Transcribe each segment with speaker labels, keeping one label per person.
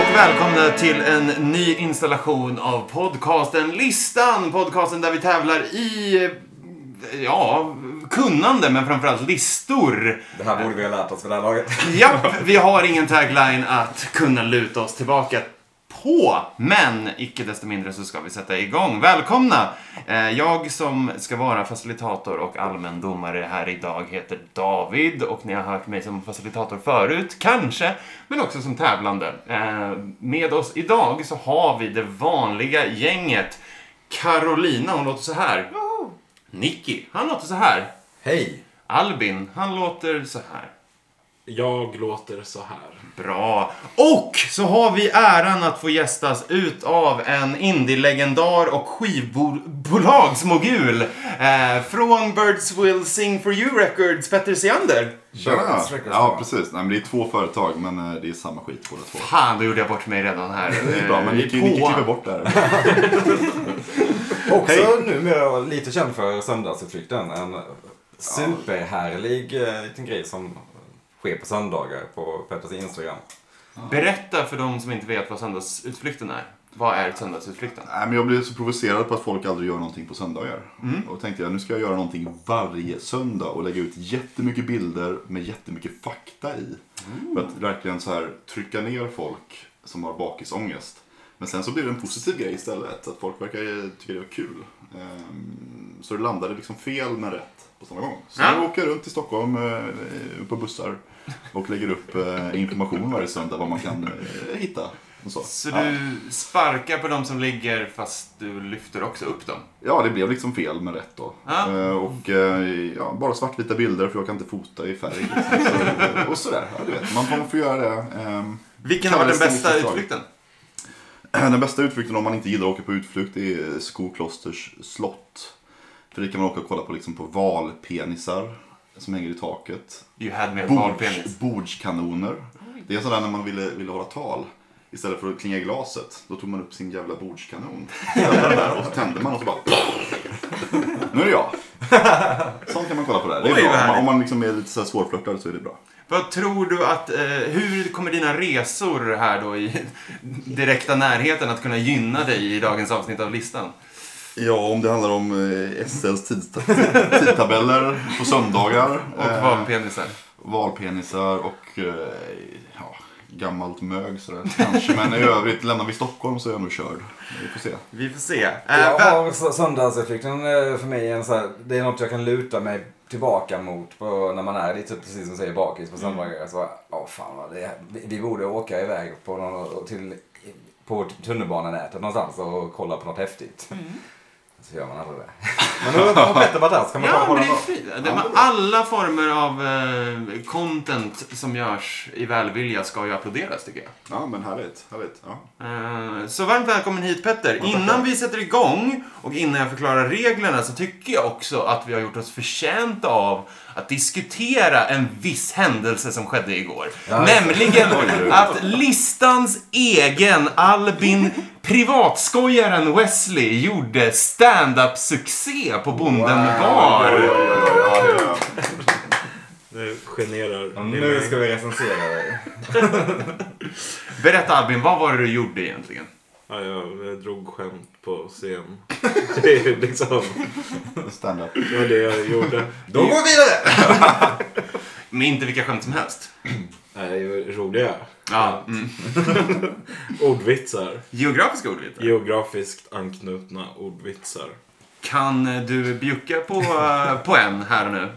Speaker 1: välkomna till en ny installation av podcasten Listan. Podcasten där vi tävlar i, eh, ja, kunnande men framförallt listor.
Speaker 2: Det här borde vi ha lärt oss för det här laget.
Speaker 1: Japp, vi har ingen tagline att kunna luta oss tillbaka på. Men icke desto mindre så ska vi sätta igång. Välkomna! Eh, Jag som ska vara facilitator och allmändomare här idag heter David och ni har hört mig som facilitator förut, kanske, men också som tävlande. Eh, Med oss idag så har vi det vanliga gänget. Carolina, hon låter så här. Nicky, han låter så här.
Speaker 2: Hej!
Speaker 1: Albin, han låter så här.
Speaker 3: Jag låter så här.
Speaker 1: Bra. Och så har vi äran att få gästas utav en indie-legendar och skivbolagsmogul eh, från Birds Will Sing For You Records, Petter Seander.
Speaker 4: Tjena!
Speaker 2: Records, Records,
Speaker 4: Ja,
Speaker 2: va?
Speaker 4: precis. Nej, men det är två företag, men eh, det är samma skit båda två.
Speaker 1: Fan, då gjorde jag bort mig redan här.
Speaker 4: Det är bra, men
Speaker 1: Eh,
Speaker 4: ni,
Speaker 1: vi
Speaker 4: kan- ni
Speaker 1: på.
Speaker 4: kan klippa bort det här.
Speaker 2: Också
Speaker 4: Hej.
Speaker 2: numera lite känd för Söndagsutflykten. En eh, superhärlig eh, liten grej som sker på söndagar på Petters Instagram.
Speaker 1: Berätta för de som inte vet vad söndagsutflykten är. Vad är söndagsutflykten?
Speaker 4: Nej, men jag blev så provocerad på att folk aldrig gör någonting på söndagar.
Speaker 1: Mm.
Speaker 4: Och då tänkte jag, nu ska jag göra någonting varje söndag och lägga ut jättemycket bilder med jättemycket fakta i.
Speaker 1: Mm.
Speaker 4: För att verkligen så här trycka ner folk som har bakisångest. Men sen så blev det en positiv grej istället, att folk verkar eh, tycka det var kul. Ehm, Så det landade liksom fel men rätt på samma gång. Så
Speaker 1: Ja.
Speaker 4: jag åker runt i Stockholm eh, på bussar och lägger upp eh, information varje söndag vad man kan eh, hitta. Och så.
Speaker 1: Så
Speaker 4: Ja.
Speaker 1: du sparkar på de som ligger fast du lyfter också upp dem?
Speaker 4: Ja, det blev liksom fel men rätt då.
Speaker 1: Ja.
Speaker 4: Eh, och eh, ja, bara svartvita bilder för jag kan inte fota i färg. Liksom. Så, och sådär, ja, du vet. Man får, man får göra det. Ehm,
Speaker 1: Vilken har varit den
Speaker 4: Kallades
Speaker 1: bästa
Speaker 4: söndagsförslag.
Speaker 1: utflykten?
Speaker 4: Den bästa utflykten om man inte gillar att åka på utflykt är Skoklosters slott. För det kan man åka och kolla på, liksom, på valpenisar som hänger i taket.
Speaker 1: You had me at valpenis.
Speaker 4: Bords, bordskanoner. Det är sådär när man ville, ville hålla tal. Istället för att klinga i glaset, då tog man upp sin jävla bordskanon. Ställde den där och så tände man och så bara... Nu är det jag. Sånt kan man kolla på där. Det är
Speaker 1: Oj, vad
Speaker 4: bra. Om man,
Speaker 1: härligt.
Speaker 4: om man liksom är lite så här svårflörtad så är det bra.
Speaker 1: Vad tror du att, eh, hur kommer dina resor här då i direkta närheten att kunna gynna dig i dagens avsnitt av listan?
Speaker 4: Ja, om det handlar om eh, SLs tidta- tidtabeller på söndagar.
Speaker 1: Och
Speaker 4: eh,
Speaker 1: valpenisar.
Speaker 4: valpenisar och eh, ja, gammalt mög sådär kanske. Men i övrigt, lämnar vi Stockholm så är jag nog körd. Vi får se.
Speaker 1: Vi får se. Eh,
Speaker 2: Jag
Speaker 1: vä-
Speaker 2: har s- Söndagsutflykten eh, för mig är en så här, det är något jag kan luta mig tillbaka mot på, när man är lite precis som du säger bakis
Speaker 1: Mm.
Speaker 2: på söndagar. Så, ja fan vad det är, vi, vi borde åka iväg på, någon, till, på tunnelbanenätet någonstans och kolla på något häftigt.
Speaker 1: Mm.
Speaker 2: Så gör man aldrig det. Men nu har Petter varit där så kan man ta och
Speaker 1: Ja, men
Speaker 2: kolla
Speaker 1: det är
Speaker 2: på.
Speaker 1: fri. Det var alla former av eh, content som görs i välvilja ska ju applåderas tycker jag.
Speaker 4: Ja, men härligt. härligt. Ja.
Speaker 1: Eh, Så varmt välkommen hit Petter. Innan vi sätter igång och innan jag förklarar reglerna så tycker jag också att vi har gjort oss förtjänta av att diskutera en viss händelse som skedde igår. Nämligen att listans egen Albin privatskojaren Wesley gjorde stand-up-succé på Bonden
Speaker 2: Wow.
Speaker 1: bar.
Speaker 3: Nu generar
Speaker 2: Ja,
Speaker 3: det
Speaker 2: Nu
Speaker 3: mig.
Speaker 2: ska vi recensera dig.
Speaker 1: Berätta Albin, vad var det du gjorde egentligen?
Speaker 3: Ja, jag, jag drog skämt på scen. Det är liksom
Speaker 4: Stand-up.
Speaker 3: det, var det jag gjorde.
Speaker 2: Då går vi vidare!
Speaker 1: Men inte vilka skämt som helst.
Speaker 3: Nej, det är roliga.
Speaker 1: Ja, mm.
Speaker 3: Ordvitsar.
Speaker 1: Geografiska ordvitsar.
Speaker 3: Geografiskt anknutna ordvitsar.
Speaker 1: Kan du bjucka på, eh, på en här och nu?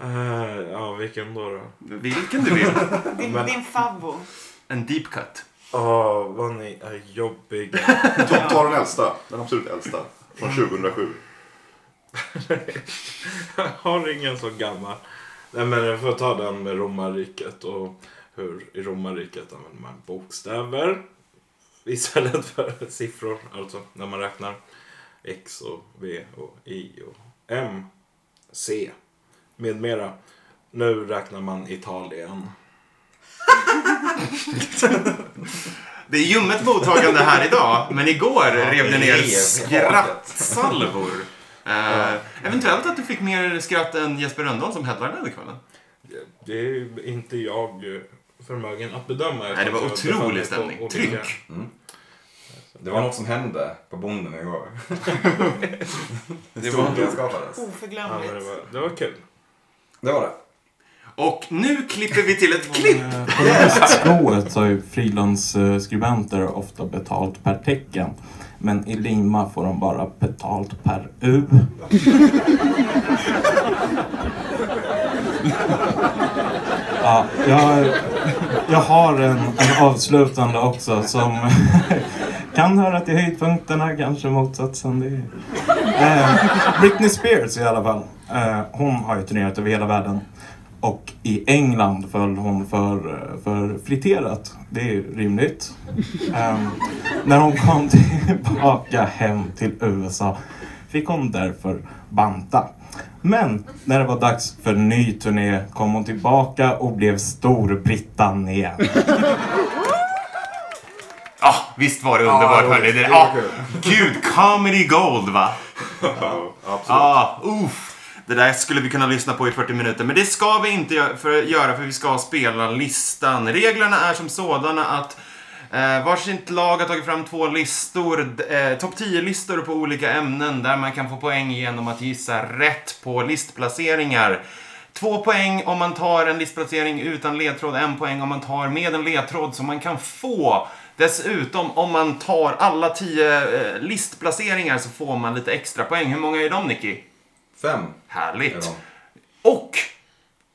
Speaker 3: Eh, ja, vilken då? då?
Speaker 1: Vilken du vill.
Speaker 5: Din,
Speaker 3: Men-
Speaker 5: din favvo.
Speaker 1: En deep cut.
Speaker 3: Åh, vad ni är jobbiga.
Speaker 4: Ta, ta den äldsta. Den absolut äldsta. Från 2007.
Speaker 3: Jag har ingen så gammal. Nej men jag får ta den med romarriket och hur i romarriket använder man bokstäver istället för siffror. Alltså när man räknar X och V och I och M, C med mera. Nu räknar man Italien.
Speaker 1: Det är ljummet mottagande här idag, men igår rev det ner
Speaker 2: rev i havet.
Speaker 1: skrattsalvor. Eh, eventuellt att du fick mer skratt än Jesper Rönndahl som headlinade kvällen.
Speaker 3: Det är ju inte jag eh, förmögen att bedöma.
Speaker 1: Nej, det var
Speaker 3: eftersom jag befann mig
Speaker 1: otrolig
Speaker 3: på
Speaker 1: stämning.
Speaker 3: olika-
Speaker 1: Tryck!
Speaker 2: Det var något som hände på bonden igår.
Speaker 1: Det var
Speaker 2: Historien skapades.
Speaker 3: Ja, men det,
Speaker 1: oförglömligt.
Speaker 3: var, det var kul.
Speaker 2: Det var det.
Speaker 1: Och nu klipper vi till ett klipp!
Speaker 5: Skoet så har ju frilansskribenter ofta betalt per tecken. Men i Lima får de bara betalt per U. Ja, jag, jag har en, en avslutande också som kan höra till höjdpunkterna, kanske motsatsen. Det är... Eh, Britney Spears i alla fall. Eh, hon har ju turnerat över hela världen. Och i England föll hon för, eh, för friterat. Det är ju rimligt. Eh, när hon kom tillbaka hem till USA fick hon därför banta. Men när det var dags för ny turné kom hon tillbaka och blev Storbritannien igen.
Speaker 1: Ja, visst var det underbart
Speaker 2: Ja,
Speaker 1: hörni.
Speaker 2: roligt.
Speaker 1: Det,
Speaker 2: Det var
Speaker 1: ah,
Speaker 2: kul.
Speaker 1: gud, comedy gold va? Ja, uff. Det där skulle vi kunna lyssna på i 40 minuter, men det ska vi inte gö- för göra för vi ska spela listan. Reglerna är som sådana att eh, varsitt lag har tagit fram två listor, d- eh, topp 10-listor på olika ämnen där man kan få poäng genom att gissa rätt på listplaceringar. Två poäng om man tar en listplacering utan ledtråd, en poäng om man tar med en ledtråd som man kan få. Dessutom, om man tar alla tio eh, listplaceringar så får man lite extra poäng. Hur många är de, Nicky?
Speaker 2: Fem. är
Speaker 1: Härligt.
Speaker 2: de.
Speaker 1: Och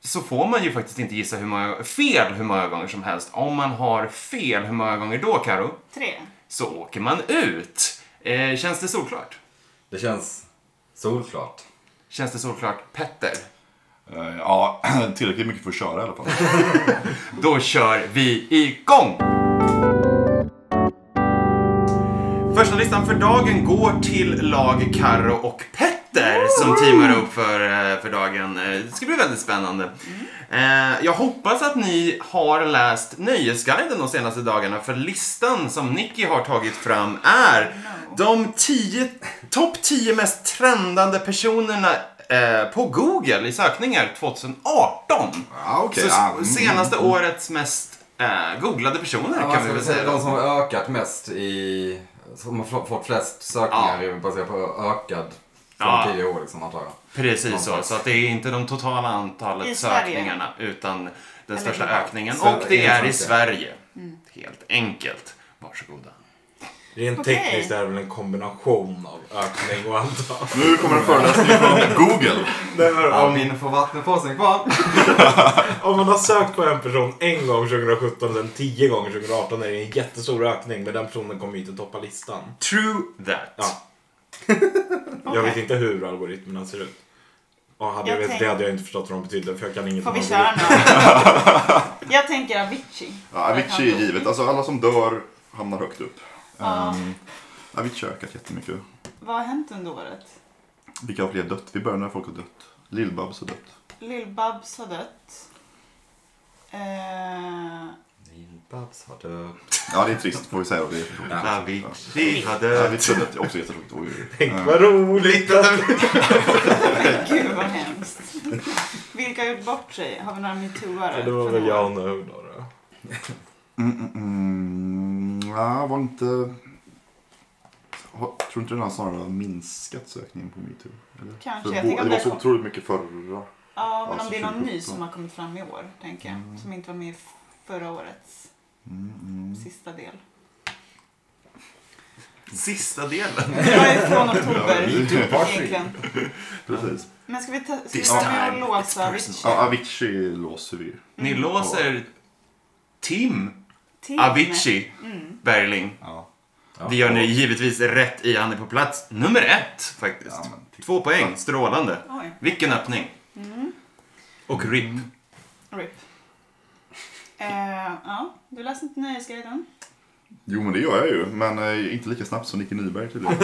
Speaker 1: så får man ju faktiskt inte gissa hur många, fel hur många gånger som helst. Om man har fel, hur många gånger då, Karo?
Speaker 6: Tre.
Speaker 1: Så åker man ut. Eh, känns det solklart?
Speaker 2: Det känns solklart.
Speaker 1: Känns det solklart, Petter?
Speaker 4: Eh, Ja, tillräckligt mycket för att köra i alla fall.
Speaker 1: Då kör vi igång! Första listan för dagen går till lag Karo och Petter som teamar upp för, eh, för dagen. Eh, Det ska bli väldigt spännande. Eh, Jag hoppas att ni har läst Nöjesguiden de senaste dagarna för listan som Nicky har tagit fram är de 10 topp 10 mest trendande personerna eh, på Google i sökningar 2018.
Speaker 4: Ja, okej.
Speaker 1: Så
Speaker 4: Ja, mm.
Speaker 1: senaste årets mest eh, googlade personer
Speaker 2: Ja,
Speaker 1: kan
Speaker 2: man
Speaker 1: vi
Speaker 2: ska
Speaker 1: väl
Speaker 2: väl
Speaker 1: säga.
Speaker 2: säga de som har ökat mest i... Som har fl- fått flest sökningar ja. baserat på ökad från
Speaker 1: Ja.
Speaker 2: tio år liksom antar jag.
Speaker 1: Precis så. Så att det är inte de totala antalet
Speaker 6: I Sverige.
Speaker 1: sökningarna utan den största
Speaker 6: globalt. Mm.
Speaker 1: ökningen.
Speaker 2: Sverige,
Speaker 1: Och det är i
Speaker 2: Sverige.
Speaker 1: Sverige. Helt enkelt. Varsågoda.
Speaker 3: Rent
Speaker 6: Okej.
Speaker 3: tekniskt är det väl en kombination av ökning och antal.
Speaker 4: Nu kommer en föreläsning från Google.
Speaker 3: Nej, men om,
Speaker 2: Albin får vatten på sig kvar.
Speaker 3: om man har sökt på en person en gång 2017 sen tio gånger 2018 är det en jättestor ökning men den personen kommer ju inte toppa listan.
Speaker 1: True that.
Speaker 3: Ja. Jag vet inte hur algoritmerna ser ut. Och hade jag
Speaker 6: Jag
Speaker 3: vet,
Speaker 6: tänk-
Speaker 3: det hade jag inte förstått vad de betydde för jag kan inget
Speaker 6: Får
Speaker 3: om
Speaker 6: vi
Speaker 3: algoritmer.
Speaker 6: köra nu? Jag tänker Avicii.
Speaker 4: Ja, Avicii är givet. Alltså alla som dör hamnar högt upp. Um, Avicii har ökat jättemycket.
Speaker 6: Vad har hänt under året?
Speaker 4: Vilka har fler dött? Vi börjar när folk har dött. Lill-Babs har dött.
Speaker 6: Lill-Babs har dött. Eh,
Speaker 2: Babs har dött.
Speaker 4: Ja, det är trist får vi säga. Det är
Speaker 1: Avicii
Speaker 4: Ja,
Speaker 1: hade...
Speaker 4: Avicii har dött. Också jättetråkigt. Det var ju-
Speaker 3: Tänk vad roligt! att-
Speaker 6: gud vad hemskt. Vilka har gjort bort sig? Har vi några metooare?
Speaker 3: Det var
Speaker 6: från
Speaker 3: väl
Speaker 6: året?
Speaker 3: jag och nu då. då.
Speaker 4: Mm, mm, mm. Ja, var inte... Har- Tror inte den har snarare minskat sökningen på metoo? Eller?
Speaker 6: Kanske.
Speaker 4: För
Speaker 6: Jag
Speaker 4: bo-
Speaker 6: tänker
Speaker 4: det
Speaker 6: om
Speaker 4: var
Speaker 6: det
Speaker 4: så
Speaker 6: kom...
Speaker 4: otroligt mycket förra.
Speaker 6: Ja, men om
Speaker 4: Alltså,
Speaker 6: det är någon ny
Speaker 4: 2017.
Speaker 6: som har kommit fram i år, tänker jag. Som inte var med i förra årets
Speaker 4: Mm, mm.
Speaker 6: sista del.
Speaker 1: Sista delen.
Speaker 6: Det var ju från oktober
Speaker 2: Party.
Speaker 6: egentligen.
Speaker 4: Precis.
Speaker 6: Men ska vi ta... Ska vi
Speaker 1: This
Speaker 6: vara med och
Speaker 1: time it's
Speaker 6: låsa
Speaker 1: personal.
Speaker 6: Avicii?
Speaker 4: Ja, Avicii låser vi.
Speaker 1: Ni låser Tim
Speaker 6: Tim.
Speaker 1: Avicii
Speaker 6: Mm.
Speaker 1: Berling.
Speaker 4: Ja.
Speaker 1: Det gör ni givetvis rätt i. Han är på plats nummer ett faktiskt.
Speaker 4: Ja, men titta.
Speaker 1: Två poäng. Strålande.
Speaker 6: Oj,
Speaker 1: Vilken öppning.
Speaker 6: Mm.
Speaker 1: Och RIP.
Speaker 4: Mm.
Speaker 6: RIP. Eh, ja, du läste inte Nöjesguiden?
Speaker 4: Jo, men det gör jag ju. Men eh, inte lika snabbt som Nicke Nyberg tydligen.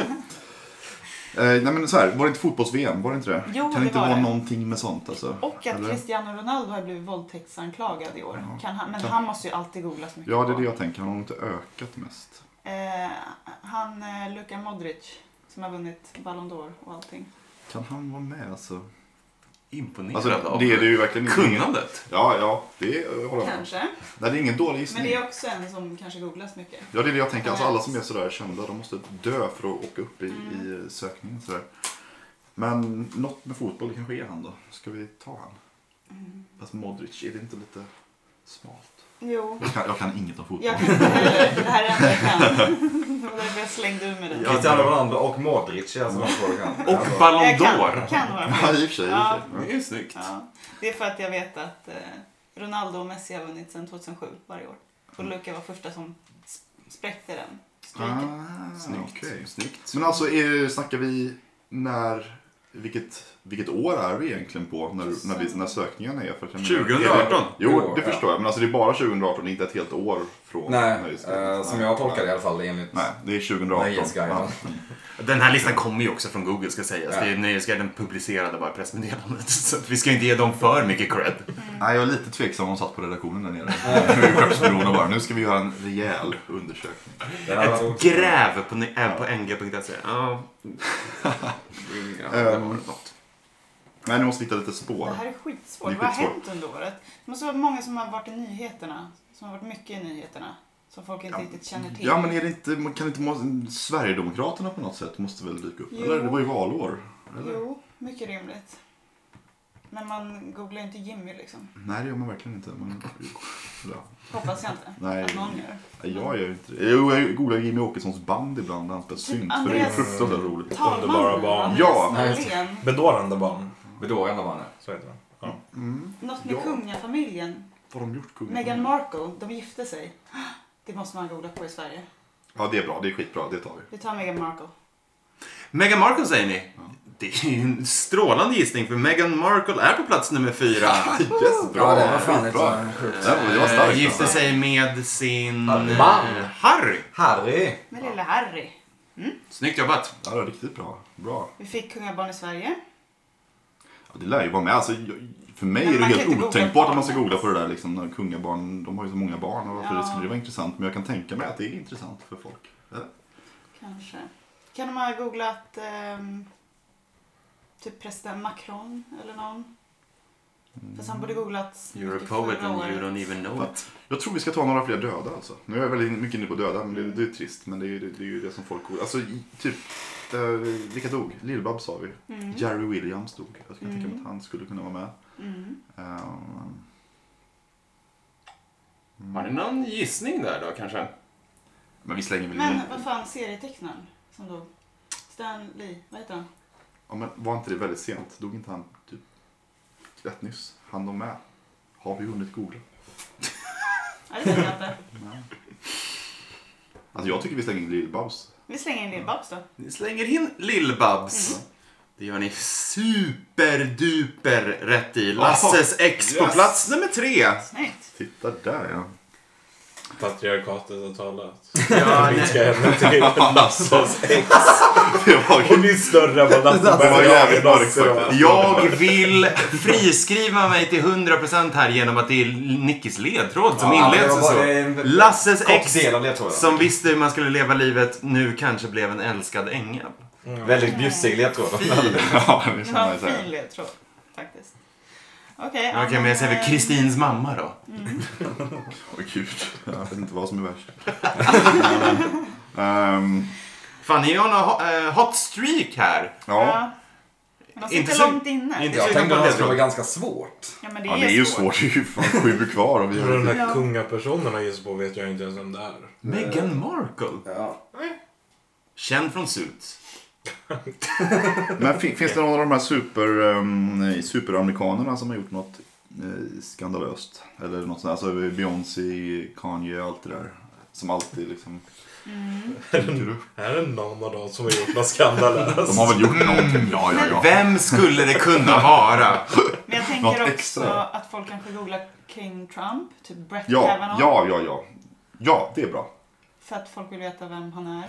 Speaker 4: Mm. eh, nej, men så här. Var det inte fotbolls-VM? Var det inte det?
Speaker 6: Jo,
Speaker 4: kan
Speaker 6: det
Speaker 4: inte
Speaker 6: var
Speaker 4: vara
Speaker 6: det.
Speaker 4: någonting med sånt alltså?
Speaker 6: Och att
Speaker 4: Eller?
Speaker 6: Cristiano Ronaldo har blivit våldtäktsanklagad i år. Kan han, men han måste ju alltid googlas mycket
Speaker 4: Ja, det är
Speaker 6: på.
Speaker 4: det jag tänker. Han har nog inte ökat mest.
Speaker 6: Eh, han eh, Luka Modric som har vunnit Ballon d'Or och allting.
Speaker 4: Kan han vara med alltså?
Speaker 1: imponerad
Speaker 4: Alltså,
Speaker 1: av
Speaker 4: det är det ju verkligen inte.
Speaker 1: kunnandet.
Speaker 4: Ja, ja, det håller jag med om.
Speaker 6: Kanske.
Speaker 4: Nej, det är ingen dålig
Speaker 6: Men
Speaker 4: gissning.
Speaker 6: det är också en som kanske googlas mycket.
Speaker 4: Ja, det är det jag tänker. Alltså, alla som är sådär kända, de måste dö för att åka upp i, i sökningen. Sådär. Men något med fotboll kanske är han då. Ska vi ta han? Fast Modric, är det inte lite smalt?
Speaker 6: Jo.
Speaker 4: Jag kan, jag kan inget om fotboll.
Speaker 6: Jag kan inte heller. Det här är det enda jag kan. Det var därför jag slängde ur mig den.
Speaker 2: Ja, Cristiano Ronaldo och Modric är alltså de två du kan.
Speaker 1: Och Ballon
Speaker 6: Jag
Speaker 1: d'Or.
Speaker 6: kan, kan vara
Speaker 4: Ja, i och för sig. i och för sig.
Speaker 1: Det är ju snyggt.
Speaker 6: Ja, det är för att jag vet att eh, Ronaldo och Messi har vunnit sedan 2007 varje år. Och
Speaker 4: Mm.
Speaker 6: Luca var första som sp- spräckte den streaken.
Speaker 4: Ah,
Speaker 1: Snyggt.
Speaker 4: okej.
Speaker 1: Snyggt.
Speaker 4: Men alltså, är, snackar vi när... Vilket, vilket år är vi egentligen på när, när, vi, när sökningen är? För att jag menar-
Speaker 1: 2018.
Speaker 4: Jo, det
Speaker 2: Ja.
Speaker 4: förstår jag. Men alltså det är bara 2018, det är inte ett helt år från när
Speaker 2: Nej,
Speaker 4: vi skrev.
Speaker 2: eh, som jag tolkar det i alla fall enligt...
Speaker 4: Nej, det är 2018.
Speaker 2: Nöjesguiden.
Speaker 4: Ja.
Speaker 1: Den här listan kommer ju också från Google ska sägas.
Speaker 2: Ja.
Speaker 1: Det är Nöjesguiden publicerade bara pressmeddelandet. Så att vi ska inte ge dem för mycket cred.
Speaker 4: Nej, jag är lite tveksam om de satt på redaktionen där nere. Nu är Skeppsbyrån och bara, nu ska vi göra en rejäl undersökning.
Speaker 2: Den här var-
Speaker 1: Ett gräv på, ni- äh, på ng.se. Ja. Det är- ja, det var något.
Speaker 4: Nej, Ehm, ni måste hitta lite spår.
Speaker 6: Det här är skitsvårt.
Speaker 4: Det är
Speaker 6: Vad har
Speaker 4: skitsvårt.
Speaker 6: hänt under året? Det måste vara många som har varit i nyheterna. Som har varit mycket i nyheterna. Som folk inte riktigt känner till.
Speaker 4: Ja, men är det inte, man kan inte, må- Sverigedemokraterna på något sätt måste väl dyka upp?
Speaker 6: Jo.
Speaker 4: Eller? Det var ju valår. Eller?
Speaker 6: Jo, mycket rimligt. Men man googlar inte Jimmy liksom.
Speaker 4: Nej, det gör man verkligen inte. Man, ja.
Speaker 6: Hoppas jag inte
Speaker 4: Nej.
Speaker 6: att någon gör.
Speaker 4: Nej, Jag gör ju inte det. Jo, jag googlar Jimmy Åkessons band ibland när han spelar synt. För det är
Speaker 6: Andreas-
Speaker 4: fruktansvärt roligt.
Speaker 3: Underbara
Speaker 6: Talmannen,
Speaker 3: barn.
Speaker 4: Ja.
Speaker 6: Andreas Norlén.
Speaker 3: Bedårande barn.
Speaker 2: Bedårande var han.
Speaker 3: Så heter den. Ja.
Speaker 6: Något med
Speaker 4: Ja.
Speaker 6: kungafamiljen.
Speaker 4: Vad har de gjort kungen?
Speaker 6: Mm. Meghan Markle, de gifte sig. Det måste man googla på i Sverige.
Speaker 4: Ja, det är bra. Det är skitbra. Det tar vi.
Speaker 6: Vi tar Meghan Markle.
Speaker 1: Meghan Markle säger ni. Det är ju en strålande gissning för Meghan Markle är på plats nummer fyra.
Speaker 4: Yes, bra.
Speaker 2: Ja, det var fan ett
Speaker 4: Skitbra.
Speaker 2: sånt sjukt.
Speaker 4: Ja, det var starkt.
Speaker 1: Eh, Gifte sig med sin... eh,
Speaker 2: Man.
Speaker 1: Harry.
Speaker 2: Harry!
Speaker 6: Med lille Harry.
Speaker 1: Snyggt jobbat.
Speaker 4: Ja, det var riktigt bra. Bra.
Speaker 6: Vi fick kungabarn i Sverige.
Speaker 4: Ja, det lär ju vara med. Alltså, jag- för mig
Speaker 6: Men
Speaker 4: är det
Speaker 6: man kan inte
Speaker 4: helt
Speaker 6: googla
Speaker 4: otänkbart att man
Speaker 6: barn.
Speaker 4: ska googla på det där. Liksom, när kungabarn, de har ju så många barn. Och varför
Speaker 6: Ja.
Speaker 4: skulle det vara intressant? Men jag kan tänka mig att det är intressant för folk. Eller?
Speaker 6: Kanske. Kan de ha googlat ehm, typ president Macron eller någon? Fast han borde googlat
Speaker 1: Mm. You're a
Speaker 6: mycket
Speaker 1: poet
Speaker 6: förra
Speaker 1: and you
Speaker 6: året.
Speaker 1: don't even know it.
Speaker 4: Jag tror vi ska ta några fler döda alltså. Nu är jag väldigt mycket inne på döda, men det, det är trist. Men det är, ju- det är ju det som folk... Alltså, i- typ... Eh, vilka dog? Lill-Babs sa
Speaker 6: Mm.
Speaker 4: vi. Jerry Williams dog. Jag kan tänka mig att han skulle kunna vara med.
Speaker 6: Mm.
Speaker 4: Ehm,
Speaker 1: Har ni någon gissning där då kanske?
Speaker 4: men vi slänger väl in...
Speaker 6: Men vad fan, serietecknaren som dog? Stan Lee, vad heter han?
Speaker 4: Ja, men var inte det väldigt sent? Dog inte han typ rätt nyss? Han de med? Har vi hunnit googla?
Speaker 6: Ja, det vet jag inte.
Speaker 4: Alltså jag tycker vi slänger in Lill-Babs.
Speaker 6: Vi slänger in Lill-Babs då.
Speaker 1: Ni slänger in Lill-Babs. Det gör ni superduper rätt i. Lasses ex på
Speaker 4: yes.
Speaker 1: plats nummer tre.
Speaker 6: Snyggt.
Speaker 4: Titta där ja.
Speaker 3: Patriarkatet har talat.
Speaker 1: Ja,
Speaker 3: Vi
Speaker 1: nej.
Speaker 3: ska henne till Lasses ex.
Speaker 4: Det var
Speaker 3: Hon är större än vad
Speaker 4: Det var
Speaker 3: Lasseberg
Speaker 4: jävligt mörkt
Speaker 3: är.
Speaker 4: faktiskt.
Speaker 1: Jag vill friskriva mig till 100% här genom att det är Nickis ledtråd som
Speaker 2: Ja, det
Speaker 1: inleds
Speaker 2: var-
Speaker 1: och så.
Speaker 2: det är en
Speaker 1: Lasses
Speaker 2: kort
Speaker 1: ex
Speaker 2: del av ledtråden.
Speaker 1: som visste hur man skulle leva livet nu kanske blev en älskad ängel.
Speaker 2: Väldigt bjussig ledtråd.
Speaker 4: Ja, det
Speaker 6: Det
Speaker 4: känner
Speaker 6: var en
Speaker 4: jag så här.
Speaker 6: fin ledtråd faktiskt. Okej, eh,
Speaker 1: Okej, men jag säger väl Kristins mamma då.
Speaker 4: Åh gud. Jag vet inte vad som är värst. Ehm,
Speaker 1: Fan, ni har en eh, hot streak
Speaker 2: Eh.
Speaker 1: här.
Speaker 4: ja.
Speaker 6: Man sitter
Speaker 1: Inte så-
Speaker 6: långt inne.
Speaker 1: inte-
Speaker 2: Jag tänkte att det skulle vara ganska svårt.
Speaker 6: Ja, men det
Speaker 4: ja,
Speaker 6: är,
Speaker 4: det är ju svårt. Det är ju fan sju kvar. Och vi
Speaker 3: Hur
Speaker 4: har...
Speaker 3: den där
Speaker 6: Ja.
Speaker 3: kungapersonen har gett på vet jag inte ens om det är.
Speaker 1: Meghan Markle.
Speaker 2: Ja.
Speaker 1: Känd från Suits.
Speaker 4: Men fin, finns det någon av de här super, ehm, superamerikanerna som har gjort något eh, skandalöst? Eller något sånt, alltså Beyoncé, Kanye, allt det där. Som alltid liksom...
Speaker 3: Är det någon av dem som har gjort något skandalöst?
Speaker 4: De har väl gjort någonting.
Speaker 6: Mm.
Speaker 4: Ja, ja, ja.
Speaker 1: Vem skulle det kunna vara?
Speaker 6: Men jag
Speaker 4: Något
Speaker 6: tänker också
Speaker 4: extra.
Speaker 6: att folk kanske googlar kring Trump, typ Brett
Speaker 4: Ja,
Speaker 6: Kavanaugh.
Speaker 4: ja, ja, ja. Ja, det är bra.
Speaker 6: För att folk vill veta vem han är.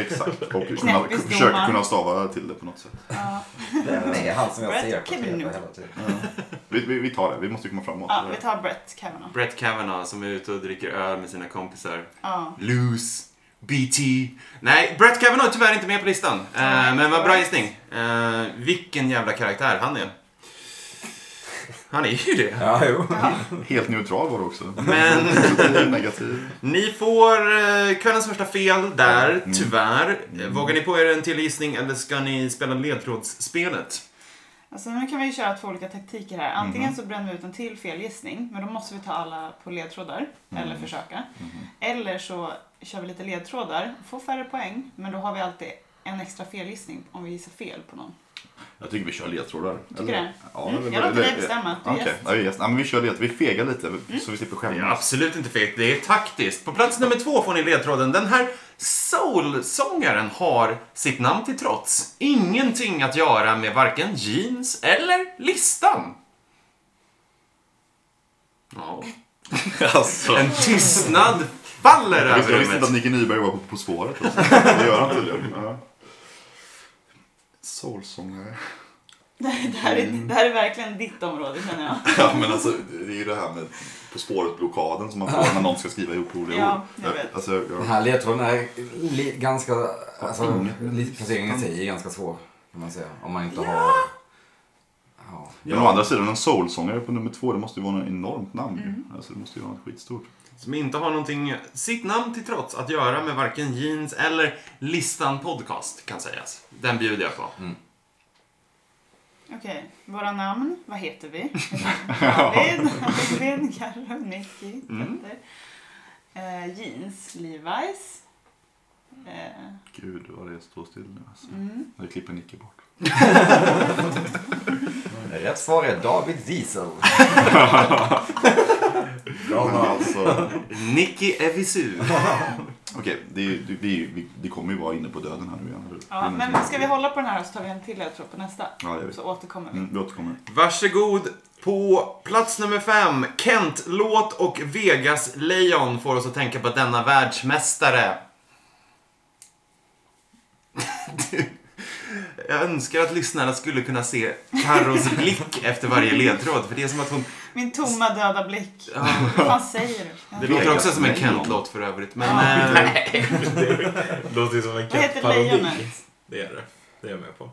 Speaker 4: Exakt. Och kunna,
Speaker 6: Knäppis
Speaker 4: försöka
Speaker 6: domaren.
Speaker 4: kunna stava till det på något sätt.
Speaker 2: Vem är han som jag ser på
Speaker 6: Brett
Speaker 2: tv
Speaker 6: Kavanaugh.
Speaker 2: hela tiden?
Speaker 4: Vi, vi, vi tar det. Vi måste komma framåt.
Speaker 6: Ja, vi tar Brett Kavanaugh.
Speaker 1: Brett Kavanaugh som är ute och dricker öl med sina kompisar.
Speaker 6: Ja.
Speaker 1: Loose. BT. Nej, Brett Kavanaugh är tyvärr inte med på listan. Eh, men vad bra gissning. Eh, vilken jävla karaktär han är. Han är ju det.
Speaker 2: Ja, jo.
Speaker 4: Helt neutral var det också.
Speaker 1: Men
Speaker 4: Positiv, negativ.
Speaker 1: ni får eh, kvällens första fel där, tyvärr. Eh, Vågar ni på er en till gissning eller ska ni spela ledtrådsspelet?
Speaker 6: Alltså nu kan vi ju köra två olika taktiker här. Antingen
Speaker 4: Mhm.
Speaker 6: så bränner vi ut en till felgissning, men då måste vi ta alla på ledtrådar. Eller
Speaker 4: Mhm.
Speaker 6: försöka. Eller så kör vi lite ledtrådar, får färre poäng, men då har vi alltid en extra felgissning om vi gissar fel på någon.
Speaker 4: Jag tycker vi kör ledtrådar.
Speaker 6: Tycker
Speaker 4: eller?
Speaker 6: du det?
Speaker 4: Ja,
Speaker 6: Mm,
Speaker 4: eller-
Speaker 6: jag låter dig
Speaker 4: eller-
Speaker 6: bestämma. Mm. Du är
Speaker 4: Okej,
Speaker 6: gäst.
Speaker 4: ja, jag är gäst. Ja, men vi kör ledtrådar. Vi fegar lite så vi slipper
Speaker 1: Det är
Speaker 4: skämmas.
Speaker 1: absolut inte fegt, det är taktiskt. På plats nummer två får ni ledtråden. Den här soul-sångaren har, sitt namn till trots, ingenting att göra med varken jeans eller listan. Ja.
Speaker 4: Alltså.
Speaker 1: En tystnad faller
Speaker 4: Jag visste,
Speaker 1: över
Speaker 4: jag visste inte att
Speaker 1: rummet.
Speaker 4: Nicke Nyberg var på På spåret. Alltså. Det gör han tydligen. Ja. Soulsångare.
Speaker 6: Det här, det, här är, det här är verkligen ditt område känner jag.
Speaker 4: Ja, men alltså, det är ju det här med På spåret-blockaden som man får när någon ska skriva ihop roliga
Speaker 6: Ja,
Speaker 4: ord.
Speaker 6: jag vet.
Speaker 4: Alltså, jag,
Speaker 2: Den här ledtråden är li, ganska... Alltså, li, placeringen i sig är ganska svår. Kan man säga. Om man inte har... Ja.
Speaker 4: Men å andra sidan, en soulsångare på nummer två, det måste ju vara något enormt namn.
Speaker 6: Mm.
Speaker 4: Alltså, det måste ju vara något skitstort.
Speaker 1: Som inte har någonting, sitt namn till trots, att göra med varken jeans eller listan podcast, kan sägas. Den bjuder jag på.
Speaker 6: Okej, våra namn. Vad heter vi? David, Albin, Carro, Nicky,
Speaker 4: Mm.
Speaker 6: Petter. Eh, jeans, Levi's. Eh,
Speaker 4: Gud, vad det står still nu. Alltså.
Speaker 6: Mm.
Speaker 4: Det klipper Nicke bort.
Speaker 2: Rätt svar är David Diesel.
Speaker 4: Men alltså,
Speaker 1: Nicky Evisu.
Speaker 4: Okej, det, är ju- det, det, är ju- vi- det kommer ju vara inne på döden här nu igen. eller hur? Det
Speaker 6: ja,
Speaker 4: är
Speaker 6: men
Speaker 4: någonting-
Speaker 6: ska vi hålla på den här och så tar vi en till jag tror på nästa?
Speaker 4: Ja, jag vet.
Speaker 6: Så återkommer vi.
Speaker 4: Mm, vi återkommer.
Speaker 1: Varsågod. På plats nummer fem, Kent-låt och Vegas-lejon får oss att tänka på denna världsmästare. Du, Jag önskar att lyssnarna skulle kunna se Carros blick efter varje ledtråd, för det är som att hon...
Speaker 6: Min tomma döda blick. Vad fan säger du? Ja.
Speaker 1: Det låter också som en Kent-låt för övrigt, men... eh,
Speaker 3: Det låter ju som en
Speaker 6: Vad heter
Speaker 3: katt-parodi.
Speaker 6: lejonet?
Speaker 3: Det är det. Det är jag med på.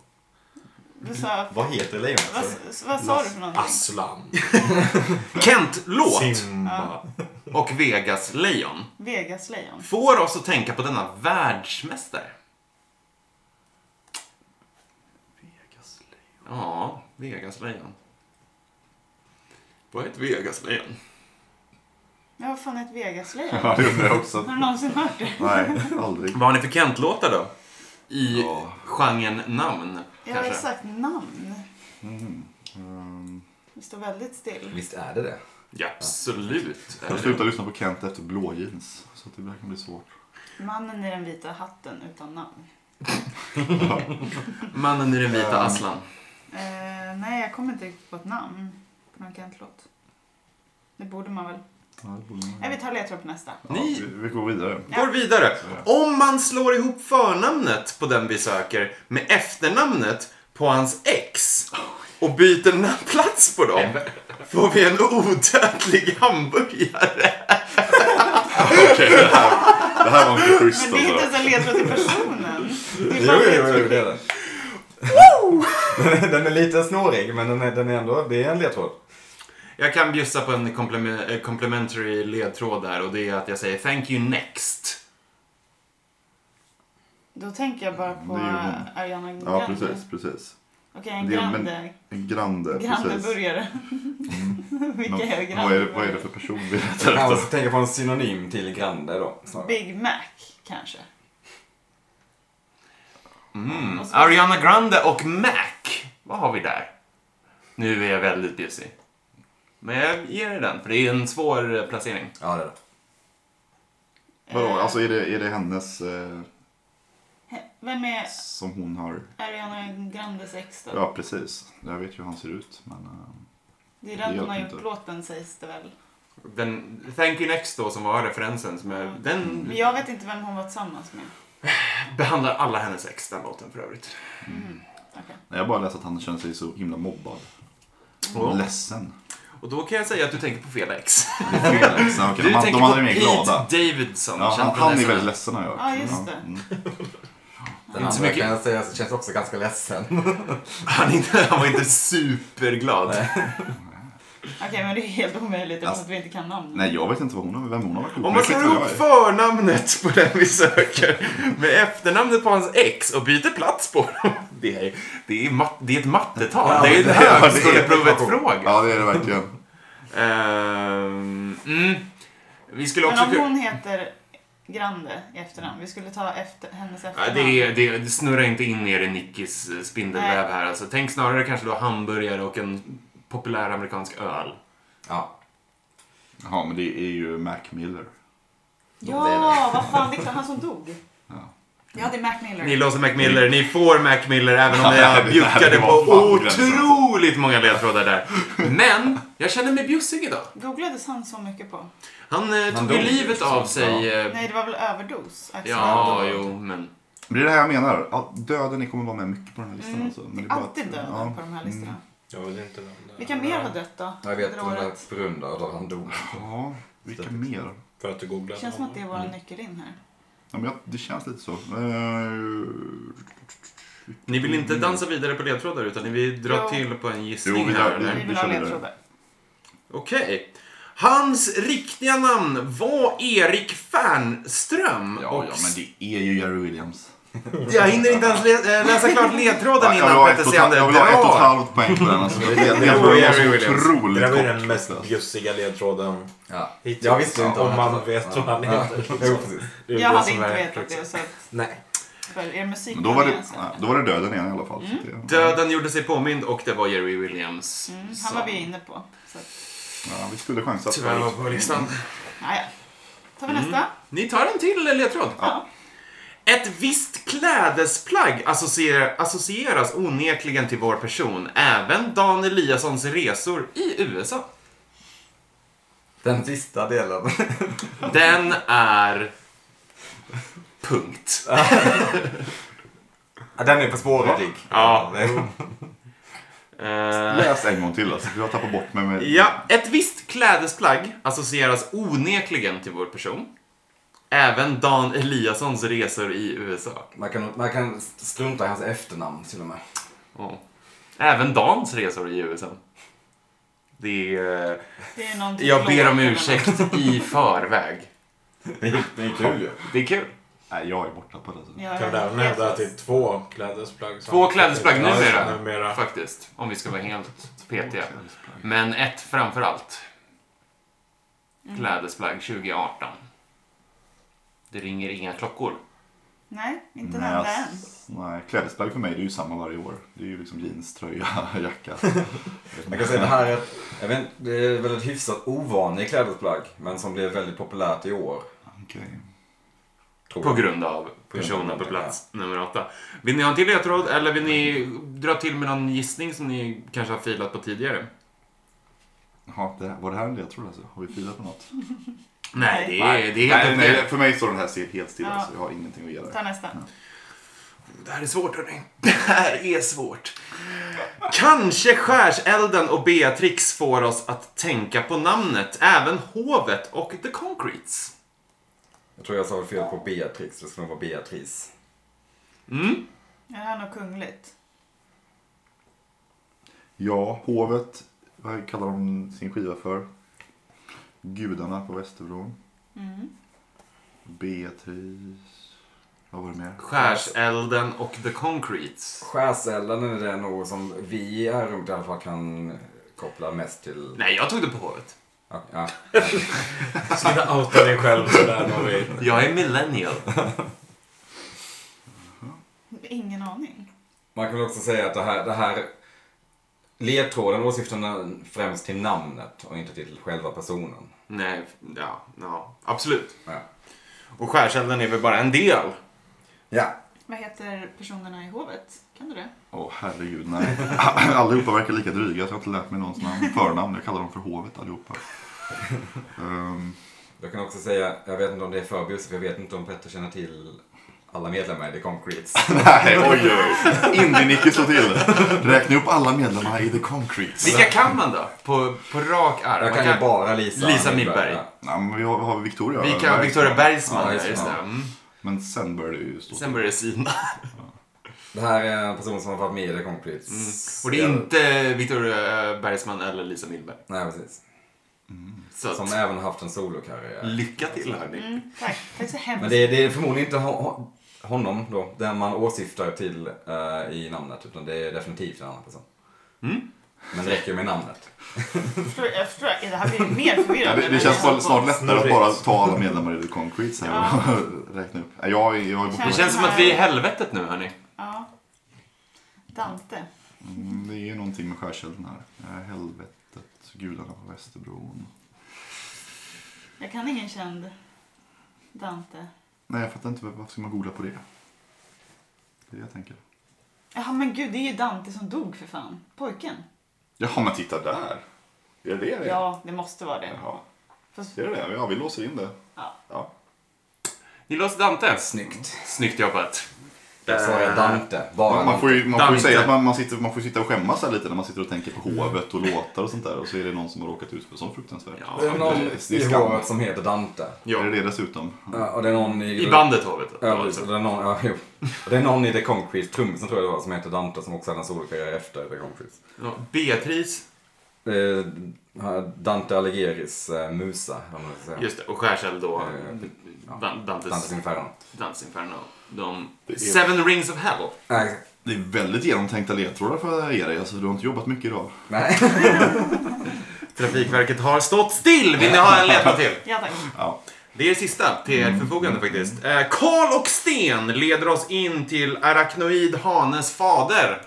Speaker 6: Du
Speaker 4: Mm.
Speaker 6: sa...
Speaker 7: Vad heter lejonet?
Speaker 6: Vad, s- vad sa du för någonting?
Speaker 3: Aslan.
Speaker 1: Kent-låt
Speaker 3: Simba.
Speaker 1: och Vegas-lejon
Speaker 6: Vegaslejon.
Speaker 1: får oss att tänka på denna världsmästare. Ja, Vegaslejon. Vad är ett Vegaslejon?
Speaker 6: Ja, vad fan är ett Vegaslejon?
Speaker 4: Ja, det undrar jag också.
Speaker 6: Har du någonsin hört det?
Speaker 4: Nej, aldrig.
Speaker 1: Vad har ni för Kent-låtar då? I
Speaker 4: Ja.
Speaker 1: genren namn,
Speaker 6: Ja,
Speaker 1: kanske?
Speaker 6: exakt. Namn.
Speaker 4: Um,
Speaker 6: Det står väldigt still.
Speaker 2: Visst är det det?
Speaker 1: Ja, absolut.
Speaker 4: jag slutar lyssna på Kent efter blå jeans. Så att det där kan bli svårt.
Speaker 6: Mannen i den vita hatten utan namn.
Speaker 1: Mannen i den vita Aslan.
Speaker 6: Eh, nej, jag kommer inte riktigt på ett namn på någon Kent-låt. Det borde man väl.
Speaker 4: Ja, det borde man-
Speaker 6: Nej, vi tar ledtråd på nästa.
Speaker 4: Ja,
Speaker 1: Ni-
Speaker 4: vi, vi går vidare.
Speaker 1: Går vidare. Om man slår ihop förnamnet på den vi söker med efternamnet på hans ex och byter na- plats på dem får vi en odödlig hamburgare.
Speaker 4: Okej, det, här, det här var inte
Speaker 6: Men
Speaker 4: schysst
Speaker 6: det är inte
Speaker 4: alltså.
Speaker 6: ens en ledtråd till personen. Det är
Speaker 2: Jo,
Speaker 6: bara
Speaker 2: jo,
Speaker 6: ledtråd.
Speaker 2: jo, det är det. den är lite snårig, men den är, den är ändå... Det är en ledtråd.
Speaker 1: Jag kan bjussa på en komplem- eh, complimentary ledtråd där och det är att jag säger thank you next.
Speaker 6: Då tänker jag bara på
Speaker 4: Det är ju hon.
Speaker 6: Ariana Grande.
Speaker 4: Ja, precis, precis.
Speaker 6: Okej, en
Speaker 4: Det är-
Speaker 6: grande.
Speaker 4: En grande, precis.
Speaker 6: Grandeburgare. Vilka är
Speaker 4: Men Vad är, det, vad är det
Speaker 6: grandeburgare?
Speaker 4: för person vi letar
Speaker 2: Jag
Speaker 4: efter?
Speaker 2: kan tänka på en synonym till Grande då. snarare.
Speaker 6: Big Mac, kanske.
Speaker 1: Mm.
Speaker 6: Och så-
Speaker 1: Ariana Grande och Mac. Vad har vi där? Nu är jag väldigt bjussig. Men jag ger er den, för det är en svår eh, placering.
Speaker 2: Ja, det är det.
Speaker 4: Vadå,
Speaker 6: Eh,
Speaker 4: alltså är det, är det hennes eh,
Speaker 6: he- Vem är
Speaker 4: som hon har?
Speaker 6: Ariana Grandes ex då?
Speaker 4: Ja, precis. Jag vet ju hur han ser ut, men... eh,
Speaker 6: Det är
Speaker 4: det
Speaker 6: den hon
Speaker 4: hjälper
Speaker 6: har gjort
Speaker 4: inte.
Speaker 6: låten, sägs det väl.
Speaker 1: Den, thank you next då som var referensen, som jag, den
Speaker 6: Men jag vet inte vem hon var tillsammans med.
Speaker 1: Behandlar alla hennes ex, den låten för övrigt.
Speaker 6: Okej.
Speaker 4: Nej, jag bara läst att han känner sig så himla mobbad.
Speaker 1: Ja.
Speaker 4: Ledsen.
Speaker 1: Och då kan jag säga att du tänker på fel ex.
Speaker 4: Det är fel. liksom. Okej,
Speaker 1: Du
Speaker 4: de, an-
Speaker 1: tänker
Speaker 4: de andra är
Speaker 1: på
Speaker 4: mer
Speaker 1: Pete
Speaker 4: glada.
Speaker 1: Davidson.
Speaker 4: Ja,
Speaker 1: känd
Speaker 4: han,
Speaker 1: från
Speaker 4: han är
Speaker 1: SNL.
Speaker 4: väldigt ledsen har jag hört.
Speaker 6: Ja, just det.
Speaker 4: Mm.
Speaker 2: Den
Speaker 1: Inte så
Speaker 2: andra
Speaker 1: mycket.
Speaker 2: kan jag säga så känns också ganska ledsen.
Speaker 1: Han, är inte, han var inte superglad.
Speaker 6: Okej, men det är helt omöjligt eftersom
Speaker 4: Alltså,
Speaker 6: att vi inte kan namn.
Speaker 4: Nej, jag vet inte vad hon har, vem hon har varit ihop
Speaker 1: Om
Speaker 4: med.
Speaker 1: man
Speaker 4: Det
Speaker 1: slår
Speaker 4: kan inte
Speaker 1: ihop
Speaker 4: jag göra.
Speaker 1: förnamnet på den vi söker med efternamnet på hans ex och byter plats på dem. Det är, det är, mat, det är ett mattetal. det är
Speaker 4: det
Speaker 1: en
Speaker 4: är- det är-
Speaker 1: högskoleprovet-fråga.
Speaker 4: Ja, det är det verkligen.
Speaker 1: Ehm, mm. Vi skulle
Speaker 6: Men
Speaker 1: också...
Speaker 6: om hon heter Grande i efternamn. Vi skulle ta efter, hennes
Speaker 1: Ja,
Speaker 6: efternamn.
Speaker 1: det, är- det, det snurrar inte in er i Nickis eh, spindelväv här. Alltså, tänk snarare kanske då hamburgare och en populär amerikansk öl.
Speaker 2: Ja.
Speaker 4: Ja, men det är ju Mac Miller.
Speaker 6: Ja, vad fan. Det är klart, han som dog.
Speaker 4: Ja.
Speaker 6: Ja, det är Mac Miller.
Speaker 1: Ni låser Mac Miller, ni får Mac Miller även om
Speaker 4: Det här-
Speaker 1: jag
Speaker 4: det här
Speaker 1: bjuckade på
Speaker 4: var fan på gränsen, alltså.
Speaker 1: otroligt många ledtrådar där. Men jag känner mig bjussig idag.
Speaker 6: Googlades han så mycket på?
Speaker 1: Han, eh, tog ju
Speaker 2: dog
Speaker 1: livet av sig. eh,
Speaker 6: Nej, det var väl överdos? Axel?
Speaker 1: ja, jo, men.
Speaker 4: Men det är det här jag menar. Ja, Döden ni kommer vara med mycket på den här listan. Alltså. Men det är bara att-
Speaker 6: Alltid döden på de här listorna.
Speaker 4: Mm.
Speaker 3: Jag vill inte nämna.
Speaker 6: Vilka mer har dött då?
Speaker 2: Jag vet
Speaker 6: under
Speaker 2: den där
Speaker 6: året?
Speaker 2: Brundar där han dog.
Speaker 4: Ja, vilka mer?
Speaker 3: För att du googlade
Speaker 6: Det känns som att
Speaker 3: honom.
Speaker 6: det är vår nyckel in här.
Speaker 4: Ja, men jag, det känns lite så. Eh,
Speaker 1: Ni vill inte dansa vidare på ledtrådar utan ni vill dra
Speaker 6: Ja.
Speaker 1: till på en
Speaker 4: Jo,
Speaker 1: gissning
Speaker 4: vi
Speaker 1: här.
Speaker 4: gör-
Speaker 1: eller?
Speaker 6: Vi vill
Speaker 4: vi
Speaker 6: ha
Speaker 4: kör vidare.
Speaker 6: ledtrådar.
Speaker 1: Okej. Hans riktiga namn var Erik Fernström.
Speaker 4: Ja,
Speaker 1: och
Speaker 4: ja, men det är ju Jerry Williams.
Speaker 1: Jag hinner inte ens lä- eh, läsa klart ledtråden
Speaker 4: jag, vill
Speaker 1: innan
Speaker 4: ha ett
Speaker 1: Petter
Speaker 4: och, ett halvt-
Speaker 1: Seander
Speaker 4: jag vill ha ett och ett
Speaker 1: drar.
Speaker 4: halvt poäng på den. Alltså. Det, det, det,
Speaker 1: Jo,
Speaker 4: det var
Speaker 1: Jerry
Speaker 4: så
Speaker 1: Williams.
Speaker 4: otroligt
Speaker 3: Det där var ju
Speaker 4: kort.
Speaker 3: den mest bjussiga ledtråden
Speaker 2: Ja.
Speaker 3: hittills.
Speaker 2: Jag visste ju inte
Speaker 3: Om
Speaker 2: han
Speaker 3: man
Speaker 2: hette så.
Speaker 3: vet
Speaker 2: Ja.
Speaker 3: vad han
Speaker 2: Ja.
Speaker 3: heter. liksom.
Speaker 2: Jo, precis.
Speaker 3: Det är
Speaker 6: Jag
Speaker 3: det
Speaker 6: hade
Speaker 3: som
Speaker 6: inte
Speaker 3: är
Speaker 6: vetat
Speaker 3: kruxet.
Speaker 6: det. Så att
Speaker 3: Nej.
Speaker 6: för er musik
Speaker 4: Men Då var,
Speaker 6: Mm.
Speaker 4: det, nej, då var det döden igen i alla fall. så det-
Speaker 1: Döden gjorde sig påmind och det var Jerry Williams.
Speaker 6: Mm, han
Speaker 1: som
Speaker 6: var vi inne på. Så att,
Speaker 4: Ja, vi skulle chansa.
Speaker 1: Tyvärr var på listan.
Speaker 6: naja. Tar vi nästa?
Speaker 1: Ni tar en till ledtråd.
Speaker 6: Ja.
Speaker 1: Ett visst klädesplagg associer- associeras onekligen till vår person, även Dan Eliassons resor i USA.
Speaker 2: Den sista delen.
Speaker 1: Den är... Punkt.
Speaker 2: Ja, Den är På spåret-lig.
Speaker 1: Ja.
Speaker 2: Det-
Speaker 1: Eh,
Speaker 4: Läs en gång till alltså, för jag tappar bort mig. Med...
Speaker 1: ja, ett visst klädesplagg associeras onekligen till vår person. Även Dan Eliassons resor i USA.
Speaker 2: Man kan, man kan strunta i hans efternamn till och med.
Speaker 1: Ja. Även Dans resor i USA. Det är...
Speaker 6: Det är någonting
Speaker 1: Jag ber om
Speaker 6: lågt.
Speaker 1: ursäkt i förväg.
Speaker 2: Det är kul ju.
Speaker 1: Det är kul.
Speaker 4: Nej, jag är borttappad alltså.
Speaker 6: Ja, jag
Speaker 3: Kan
Speaker 6: vet.
Speaker 3: även hävda att det är två klädesplagg. som-
Speaker 1: Två klädesplagg numera.
Speaker 3: numera.
Speaker 1: Faktiskt. Om vi ska vara helt petiga. Men ett framför allt. Klädesplagg 2018. Det ringer inga klockor.
Speaker 6: Nej, inte
Speaker 4: Nej, alltså.
Speaker 6: den där än.
Speaker 4: ass- nej, klädesplagg för mig det är ju samma varje år. Det är ju liksom jeans, tröja, jacka.
Speaker 2: Jag kan säga det här är, ett- jag vet, inte, det är väl ett hyfsat ovanligt klädesplagg. Men som blev väldigt populärt i år.
Speaker 4: Okej.
Speaker 2: Tror
Speaker 1: På
Speaker 2: jag.
Speaker 1: grund av personen på plats nummer åtta. Vill ni ha en till ledtråd eller vill ni dra till med någon gissning som ni kanske har filat på tidigare?
Speaker 4: Jaha, det här, var det här en ledtråd alltså? Har vi filat på något?
Speaker 1: Nej, det är, det är helt
Speaker 4: nej,
Speaker 1: enkelt.
Speaker 4: nej, för mig står den här still- helt still
Speaker 6: Ja.
Speaker 4: alltså. Jag har ingenting att ge
Speaker 6: Ta
Speaker 4: där.
Speaker 6: nästa.
Speaker 1: Det här är svårt hörni. Det här är svårt. Kanske skärselden och Beatrix får oss att tänka på namnet, även hovet och The Concretes.
Speaker 2: Jag tror jag sa fel på Beatrix. Det ska nog vara Beatrice.
Speaker 1: Mm.
Speaker 6: Är det här något kungligt?
Speaker 4: Ja, hovet. Vad kallar de sin skiva för? Gudarna på Västerbron.
Speaker 6: Mm.
Speaker 4: Beatrice. Vad var det mer?
Speaker 1: Skärselden och The Concretes.
Speaker 2: Skärselden är det nog som vi i rummet i alla fall kan koppla mest till.
Speaker 1: Nej, jag tog det på hovet.
Speaker 2: Ja, ja.
Speaker 3: Sluta outa dig själv sådär Norrin.
Speaker 1: Jag är millennial.
Speaker 6: Ingen aning.
Speaker 2: Man kan väl också säga att det här, det här ledtråden åsyftar främst till namnet och inte till själva personen.
Speaker 1: Nej, ja, ja, absolut.
Speaker 2: Ja.
Speaker 1: Och skärselden är väl bara en del.
Speaker 2: ja.
Speaker 6: Vad heter personerna i hovet? Kan du det?
Speaker 4: Åh herregud, nej. Allihopa verkar lika dryga så jag har inte lärt mig någons namn. Förnamn, jag kallar dem för hovet allihopa. Ehm,
Speaker 2: Jag kan också säga, jag vet inte om det är för bjussigt, för jag vet inte om Petter känner till alla medlemmar i The Concretes.
Speaker 4: nej, oj oj. Indie-Nicke slår till. Räkna upp alla medlemmar i The Concretes.
Speaker 1: Vilka kan man då? På, på rak arm?
Speaker 2: Jag
Speaker 1: Man
Speaker 2: kan ju bara Lisa.
Speaker 1: Lisa Midberg.
Speaker 2: Ja.
Speaker 4: Nej, men vi har, har vi Victoria.
Speaker 1: Vi kan Victoria Bergsman,
Speaker 2: Ja,
Speaker 1: ja, just det.
Speaker 2: ja.
Speaker 1: Mm.
Speaker 4: Men sen börjar det ju stå
Speaker 1: Sen
Speaker 4: till.
Speaker 1: börjar det sina.
Speaker 2: Det här är en person som har varit med i The
Speaker 1: Mm.
Speaker 2: Concretes.
Speaker 1: Och det är inte Victoria eh, Bergsman eller Lisa Milberg.
Speaker 2: Nej, precis.
Speaker 1: Så att,
Speaker 2: Som även haft en solokarriär.
Speaker 1: lycka till hörni.
Speaker 6: Mm, tack. Tack så hemskt
Speaker 2: Men det, det är förmodligen inte ho- ho- honom då, den man åsyftar till eh, i namnet. Utan det är definitivt en annan person. Men det räcker med namnet.
Speaker 6: Förstår- jag förstår- Det här blir mer
Speaker 4: Ja,
Speaker 6: förvirrande.
Speaker 4: det,
Speaker 6: än
Speaker 4: det
Speaker 6: vad
Speaker 4: känns
Speaker 6: jag
Speaker 4: bara
Speaker 6: hade
Speaker 4: snart
Speaker 6: hoppats.
Speaker 4: lättare att bara ta alla medlemmar i The Concretes här och räkna upp. Nej, Jag, jag är
Speaker 1: Det
Speaker 4: borta.
Speaker 1: känns som att vi är i helvetet nu hörni.
Speaker 6: Ja. Dante.
Speaker 4: Mm, Det är ju någonting med skärselden här. Ja, Helvetet, gudarna på Västerbron.
Speaker 6: Jag kan ingen känd Dante.
Speaker 4: Nej, jag fattar inte. Varför ska man googla på det? Det är det jag tänker.
Speaker 6: Jaha men gud, det är ju Dante som dog för fan. Pojken.
Speaker 4: Jaha, men titta där. Är det det det är?
Speaker 6: Ja, det måste vara det.
Speaker 4: Jaha,
Speaker 6: Fast,
Speaker 4: är det det? Ja, vi låser in det.
Speaker 6: Ja.
Speaker 4: Ja.
Speaker 1: Ni låste Dante.
Speaker 2: Snyggt.
Speaker 1: Snyggt jobbat.
Speaker 2: Jag sa det, Dante. Bara
Speaker 4: Man får ju, man får ju
Speaker 1: Dante.
Speaker 4: säga att man, man, sitter, man får sitta och skämmas här lite när man sitter och tänker på
Speaker 1: Mm.
Speaker 4: hovet och låtar och sånt där. Och så är det någon som har råkat ut för sånt fruktansvärt.
Speaker 1: Ja,
Speaker 2: Det är någon
Speaker 4: det är
Speaker 2: i
Speaker 4: skam.
Speaker 2: håret som heter Dante.
Speaker 1: Ja.
Speaker 4: Är det det dessutom?
Speaker 2: Ja, och det är någon i...
Speaker 1: I bandet har vi det.
Speaker 2: Ja, precis. Och
Speaker 1: Alltså.
Speaker 2: det, är någon, ja, jo. Och det är någon i The Concrete, trummisen tror jag det var, som heter Dante som också hade en solokarriär efter The Concrete.
Speaker 1: Ja, Beatrice,
Speaker 2: Eh, Dante Alighieris eh, musa, om man ska säga.
Speaker 1: just det, och Skärseld då.
Speaker 2: Eh,
Speaker 1: Dan-
Speaker 2: Dantes
Speaker 1: Dantes
Speaker 2: Inferno.
Speaker 1: Dance Inferno. De
Speaker 4: Det är-
Speaker 1: Seven Rings of Hell.
Speaker 2: Nej, exakt.
Speaker 4: Det är väldigt genomtänkta ledtrådar för er. Alltså, du har inte jobbat mycket idag.
Speaker 2: Nej.
Speaker 1: Trafikverket har stått still. Vill ni ha en ledtråd till?
Speaker 6: ja tack.
Speaker 4: Ja.
Speaker 1: Det är sista till ert förfogande faktiskt. Eh, Karl och Sten leder oss in till Arachnoid Hanes fader.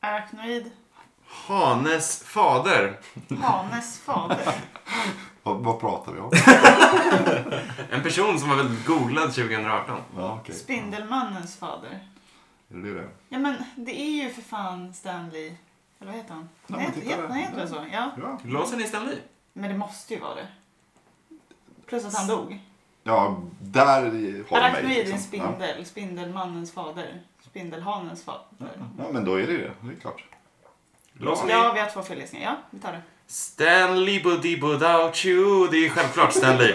Speaker 6: Arachnoid.
Speaker 1: Hanes fader.
Speaker 6: Hanes fader.
Speaker 4: Vad, vad pratar vi om?
Speaker 1: En person som var väldigt googlad 2018.
Speaker 4: Ja, okej.
Speaker 6: Spindelmannens fader.
Speaker 4: Är det det?
Speaker 6: Ja men det är ju för fan Stanley. Eller vad heter han?
Speaker 4: men
Speaker 6: Nej, heter,
Speaker 4: titta
Speaker 6: heter,
Speaker 4: där.
Speaker 6: han heter väl så? Ja.
Speaker 4: Ja.
Speaker 1: Låser ni Stanley?
Speaker 6: Men det måste ju vara det. Plus att han dog.
Speaker 4: ja, där har du mig.
Speaker 6: Arachnoid är
Speaker 4: liksom.
Speaker 6: en spindel. Spindelmannens fader. Spindelhanens fader.
Speaker 4: Ja. ja, men då är det det. Det är klart.
Speaker 1: Låser
Speaker 6: Ja,
Speaker 1: ni?
Speaker 6: vi har två felgissningar. Ja, vi tar det.
Speaker 1: Stanley Buddy Without You. Det är självklart Stanley.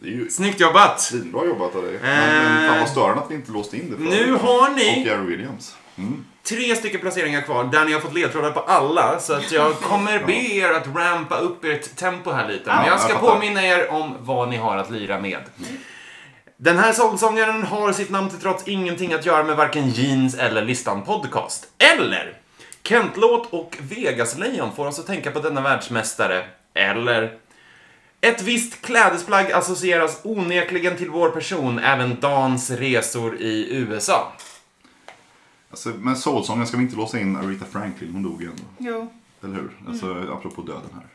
Speaker 4: Det är ju
Speaker 1: Snyggt jobbat!
Speaker 4: svinbra jobbat av dig. Men, men fan
Speaker 1: Eh.
Speaker 4: vad störande att vi inte låste in det förut.
Speaker 1: Nu har ni-
Speaker 4: Och Gary Williams. Mm.
Speaker 1: Tre stycken placeringar kvar där ni har fått ledtrådar på alla så att jag kommer be er att rampa upp ert tempo här lite. Men
Speaker 4: Ja,
Speaker 1: jag
Speaker 4: jag
Speaker 1: ska
Speaker 4: fattar.
Speaker 1: påminna er om vad ni har att lira med. Den här sångsångaren har sitt namn till trots ingenting att göra med varken jeans eller listan podcast. Eller Kent-låt och Vegas-lejon får oss att tänka på denna världsmästare. Eller ett visst klädesplagg associeras onekligen till vår person, även Dans resor i USA.
Speaker 4: Alltså, men soulsången ska vi inte låsa in Aretha Franklin. Hon dog ju ändå.
Speaker 6: Jo,
Speaker 4: Eller hur? Alltså, apropå döden här.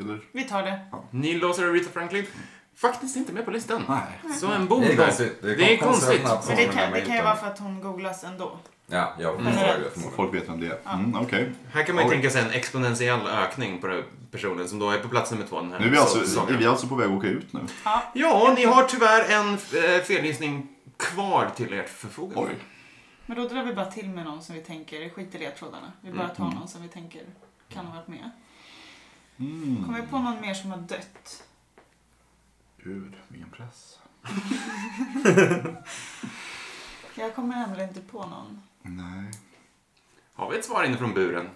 Speaker 4: Eller?
Speaker 6: vi tar det.
Speaker 1: Ni låser Aretha Franklin. Faktiskt inte med på listan.
Speaker 4: Nej.
Speaker 1: Så en bom
Speaker 2: Det är
Speaker 1: där.
Speaker 2: konstigt. Det är
Speaker 1: Det är
Speaker 2: konstigt.
Speaker 1: konstigt.
Speaker 6: Men det kan, det kan ju vara för att hon googlas ändå.
Speaker 2: Ja, jag
Speaker 6: Mm.
Speaker 2: förstår det förmodligen.
Speaker 4: Folk vet vem det är. Mm, Okej.
Speaker 1: Här kan man ju
Speaker 4: Oj.
Speaker 1: tänka sig en exponentiell ökning på den här personen som då är på plats nummer två. Den här
Speaker 4: Nu är vi alltså, är
Speaker 1: säsongen.
Speaker 4: vi alltså på väg att åka ut nu.
Speaker 6: Ja,
Speaker 1: Ja, ni har tyvärr en eh, felgissning kvar till ert förfogande.
Speaker 4: Oj.
Speaker 6: men då drar vi bara till med någon som vi tänker, skit i ledtrådarna. Vi bara
Speaker 4: Mm.
Speaker 6: tar någon som vi tänker kan ha varit med.
Speaker 4: Mm.
Speaker 6: Kommer vi på någon mer som har dött?
Speaker 4: Gud, vilken press.
Speaker 6: Jag kommer ändå inte på någon.
Speaker 4: Nej.
Speaker 1: Har vi ett svar inne från buren?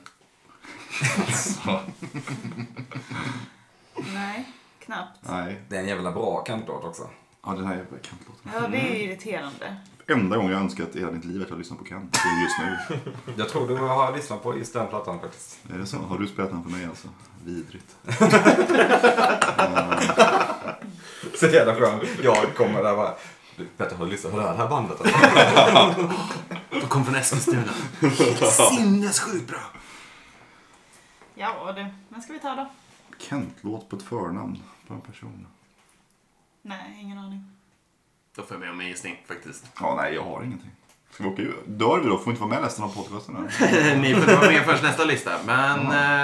Speaker 6: Nej, knappt.
Speaker 4: Nej.
Speaker 2: Det är en jävla bra kandidat också.
Speaker 4: Ja, den här jävla Kent-låten.
Speaker 6: Ja, det är ju irriterande.
Speaker 4: Enda gången jag önskat i hela mitt liv att jag lyssnat på Kent. Det är just nu.
Speaker 2: Jag tror du har lyssnat på just den plattan faktiskt.
Speaker 4: Är det så? Har du spelat den för mig alltså? Vidrigt. Eh,
Speaker 2: Så jävla skönt. Jag kommer där bara. Du Petter, har du lyssnat på det här bandet?
Speaker 1: De kom från Eskilstuna. Sinnessjukt bra!
Speaker 6: Ja, du. Men ska vi ta då?
Speaker 4: Kent-låt på ett förnamn på en person.
Speaker 6: Nej, ingen aning.
Speaker 1: Då får jag med om en gissning faktiskt.
Speaker 4: Ja, nej, jag har ingenting. Ska vi åka ut? Dör vi då? Får vi inte vara med resten av podcasten? här?
Speaker 1: ni får vara med först nästa lista. Men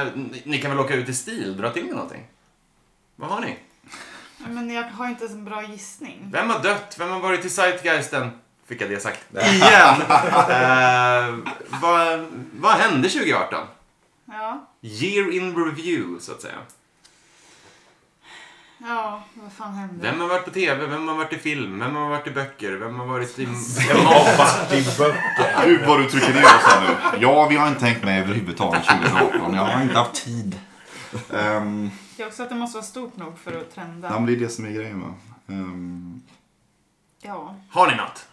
Speaker 1: eh, ni- ni kan väl åka ut i stil, dra till med någonting. Vad har ni?
Speaker 6: Ja, Men jag har inte ens en bra gissning.
Speaker 1: Vem har dött? Vem har varit i Zeitgeisten? Fick jag det sagt. Igen! Eh, vad, vad hände 2018?
Speaker 6: Ja,
Speaker 1: Year in review, så att säga.
Speaker 6: ja Ja, vad fan hände?
Speaker 1: Vem har varit på TV? Vem har varit i film? Vem har varit i böcker? Vem har varit i vem har varit i böcker?
Speaker 4: Gud vad du trycker ner oss här nu. Ja, vi har inte tänkt med överhuvudtaget 2018. Jag har inte haft tid. Um,
Speaker 6: Det är också att det måste vara stort nog för att trenda.
Speaker 4: ja, men det är det som är grejen va. Ehm,
Speaker 6: Ja.
Speaker 1: Har ni något?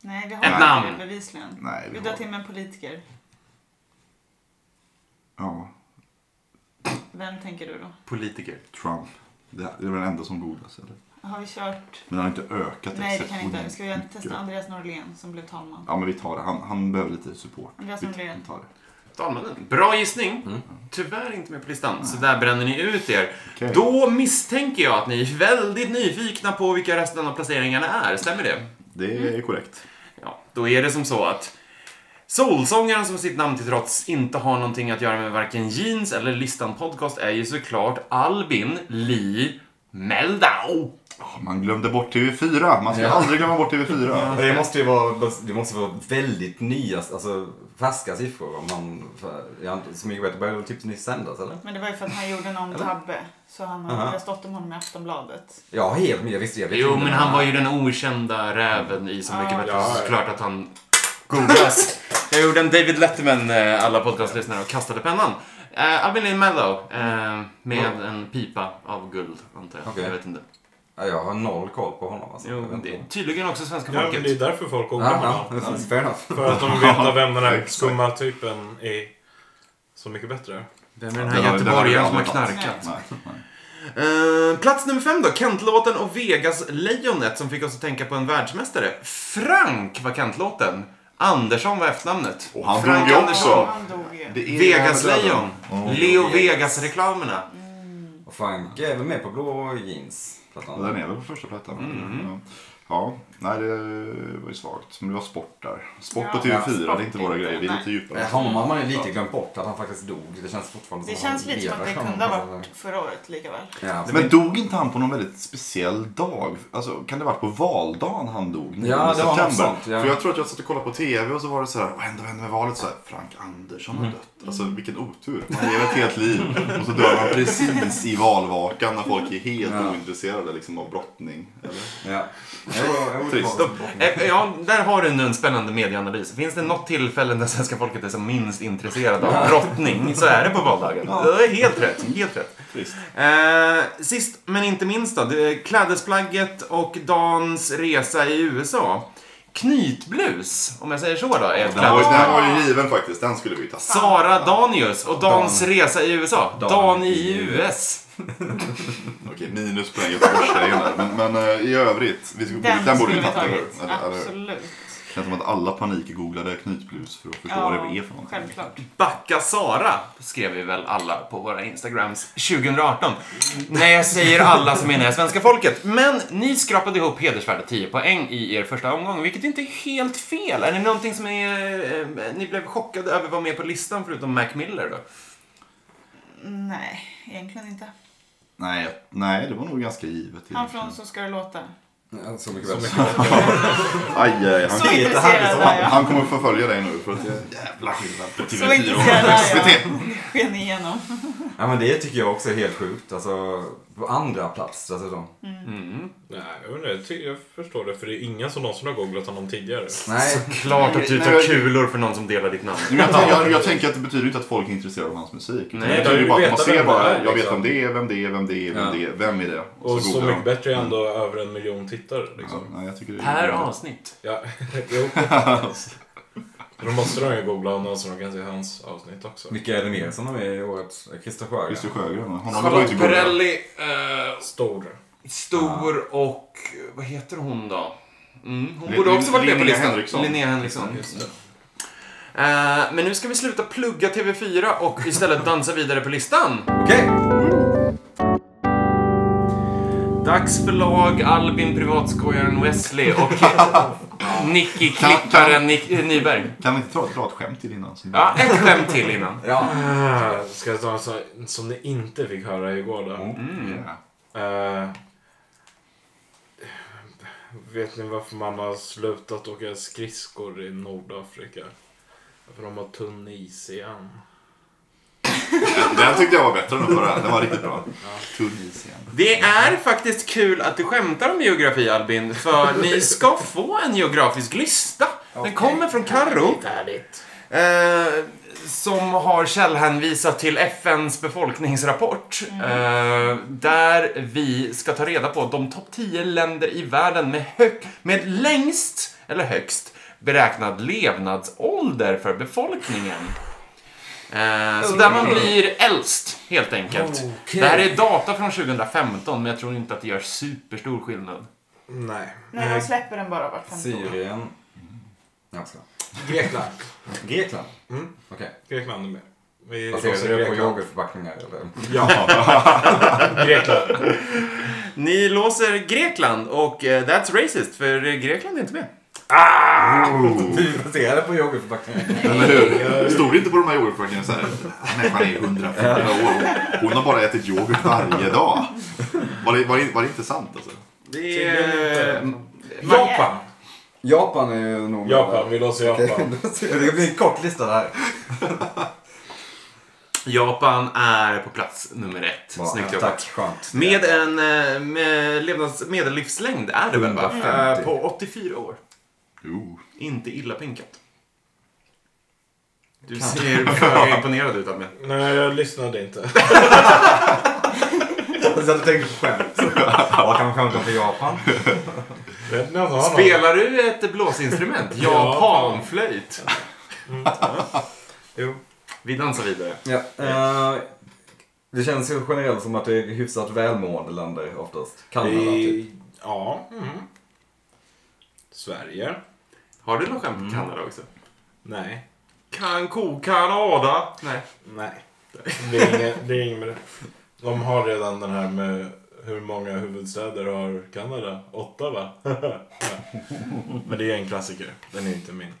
Speaker 6: Nej, vi har
Speaker 1: Ett
Speaker 6: inte
Speaker 1: namn.
Speaker 6: det bevisligen.
Speaker 4: nej, vi
Speaker 6: Vi drar
Speaker 4: har,
Speaker 6: till med en politiker.
Speaker 4: ja,
Speaker 6: Vem tänker du då?
Speaker 1: Politiker.
Speaker 4: Trump. Det här- det är väl den enda som godas eller?
Speaker 6: Har vi kört?
Speaker 4: Men han har inte ökat
Speaker 6: Nej, det kan jag inte.
Speaker 4: exceptionellt
Speaker 6: Ska vi
Speaker 4: mycket.
Speaker 6: testa Andreas Norlén som blev talman?
Speaker 4: Ja, men vi tar det. Han, han behöver lite support.
Speaker 6: Andreas
Speaker 4: Vi
Speaker 6: Norlén.
Speaker 4: tar det.
Speaker 1: Talmannen. Bra gissning. Tyvärr inte med på listan, så där bränner ni ut er.
Speaker 4: Okej.
Speaker 1: Då misstänker jag att ni är väldigt nyfikna på vilka resten av placeringarna är. Stämmer det?
Speaker 4: Det är
Speaker 6: Mm.
Speaker 4: korrekt.
Speaker 1: Ja, då är det som så att Solsångaren som sitt namn till trots inte har någonting att göra med varken jeans eller listan podcast är ju såklart Albin Lee Meldau.
Speaker 4: Ja, Man glömde bort TV4. Man ska aldrig glömma bort TV4.
Speaker 2: Det måste ju vara, det måste vara väldigt nya, alltså färska siffror om han, för, jag har inte så mycket bättre, började väl typ nyss sändas eller?
Speaker 6: Men det var ju för att han gjorde någon tabbe. Så han har
Speaker 2: Aha.
Speaker 6: det har stått om honom i Aftonbladet.
Speaker 2: Ja, helt med, jag visste, jag vet
Speaker 1: Jo,
Speaker 2: inte.
Speaker 1: men han var ju den okända räven i Så mycket
Speaker 6: Ja.
Speaker 1: bättre.
Speaker 3: Ah, Ja,
Speaker 1: Så
Speaker 3: ja.
Speaker 1: såklart att han googlas. Jag gjorde en David Letterman, eh, alla podcastlyssnare, och kastade pennan. Eh, Albin Lee Meldau eh, med en pipa av guld, antar jag.
Speaker 2: Okej.
Speaker 1: Jag vet inte.
Speaker 2: Ja, jag har noll koll på honom alltså. Jag
Speaker 1: Jo,
Speaker 2: vet
Speaker 1: det är
Speaker 2: inte.
Speaker 1: tydligen också svenska
Speaker 3: Ja, men det är
Speaker 1: folket.
Speaker 3: därför folk åker med
Speaker 2: Ja, ja,
Speaker 3: honom.
Speaker 2: precis, fair enough.
Speaker 3: För att de vill veta vem den här
Speaker 4: Exakt.
Speaker 3: skumma typen är så mycket bättre.
Speaker 1: Vem är den
Speaker 4: Den
Speaker 1: här
Speaker 4: har- den
Speaker 1: göteborgaren
Speaker 4: har
Speaker 1: som har
Speaker 4: aldrig varit.
Speaker 1: knarkat?
Speaker 4: Nej, nej.
Speaker 1: Eh, plats nummer fem då, Kentlåten och Vegas-lejonet som fick oss att tänka på en världsmästare. Frank var Kentlåten. Andersson var efternamnet.
Speaker 4: Och han
Speaker 1: Frank
Speaker 4: dog ju
Speaker 1: Andersson.
Speaker 4: Så. också.
Speaker 6: Ja, han dog ju.
Speaker 4: Det är
Speaker 1: Vegas-lejon.
Speaker 4: Oh.
Speaker 1: Leo Vegas-reklamerna.
Speaker 2: Och Frank är väl med på blå jeans? plattan?
Speaker 4: Den är väl på första plattan.
Speaker 2: Mhm.
Speaker 4: Ja. Ja, nej det var ju svagt. Men det var sport där. Sport på
Speaker 6: Ja,
Speaker 4: TV4,
Speaker 6: sport
Speaker 4: det är inte våra grejer. Det är lite
Speaker 6: nej.
Speaker 4: djupare.
Speaker 2: Nej, Eh, Honom har man ju lite glömt bort att han faktiskt dog. Det känns fortfarande
Speaker 6: Det
Speaker 2: som
Speaker 6: känns
Speaker 2: han
Speaker 6: lite som att det
Speaker 2: lever.
Speaker 6: kunde ha varit förra året lika väl.
Speaker 2: Ja,
Speaker 4: Nej, Men dog inte han på någon väldigt speciell dag? Alltså, kan det ha varit på valdagen han dog? 9
Speaker 2: Ja, det var något
Speaker 4: september.
Speaker 2: sånt, ja.
Speaker 4: För jag tror att jag satt och kollade på TV och så var det så här, vad hände, vad hände med valet? Så här, Frank Andersson har
Speaker 2: Mm.
Speaker 4: dött. Alltså vilken otur. Han lever ett helt liv och så dör han precis i valvakan när folk är helt
Speaker 2: Ja.
Speaker 4: ointresserade liksom, av brottning. Eller?
Speaker 2: ja. Jo, jo, jo,
Speaker 4: Trist.
Speaker 2: det var-
Speaker 1: Eh, Ja, där har du nu en spännande medieanalys. Finns det något tillfälle när svenska folket är som minst intresserad av brottning så är det på valdagen. Det är helt rätt. Helt rätt.
Speaker 4: Trist.
Speaker 1: Eh, sist men inte minst då, det är klädesplagget och Dans resa i USA. Knytblus, om jag säger så då, är ett
Speaker 4: Den var,
Speaker 1: klädesplagg.
Speaker 4: den var ju given faktiskt. Den skulle vi ta.
Speaker 1: Sara Danius och Dans
Speaker 2: Dan.
Speaker 1: resa i USA. Dan,
Speaker 2: Dan
Speaker 1: i
Speaker 2: i
Speaker 1: US.
Speaker 4: Okej, minus på den göteborgstjejen där. Men, men eh, i övrigt, vi skulle, den, borde vi
Speaker 6: skulle
Speaker 4: tagit. Eller, eller, hur?
Speaker 6: Absolut.
Speaker 4: det känns som att alla panikgooglade knytblus för att förstå vad det är för någonting.
Speaker 6: självklart.
Speaker 1: Backa Sara skrev vi väl alla på våra Instagrams 2018. När jag säger alla så menar jag svenska folket. Men ni skrapade ihop hedersvärda 10 poäng i er första omgång, vilket inte är helt fel. Är det någonting som är... Eh, ni blev chockade över vad var med på listan förutom Mac Miller då?
Speaker 6: Nej, egentligen inte.
Speaker 4: Nej, nej, det var nog ganska givet.
Speaker 6: Han
Speaker 4: egentligen.
Speaker 6: från Så ska det låta.
Speaker 2: Ja, Så mycket väl.
Speaker 4: Aj, aj,
Speaker 6: Så
Speaker 4: han,
Speaker 6: intresserad är jag.
Speaker 4: liksom, han kommer förfölja dig nu för att det är jävla skillnad på
Speaker 6: Så
Speaker 4: TV4
Speaker 6: intresserad
Speaker 4: och
Speaker 6: är
Speaker 4: SVT.
Speaker 6: jag. Sken igenom.
Speaker 2: Ja, men det tycker jag också är helt sjukt. Alltså, på andra plats dessutom.
Speaker 1: Mm.
Speaker 3: Nej, jag, vet inte, jag, ty- jag förstår det. För det är ingen som någonsin har googlat honom tidigare.
Speaker 2: Nej,
Speaker 1: Klart att du
Speaker 4: Nej,
Speaker 1: tar
Speaker 4: men-
Speaker 1: kulor för någon som delar ditt namn.
Speaker 4: Men Jag, tänker- jag, jag tänker att det betyder inte att folk är intresserade av hans musik.
Speaker 1: Nej,
Speaker 4: Nej, det
Speaker 3: jag
Speaker 4: betyder ju
Speaker 3: vill
Speaker 4: bara att man
Speaker 3: veta
Speaker 4: ser
Speaker 3: vem
Speaker 4: bara,
Speaker 3: det är,
Speaker 4: jag vet
Speaker 3: liksom.
Speaker 4: vem det är, vem det är, vem det är, vem
Speaker 2: Ja.
Speaker 4: det är, vem är det?
Speaker 3: Och så
Speaker 4: googlar Mm.
Speaker 3: mycket
Speaker 4: de.
Speaker 3: bättre är ändå över en miljon tittare.
Speaker 4: Ja,
Speaker 3: Liksom.
Speaker 4: nej, jag tycker det är
Speaker 1: Per
Speaker 4: bra.
Speaker 1: avsnitt.
Speaker 3: Ja. jo. Då måste de ju googla honom så de kan se hans avsnitt också.
Speaker 2: vilka är det mer som är med i årets? Christer Sjögren.
Speaker 4: Christer Sjögren, honom går ju
Speaker 1: Charlotte
Speaker 4: till Google.
Speaker 1: Perrelli, eh,
Speaker 3: Stor.
Speaker 1: stor och... eh, Vad heter hon då? Mm, hon
Speaker 4: Lin-
Speaker 1: borde också varit med på
Speaker 4: Linnea
Speaker 1: listan.
Speaker 4: Henriksson.
Speaker 1: Linnea Henriksson. Eh, men nu ska vi sluta plugga TV4 och istället dansa vidare på listan.
Speaker 2: Okej!
Speaker 1: Dags för lag Albin Privatskojaren Wesley och Nicky Klipparen Nick, eh, Nyberg.
Speaker 4: Kan vi inte dra, dra ett skämt till innan? Så-
Speaker 1: Ja, ett skämt till innan.
Speaker 2: Ja.
Speaker 3: Ah, Ska jag ta en sån som ni inte fick höra igår då?
Speaker 4: Oh. Ja.
Speaker 3: Eh, vet ni varför man har slutat åka skridskor i Nordafrika? För de har tunn is igen.
Speaker 4: Den tyckte jag var bättre än den förra. Den var riktigt bra. Tunisien.
Speaker 1: Det är faktiskt kul att du skämtar om geografi Albin, för ni ska få en geografisk lista. Den kommer från Karo
Speaker 3: Härligt.
Speaker 1: eh, som har källhänvisat till FNs befolkningsrapport.
Speaker 3: Mm.
Speaker 1: Eh, där vi ska ta reda på de topp 10 länder i världen med, hög, med längst, eller högst, beräknad levnadsålder för befolkningen. Eh, så där man blir äldst, helt enkelt.
Speaker 2: Okej.
Speaker 1: Det här är data från 2015, men jag tror inte att det gör superstor skillnad.
Speaker 3: Nej.
Speaker 6: Nej, de släpper den bara vart femte år.
Speaker 2: Syrien. Ganska.
Speaker 3: Grekland.
Speaker 2: Grekland?
Speaker 3: Mm.
Speaker 2: Okej.
Speaker 3: Grekland är med. Vi
Speaker 2: Vad ser du på
Speaker 3: Grekland.
Speaker 2: yoghurtförpackningar eller?
Speaker 3: Grekland.
Speaker 1: Ni låser Grekland och eh, that's racist, för Grekland är inte med.
Speaker 2: Vi baserade på yoghurtförpackningar.
Speaker 4: Eller hur? Stod det inte på de här yoghurtburkarna så här. Människan är 104 år. Hon har bara ätit yoghurt varje dag. Var det, var det, var det inte sant alltså?
Speaker 1: Det
Speaker 3: Tydligen
Speaker 1: är...
Speaker 3: inte. Japan.
Speaker 2: Japan är ju nog...
Speaker 3: Japan, vi låser Japan.
Speaker 2: det blir en kort lista där.
Speaker 1: eh, Japan är på plats nummer ett.
Speaker 2: Bra,
Speaker 1: Snyggt
Speaker 2: Tack,
Speaker 1: jobbat.
Speaker 2: skönt.
Speaker 1: Med en eh, med levnads, medellivslängd är det väl
Speaker 3: Mm,
Speaker 1: va?
Speaker 2: 150.
Speaker 1: Eh, På 84 år.
Speaker 4: Jo.
Speaker 1: Inte illa pinkat. Du ser för imponerad ut Admin.
Speaker 3: Nej, jag lyssnade inte.
Speaker 2: Jag satt och tänkte på skämt. Vad kan man skämta om för Japan?
Speaker 3: Vet ni att ha någon?
Speaker 1: Spelar du ett blåsinstrument? Ja,
Speaker 3: Ja.
Speaker 1: panflöjt.
Speaker 3: Jo.
Speaker 1: Vi dansar vidare.
Speaker 2: Ja, eh, det känns ju generellt som att det är hyfsat välmående länder oftast. Kanada typ.
Speaker 3: I... Ja. Mm. Sverige.
Speaker 1: Har du något skämt på Kanada också?
Speaker 3: Nej.
Speaker 1: Kan ko Kanada? Nej.
Speaker 3: Nej. Det är inget, det är inget med det. De har redan den här med hur många huvudstäder har Kanada? Åtta va? Ja. Men det är en klassiker. Den är inte min.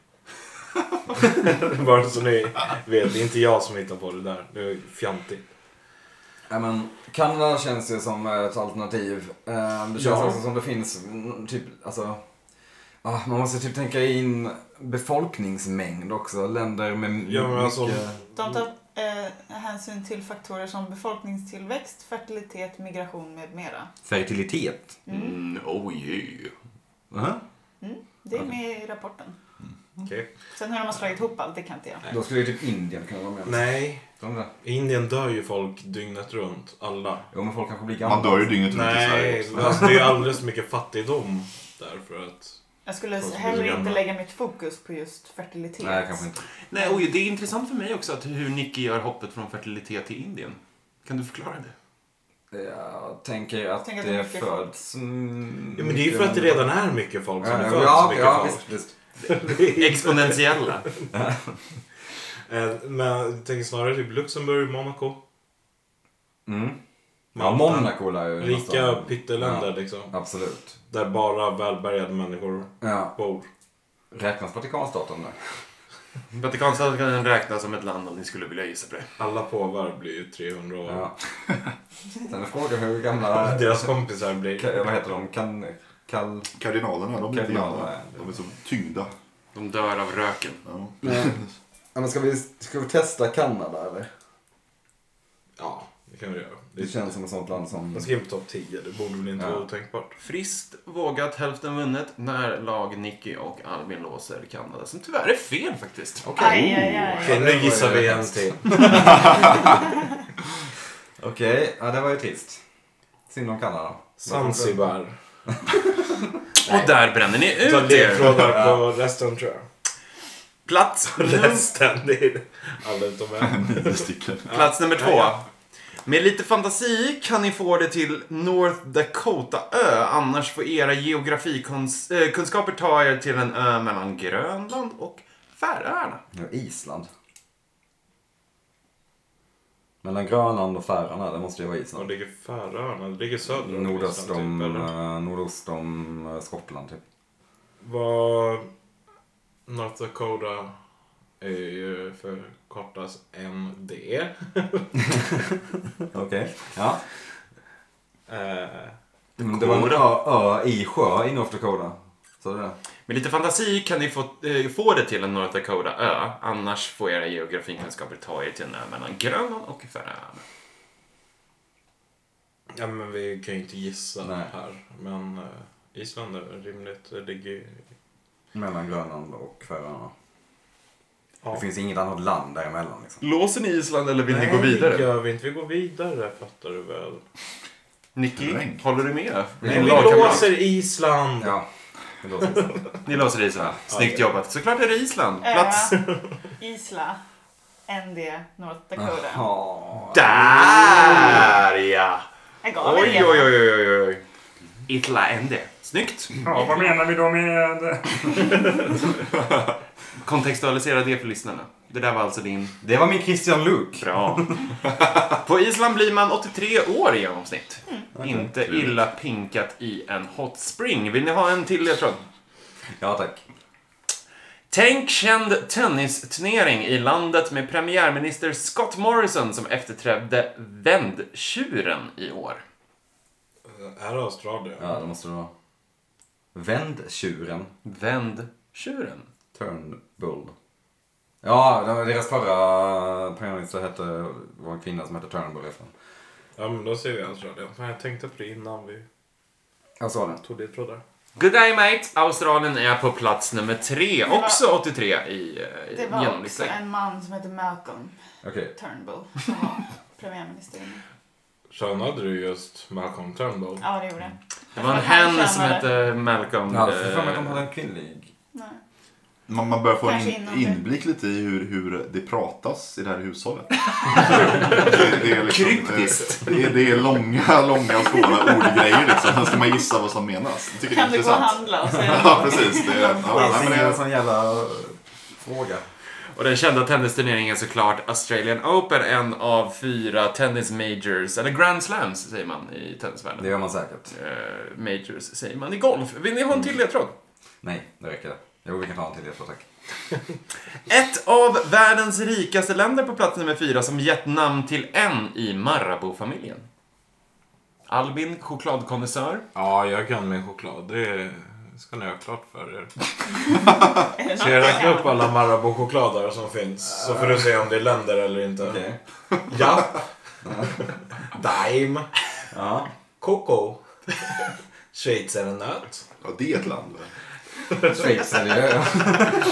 Speaker 3: Bara så ni vet, det är inte jag som hittar på det där. Det är fjantigt.
Speaker 2: Ja, men, Kanada känns ju som eh, ett alternativ. Eh, Det känns
Speaker 3: Ja.
Speaker 2: också som det finns mm, typ, alltså. ah, Man måste typ tänka in befolkningsmängd också. Länder med
Speaker 3: Ja, men alltså-
Speaker 2: mycket-
Speaker 6: De tar eh, hänsyn till faktorer som befolkningstillväxt, fertilitet, migration med mera.
Speaker 2: Fertilitet.
Speaker 1: Mm, oh yeah.
Speaker 2: Aha.
Speaker 6: Det är med i rapporten.
Speaker 3: Mm. Okej.
Speaker 6: Sen hur de har slagit ihop allt, det kan inte jag.
Speaker 2: Då skulle ju typ Indien kunna vara med.
Speaker 3: Nej.
Speaker 2: Tror du det?
Speaker 3: I Indien dör ju folk dygnet runt. Alla.
Speaker 2: Jo men folk kanske blir gamla.
Speaker 4: Man dör ju dygnet runt i Sverige
Speaker 3: Nej,
Speaker 4: också.
Speaker 3: alltså, det är ju alldeles för mycket fattigdom där för att...
Speaker 6: Jag skulle
Speaker 3: Folk blir så
Speaker 6: hellre inte
Speaker 3: gamla.
Speaker 6: lägga mitt fokus på just fertilitet.
Speaker 2: Nej kanske inte.
Speaker 1: Nej, och det är intressant för mig också att hur Nicky gör hoppet från fertilitet till Indien. Kan du förklara det?
Speaker 2: Jag tänker att,
Speaker 6: Tänk att det är
Speaker 2: det
Speaker 6: mycket folk.
Speaker 2: föds... mm,
Speaker 3: Ja, men det är ju för att det redan är mycket folk som
Speaker 2: Ja,
Speaker 3: det
Speaker 2: ja,
Speaker 3: föds
Speaker 2: ja,
Speaker 3: mycket
Speaker 2: ja
Speaker 3: folk.
Speaker 2: visst, visst.
Speaker 1: Exponentiella.
Speaker 3: Eh, Men jag tänker snarare typ Luxemburg, Monaco.
Speaker 2: Mm. Ja,
Speaker 3: Malta.
Speaker 2: Monaco lär ju
Speaker 3: Rika
Speaker 2: nästan-
Speaker 3: pytteländer liksom.
Speaker 2: Ja, absolut.
Speaker 3: Där bara välbärgade människor
Speaker 2: Ja.
Speaker 3: bor.
Speaker 2: Räknas Vatikanstaten där?
Speaker 1: Vatikanstaten räknas som ett land om ni skulle vilja gissa på det.
Speaker 3: Alla påvar blir ju 300 år.
Speaker 2: Ja. Sen är frågan hur gamla...
Speaker 3: Deras kompisar blir...
Speaker 2: Ka- Vad heter de? Kan... Kall...
Speaker 4: Kardinalerna, de är inte
Speaker 2: Kardinalerna,
Speaker 4: gamla. De är så tyngda.
Speaker 1: De dör av röken.
Speaker 4: Ja.
Speaker 2: Ja, men ska, vi, ska vi testa Kanada eller?
Speaker 3: Ja, det kan vi göra.
Speaker 2: Det känns som ett sånt land som...
Speaker 3: Jag ska in på topp 10, det borde väl inte
Speaker 2: Ja.
Speaker 3: vara otänkbart.
Speaker 1: Friskt, vågat, hälften vunnet när lag Nicky och Albin låser Kanada. Som tyvärr är fel faktiskt.
Speaker 6: Aj, aj, aj.
Speaker 3: Okej,
Speaker 2: det
Speaker 3: nu
Speaker 2: var
Speaker 3: gissar
Speaker 2: ju
Speaker 3: vi en
Speaker 2: hemskt.
Speaker 3: till.
Speaker 2: Okej, ja det var ju trist. Synd om Kanada.
Speaker 3: Zanzibar.
Speaker 1: Och där bränner ni
Speaker 3: Ta
Speaker 1: ut er.
Speaker 3: ledtrådar på resten tror jag.
Speaker 1: Plats, num-
Speaker 3: Resten, det är alla utom en.
Speaker 4: Nio stycken.
Speaker 1: plats nummer två.
Speaker 3: Ja,
Speaker 1: Med lite fantasi kan ni få det till North Dakota-ö. Annars får era geografikunskaper ta er till en ö mellan Grönland och Färöarna.
Speaker 2: Ja, Island. Mellan Grönland och Färöarna, det måste ju vara
Speaker 3: Och
Speaker 2: Island.
Speaker 3: ligger Färöarna? Det ligger söder om
Speaker 2: Nordöst
Speaker 3: Island,
Speaker 2: om,
Speaker 3: typ, eller?
Speaker 2: eh, nordost om eh, Skottland typ.
Speaker 3: Vad North Dakota är ju förkortas ND.
Speaker 2: Okej. Ja.
Speaker 3: Eh,
Speaker 2: Men det var en ö, ö i sjö i North Dakota. Så det?
Speaker 1: Med lite fantasi kan ni få, eh, få det till en North Dakota-ö. Annars får era geografikunskaper ta er till en ö mellan Grönland och Färöarna.
Speaker 3: Ja, men vi kan ju inte gissa
Speaker 2: Nej.
Speaker 3: här. Men eh, Island är rimligt. Det ligger ju...
Speaker 2: Mellan Grönland och Färöarna.
Speaker 3: Ja.
Speaker 2: Det finns inget annat land däremellan. Liksom.
Speaker 1: Låser ni Island eller vill ni gå
Speaker 3: Nej,
Speaker 1: vidare?
Speaker 3: det gör vi inte. Vi går vidare, fattar du väl.
Speaker 1: Nicky,
Speaker 4: Dränk.
Speaker 1: håller du med?
Speaker 2: Vi
Speaker 1: Din
Speaker 3: Vi
Speaker 1: lagkamrat.
Speaker 3: låser Island!
Speaker 2: Ja, det låter så.
Speaker 1: Ni låser Island. Snyggt jobbat. Såklart är det Island.
Speaker 6: Ö,
Speaker 1: Plats
Speaker 6: Isla, ND, North Dakota.
Speaker 2: Ja.
Speaker 1: där ja!
Speaker 6: Jag gav er
Speaker 1: Oj,
Speaker 6: det.
Speaker 1: oj, oj, oj, oj, oj. Itla Ende. Snyggt.
Speaker 7: Ja, vad menar vi då med...
Speaker 1: Kontextualisera det för lyssnarna. Det där var alltså din.
Speaker 2: Det var min Christian Luke.
Speaker 1: Bra. På Island blir man 83 år i genomsnitt.
Speaker 7: Mm.
Speaker 1: Inte illa pinkat i en hot spring. Vill ni ha en till ledtråd?
Speaker 2: Ja, tack.
Speaker 1: Tänk känd tennisturnering i landet med premiärminister Scott Morrison som efterträdde vändtjuren i år.
Speaker 3: Eh, Är det Australien?
Speaker 2: Ja, det måste det vara. Vänd tjuren.
Speaker 1: Vändtjuren?
Speaker 2: Turnbull. Ja, det var deras förra premiärminister hette, var en kvinna som hette Turnbull efter.
Speaker 3: Ja, men då säger vi Australien. Men jag tänkte på det innan vi
Speaker 2: Australien.
Speaker 3: tog det trådar.
Speaker 1: Good day mate! Australien är på plats nummer tre,
Speaker 6: var-
Speaker 1: också 83 i, eh, i
Speaker 6: Det var också
Speaker 1: genomlistan.
Speaker 6: en man som hette Malcolm
Speaker 2: Okej.
Speaker 6: Turnbull som var premiärminister. innan.
Speaker 3: Tjänade du just Malcolm Turnbull?
Speaker 6: Ja, det gjorde jag.
Speaker 1: Det var en
Speaker 6: Han
Speaker 1: hen
Speaker 6: tjänade.
Speaker 1: som hette Malcolm.
Speaker 2: Jag hade för mig att de
Speaker 1: eh,
Speaker 2: hade en kvinnlig.
Speaker 6: Nej.
Speaker 4: Man, man börjar få en
Speaker 6: Kanske
Speaker 4: in,
Speaker 6: innan det.
Speaker 4: inblick lite i hur, hur det pratas i det här hushållet. det är liksom,
Speaker 1: Kryptiskt.
Speaker 4: eh, Det är, det är långa, långa svåra ordgrejer liksom. Sen ska man gissa vad som menas. Jag tycker
Speaker 6: Kan
Speaker 4: det är
Speaker 6: du gå och
Speaker 4: intressant.
Speaker 6: handla och säga
Speaker 4: Ja, precis. Det är, ja, nej,
Speaker 2: Allting Eh,
Speaker 4: men
Speaker 2: är en
Speaker 4: det,
Speaker 2: sån jävla eh, fråga.
Speaker 1: Och den kända tennisturneringen såklart Australian Open, en av fyra tennis majors, eller grand slams säger man i tennisvärlden.
Speaker 2: Det gör man säkert.
Speaker 1: Eh, majors säger man i golf. Vill ni ha en till ledtråd?
Speaker 2: Nej, det räcker det. Jo, vi kan ta en till ledtråd tack.
Speaker 1: Ett av världens rikaste länder på plats nummer fyra som gett namn till en i Marabou-familjen. Albin, chokladkonnässör.
Speaker 3: Ja, jag kan min choklad. Det ska ni ha klart för er.
Speaker 6: Är det
Speaker 3: Ska jag räkna
Speaker 6: något?
Speaker 3: upp alla Marabou-choklader som finns? Så får du se om det är länder eller inte.
Speaker 2: Okej.
Speaker 3: Ja. Daim.
Speaker 2: Ja.
Speaker 3: Coco. Schweizernöt.
Speaker 4: ja, det är ett land. va?
Speaker 2: Schweiz är det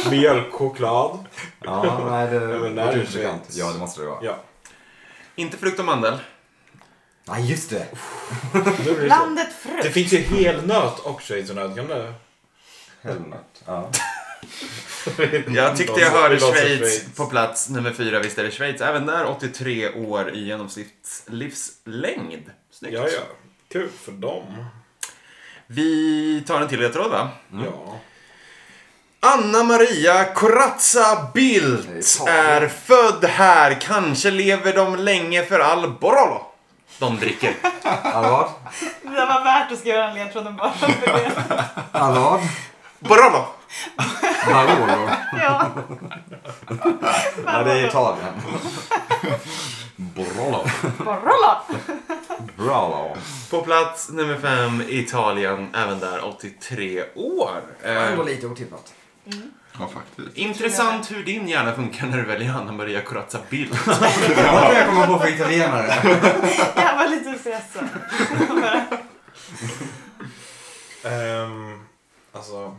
Speaker 2: ju.
Speaker 3: Mjölkchoklad.
Speaker 2: Ja, nej det
Speaker 3: Ja, men
Speaker 2: det
Speaker 3: där är
Speaker 2: är
Speaker 3: det
Speaker 2: inte bekant.
Speaker 3: Schweiz.
Speaker 2: Ja, det måste det vara.
Speaker 3: Ja,
Speaker 1: Inte frukt och mandel.
Speaker 2: Nej, just det.
Speaker 3: nu blir det så.
Speaker 6: Landet
Speaker 3: Det
Speaker 6: Frukt.
Speaker 3: finns ju helnöt och schweizernöt. Kan du?
Speaker 2: Helmut. Ja.
Speaker 1: Jag tyckte jag hörde
Speaker 3: Det låter
Speaker 1: Schweiz på plats nummer fyra. Visst är det Schweiz? Även där 83 år i genomsnittslivslängd. Snyggt.
Speaker 3: Ja, ja. Kul för dem.
Speaker 1: Vi tar en till ledtråd va?
Speaker 3: Ja.
Speaker 1: Anna Maria Corazza Bildt är född här. Kanske lever de länge för all Borolo. De dricker.
Speaker 2: Allard.
Speaker 6: Det var värt att skriva den ledtråden bara för det.
Speaker 2: Allard.
Speaker 1: Borolo.
Speaker 2: Barolo.
Speaker 6: Ja.
Speaker 2: Ja, det är Italien.
Speaker 4: Borrolo.
Speaker 6: Barolo.
Speaker 2: Bravo.
Speaker 1: På plats nummer fem, Italien. Även där 83 år. Eh,
Speaker 2: lite otippat.
Speaker 4: Ja, faktiskt.
Speaker 1: intressant hur din hjärna funkar när du väljer Anna Maria Corazza Bildt.
Speaker 2: Vad tror jag kommer på för italienare?
Speaker 6: Jag var lite stressad.
Speaker 3: Ehm, alltså...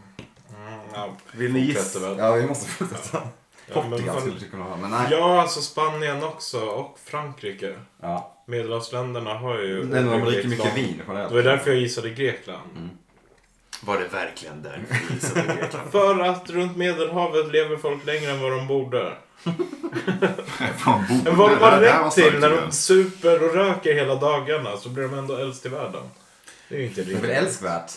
Speaker 3: Mm, ja.
Speaker 1: Vill ni
Speaker 3: fortsätter
Speaker 1: gissa?
Speaker 3: väl.
Speaker 2: Ja, vi måste fortsätta.
Speaker 3: Ja, men
Speaker 2: Portugal skulle
Speaker 3: fan-
Speaker 2: det kunna vara, men nej.
Speaker 3: Ja, alltså Spanien också och Frankrike.
Speaker 2: Ja.
Speaker 3: Medelhavsländerna har ju...
Speaker 2: Nej, men de dricker
Speaker 3: Grekland.
Speaker 2: mycket vin
Speaker 3: Det var
Speaker 2: generellt.
Speaker 3: därför jag gissade Grekland.
Speaker 1: Var det verkligen där vi gissade Grekland?
Speaker 3: För att runt Medelhavet lever folk längre än vad de borde.
Speaker 4: Fan, borde.
Speaker 3: Men vad de
Speaker 4: Det här-
Speaker 3: har
Speaker 4: det här var
Speaker 3: rätt
Speaker 4: starkt,
Speaker 3: till när
Speaker 4: tycker jag.
Speaker 3: de super och röker hela dagarna så blir de ändå äldst i världen. Det är ju inte
Speaker 2: Det är väl
Speaker 3: rimligt.
Speaker 2: älskvärt?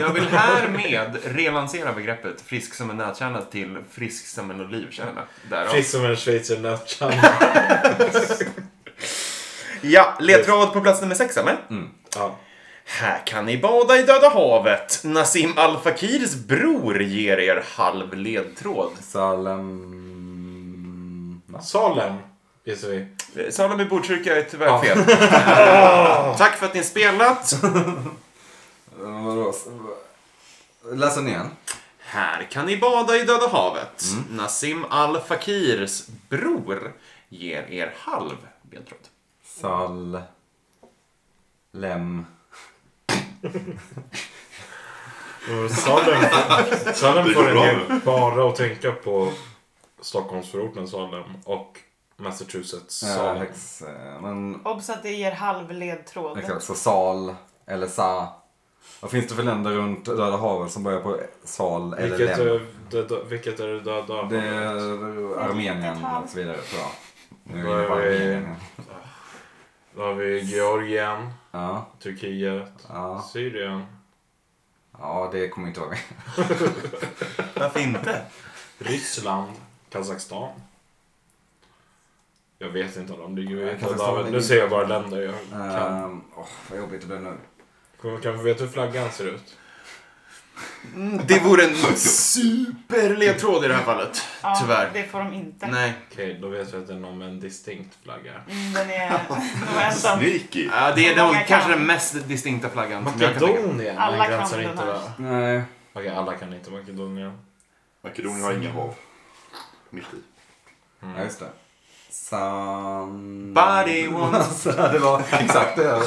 Speaker 1: Jag vill härmed relansera begreppet frisk som en nötkärna till frisk som en olivkärna. Därav.
Speaker 3: Precis som en schweizernötkärna.
Speaker 1: Ja, ledtråd på plats nummer sex, men.
Speaker 3: Ja.
Speaker 1: Här kan ni bada i Döda havet. Nassim Al Fakirs bror ger er halv ledtråd.
Speaker 2: Salem... Va?
Speaker 3: Salem gissar vi.
Speaker 1: Eh, Salem i Botkyrka är tyvärr fel. Eh, Tack för att ni spelat.
Speaker 2: Eh, Vadå? S- Läs den igen.
Speaker 1: Här kan ni bada i Döda havet. Nassim al-Fakirs bror ger er halv ledtråd.
Speaker 2: Sal. Lem.
Speaker 3: Och Salem, Salem
Speaker 4: Det
Speaker 3: får
Speaker 4: går bra
Speaker 3: en del bara att tänka på Stockholmsförorten Salem och Massachusetts
Speaker 2: Ja,
Speaker 3: Salem.
Speaker 2: hex, eh, men
Speaker 6: Obs att det ger halv ledtråd.
Speaker 2: exakt, så sal eller sa. Vad finns det för länder runt Röda havet som börjar på sal eller
Speaker 3: vilket, eh,
Speaker 2: lem?
Speaker 3: är det, dö- vilket är det döda?
Speaker 2: Det är Armenien och så vidare tror jag. Nu är vi inne på
Speaker 3: Då är vi-
Speaker 2: Armenien.
Speaker 3: Då har vi Georgien,
Speaker 2: Ja,
Speaker 3: Turkiet,
Speaker 2: ja,
Speaker 3: Syrien,
Speaker 2: ja, det kommer inte ihåg.
Speaker 1: Varför inte?
Speaker 3: Ryssland, Kazakstan. Jag vet inte om de ligger
Speaker 2: Ja,
Speaker 3: i
Speaker 2: Kazakstan
Speaker 3: Kazakstan.
Speaker 2: ligger-
Speaker 3: Nu ser jag bara länder jag kan.
Speaker 2: Ehm, Åh, vad jobbigt det blev nu.
Speaker 3: Kan, kan vi veta hur flaggan ser ut?
Speaker 1: Mm, Det vore en superledtråd i det här fallet.
Speaker 6: Ja,
Speaker 1: Tyvärr.
Speaker 6: Det får de inte.
Speaker 1: Nej.
Speaker 3: Okej, då vet vi att det är någon med en distinkt flagga.
Speaker 6: Mm, Den är nog ensam.
Speaker 4: Sneaky.
Speaker 1: Ja, det är
Speaker 6: Så många
Speaker 1: nog
Speaker 6: kan.
Speaker 1: kanske den mest distinkta flaggan som jag kan tänka mig.
Speaker 3: Makedonien
Speaker 6: Alla kan
Speaker 3: gränsar
Speaker 6: den
Speaker 3: inte
Speaker 6: här.
Speaker 3: va?
Speaker 2: Nej.
Speaker 3: Okej, alla kan inte Makedonien.
Speaker 4: Makedonien har inga hav. Mitt i.
Speaker 2: Ja, just det. San...
Speaker 1: Body wants-
Speaker 2: det var exakt det jag,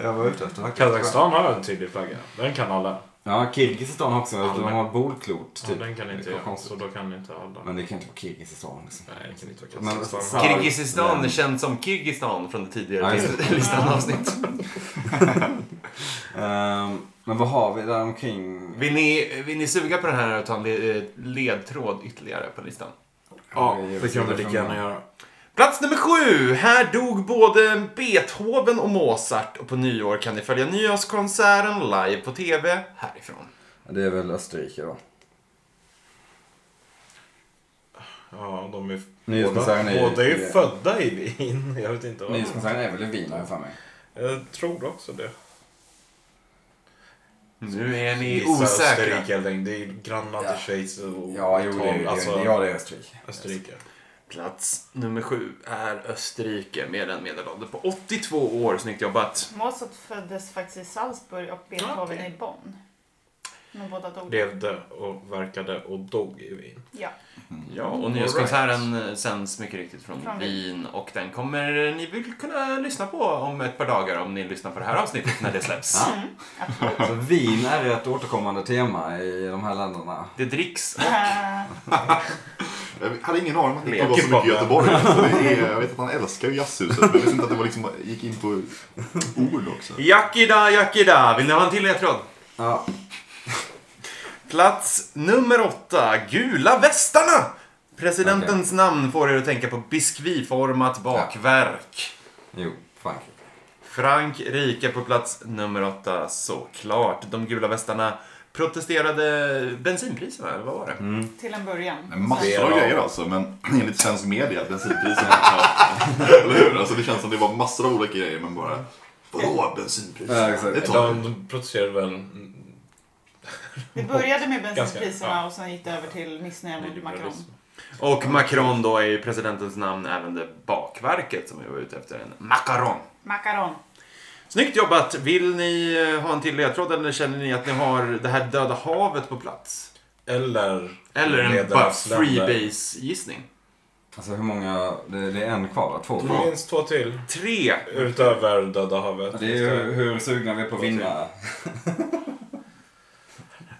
Speaker 2: jag var ute efter. faktiskt.
Speaker 3: Kazakstan har en tydlig flagga. Den kan alla.
Speaker 2: Ja, Kirgizistan också. De har bordklot,
Speaker 3: Ja,
Speaker 2: typ.
Speaker 3: den kan
Speaker 2: Det
Speaker 3: inte
Speaker 2: var
Speaker 3: jag, så
Speaker 2: konstigt.
Speaker 3: då kan inte alla.
Speaker 2: Men det kan inte vara Kirgizistan. Liksom.
Speaker 3: Nej, det kan inte vara
Speaker 2: Men-
Speaker 3: Kazakstan.
Speaker 2: Sa-
Speaker 1: Kirgizistan är känt som Kirgistan från det
Speaker 2: Ja,
Speaker 1: tidigare
Speaker 2: just
Speaker 1: till- listan avsnitt.
Speaker 2: Ehm, men vad har vi där omkring?
Speaker 1: Vill ni, vill ni suga på den här och ta en le- eh, ledtråd ytterligare på listan?
Speaker 3: Ja, det kan vi lika gärna göra.
Speaker 1: Plats nummer sju. Här dog både Beethoven och Mozart och på nyår kan ni följa nyårskonserten live på TV härifrån.
Speaker 2: Det är väl Österrike då.
Speaker 3: Ja, de är...
Speaker 2: Nyhetskonserten är ju-
Speaker 3: båda är ju födda i Wien. Jag vet inte vad.
Speaker 2: Nyhetskonserten är väl i Wien har jag för mig.
Speaker 3: Jag tror också det.
Speaker 1: Nu är ni
Speaker 3: Gissa
Speaker 1: osäkra.
Speaker 3: Österrike helt enkelt. Det är ju grannland till
Speaker 2: Ja.
Speaker 3: Schweiz och
Speaker 2: Ja, jo, det, är- det,
Speaker 3: alltså,
Speaker 2: det, ja, det är Österrike.
Speaker 3: Österrike.
Speaker 1: Plats nummer sju är Österrike med en medelålder på 82 år. Snyggt jobbat.
Speaker 6: Mozart föddes faktiskt i Salzburg och Beethoven
Speaker 1: Okej.
Speaker 6: i Bonn. Men båda dog.
Speaker 3: Levde och verkade och dog i Wien.
Speaker 6: Ja.
Speaker 1: Ja, och nyhetskonserten eh, sänds mycket riktigt från
Speaker 6: Från
Speaker 1: Wien och den kommer ni väl kunna lyssna på om ett par dagar om ni lyssnar på det här avsnittet när det släpps.
Speaker 2: Så Wien är ett återkommande tema i de här länderna.
Speaker 1: Det dricks
Speaker 6: Eh,
Speaker 4: Jag hade ingen aning om att det
Speaker 3: Leker
Speaker 4: var så mycket
Speaker 3: på
Speaker 4: i Göteborg. Alltså, det är, jag vet att han älskar ju jazzhuset, men jag visste inte att det var liksom, gick in på ord också.
Speaker 1: Yakida, Yakida. Vill ni ha en till ledtråd?
Speaker 2: Ja,
Speaker 1: Plats nummer åtta. Gula västarna. Presidentens namn får er att tänka på biskviformat bakverk.
Speaker 2: jo, Frankrike.
Speaker 1: Frankrike på plats nummer åtta, såklart. De gula västarna protesterade bensinpriserna, eller vad var det?
Speaker 6: till en början.
Speaker 4: Massor av
Speaker 3: Flera.
Speaker 4: grejer alltså, men enligt svensk media, bensinpriserna. Eller hur? Alltså, det känns som det var massor av olika grejer, men bara... Vadå
Speaker 2: Ja,
Speaker 4: bensinpriserna?
Speaker 2: exakt.
Speaker 4: Det tar vi.
Speaker 3: De protesterade väl
Speaker 6: Det började med
Speaker 3: Ganska,
Speaker 6: bensinpriserna
Speaker 3: ja.
Speaker 6: och sen gick det över till missnöje mot Macron.
Speaker 3: nyliberalism.
Speaker 1: Och Macron då är ju presidentens namn, även det bakverket som vi var ute efter. En macaron.
Speaker 6: Macaron.
Speaker 1: Snyggt jobbat! Vill ni eh, ha en till ledtråd eller känner ni att ni har det här Döda havet på plats?
Speaker 3: Eller...
Speaker 1: Eller en bara
Speaker 3: medlemsländer.
Speaker 1: freebase-gissning.
Speaker 2: Alltså hur många, det, det är en kvar va? Två
Speaker 3: Det
Speaker 2: kvar.
Speaker 3: finns två till.
Speaker 1: Tre.
Speaker 3: Utöver Döda havet.
Speaker 2: Det är ju hur sugna vi är på att vinna.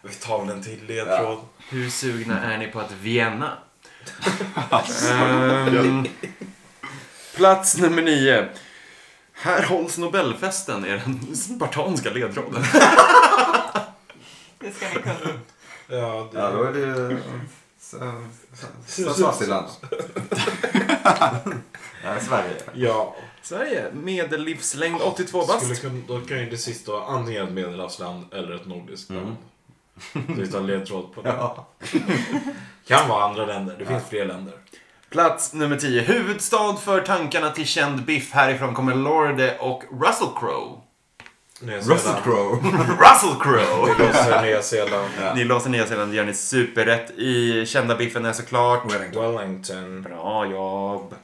Speaker 3: Vi tar väl en till ledtråd.
Speaker 1: Hur sugna är ni på att Vienna? Ehm, plats nummer nio. Här hålls Nobelfesten, är den spartanska ledtråden.
Speaker 6: Det ska ni kunna.
Speaker 3: Ja, det...
Speaker 2: Ja, då är det ju... Swaziland. Nej, Sverige.
Speaker 3: ja.
Speaker 1: Sverige, medellivslängd 82
Speaker 3: Skulle
Speaker 1: bast.
Speaker 3: kunna, då kan ju det sista vara antingen ett medelhavsland eller ett nordiskt land.
Speaker 2: Mm.
Speaker 3: Så vi tar ledtråd på det. Kan vara andra länder. Det finns fler länder.
Speaker 1: Plats nummer 10. Huvudstad för tankarna till känd biff. Härifrån kommer Lorde och Russell Crowe.
Speaker 3: Nya
Speaker 2: Russell
Speaker 3: Zeeland.
Speaker 2: Crowe.
Speaker 1: Russell Crowe!
Speaker 3: Crowe. Alltså, Nya Zeeland.
Speaker 1: Ni låser Nya Zeeland, det gör ni superrätt i. Kända biffen är såklart.
Speaker 2: Wellington.
Speaker 3: Wellington.
Speaker 1: Bra jobb.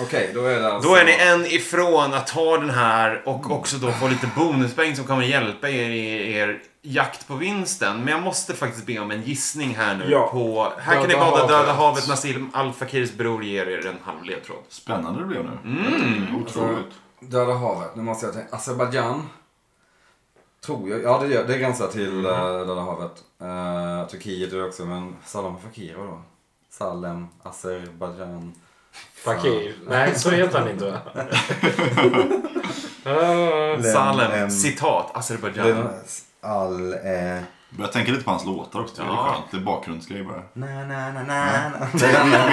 Speaker 2: Okej, då är det alltså...
Speaker 1: Då är ni en ifrån att ta den här och också då få lite bonuspoäng som kommer hjälpa er i er jakt på vinsten. Men jag måste faktiskt be om en gissning här nu.
Speaker 3: Ja.
Speaker 1: På, här kan ni
Speaker 3: Döda
Speaker 1: bada
Speaker 3: havet.
Speaker 1: Döda havet. Nassim Al-Fakirs bror ger er en halv ledtråd.
Speaker 4: Spännande det blev nu.
Speaker 2: Alltså,
Speaker 4: Otroligt.
Speaker 2: Döda havet. Nu måste jag tänka. Azerbajdzjan. Tror jag. Ja, det, gör, det gränsar till eh, Döda havet. Eh, Turkiet är det också, men Saddam Fakir då? Salem, Azerbajdzjan.
Speaker 3: Fakir. Nej, så heter han inte va? Ah,
Speaker 2: Lem,
Speaker 1: Salem,
Speaker 2: Lem,
Speaker 1: citat,
Speaker 2: Lem,
Speaker 1: Azerbajdzjan.
Speaker 2: Al... Eh,
Speaker 4: Börjar tänka lite på hans låtar också. Det är
Speaker 1: Ja.
Speaker 4: skönt. Det är bakgrundsgrej bara.
Speaker 2: na, na, na, na,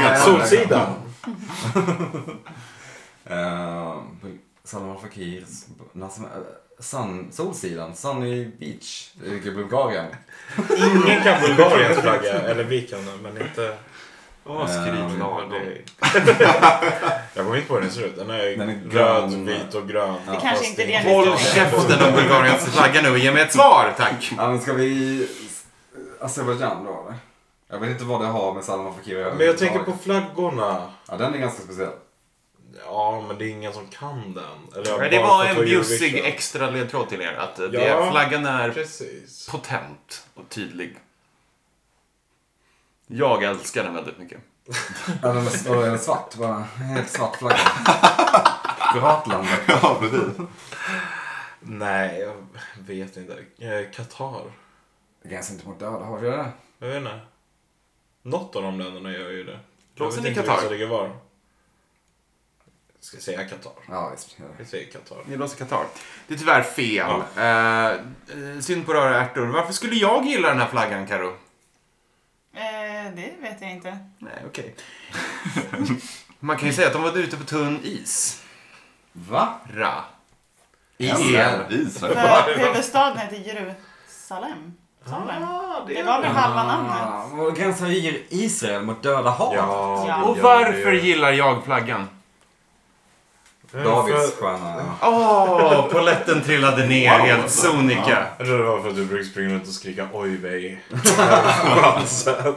Speaker 2: na.
Speaker 3: Solsidan.
Speaker 2: Eh, Salman Fakirs... Nassim, eh, sun, Solsidan, Sunny Beach. Det ligger i Bulgarien.
Speaker 3: Ingen kan Bulgariens flagga. Eller vi kan den, men inte...
Speaker 1: Åh, skryt lagom.
Speaker 3: Det- Jag kommer inte på hur den ser ut. Den är,
Speaker 2: Den är
Speaker 3: röd,
Speaker 2: grön.
Speaker 3: vit och grön.
Speaker 6: Det kanske inte är det ni
Speaker 1: Håll käften om Bulgariens flagga nu och ge mig ett svar, tack.
Speaker 2: Ja, men ska vi... Azerbajdzjan då eller? Jag vet inte vad det har med Salman Fakir att göra.
Speaker 3: Men jag tänker på flaggorna.
Speaker 2: Ja, den är ganska speciell.
Speaker 3: Ja, men det är ingen som kan den. Eller jag har
Speaker 1: Men det
Speaker 3: bara
Speaker 1: var
Speaker 3: fått
Speaker 1: en
Speaker 3: på
Speaker 1: bjussig
Speaker 3: Eurovision.
Speaker 1: extra ledtråd till er. Att eh, det,
Speaker 3: Ja.
Speaker 1: flaggan är
Speaker 3: Precis.
Speaker 1: potent och tydlig. Jag älskar den väldigt mycket.
Speaker 2: Ja, den är, vadå, är den svart bara? En Helt svart flagga. Piratlandet.
Speaker 4: Ja, precis.
Speaker 3: Nej, jag vet inte. Eh, Qatar.
Speaker 2: Det gränsar inte mot döda havet, gör det?
Speaker 3: Jag vet inte. Något av de länderna gör ju det. Jag
Speaker 1: Låt
Speaker 3: vet
Speaker 1: oss in i
Speaker 3: inte
Speaker 1: Qatar.
Speaker 3: vilka det var. Ska jag säga Qatar?
Speaker 2: Ja, visst. gör det.
Speaker 3: Vi säger Qatar.
Speaker 1: Ni blåser Qatar. Det är tyvärr fel. Eh, eh, synd på röra ärtor. Varför skulle jag gilla den här flaggan, Karo?
Speaker 6: Eh, det vet jag inte.
Speaker 1: Nej, okej. Man kan ju säga att de var ute på tunn is.
Speaker 2: Va?
Speaker 1: Ra.
Speaker 2: Israel.
Speaker 4: Israel.
Speaker 6: För huvudstaden heter Jerusalem. Salem. det var väl halva namnet.
Speaker 2: Ah, vad gränsar i Israel mot döda havet?
Speaker 6: Ja.
Speaker 1: Och varför gillar jag flaggan?
Speaker 2: Davids
Speaker 3: För-
Speaker 2: stjärna.
Speaker 1: Åh, poletten trillade ner
Speaker 4: Wow.
Speaker 1: helt sonika.
Speaker 3: Jag tror det var för att du brukar springa runt och skrika oj vej. Chansen.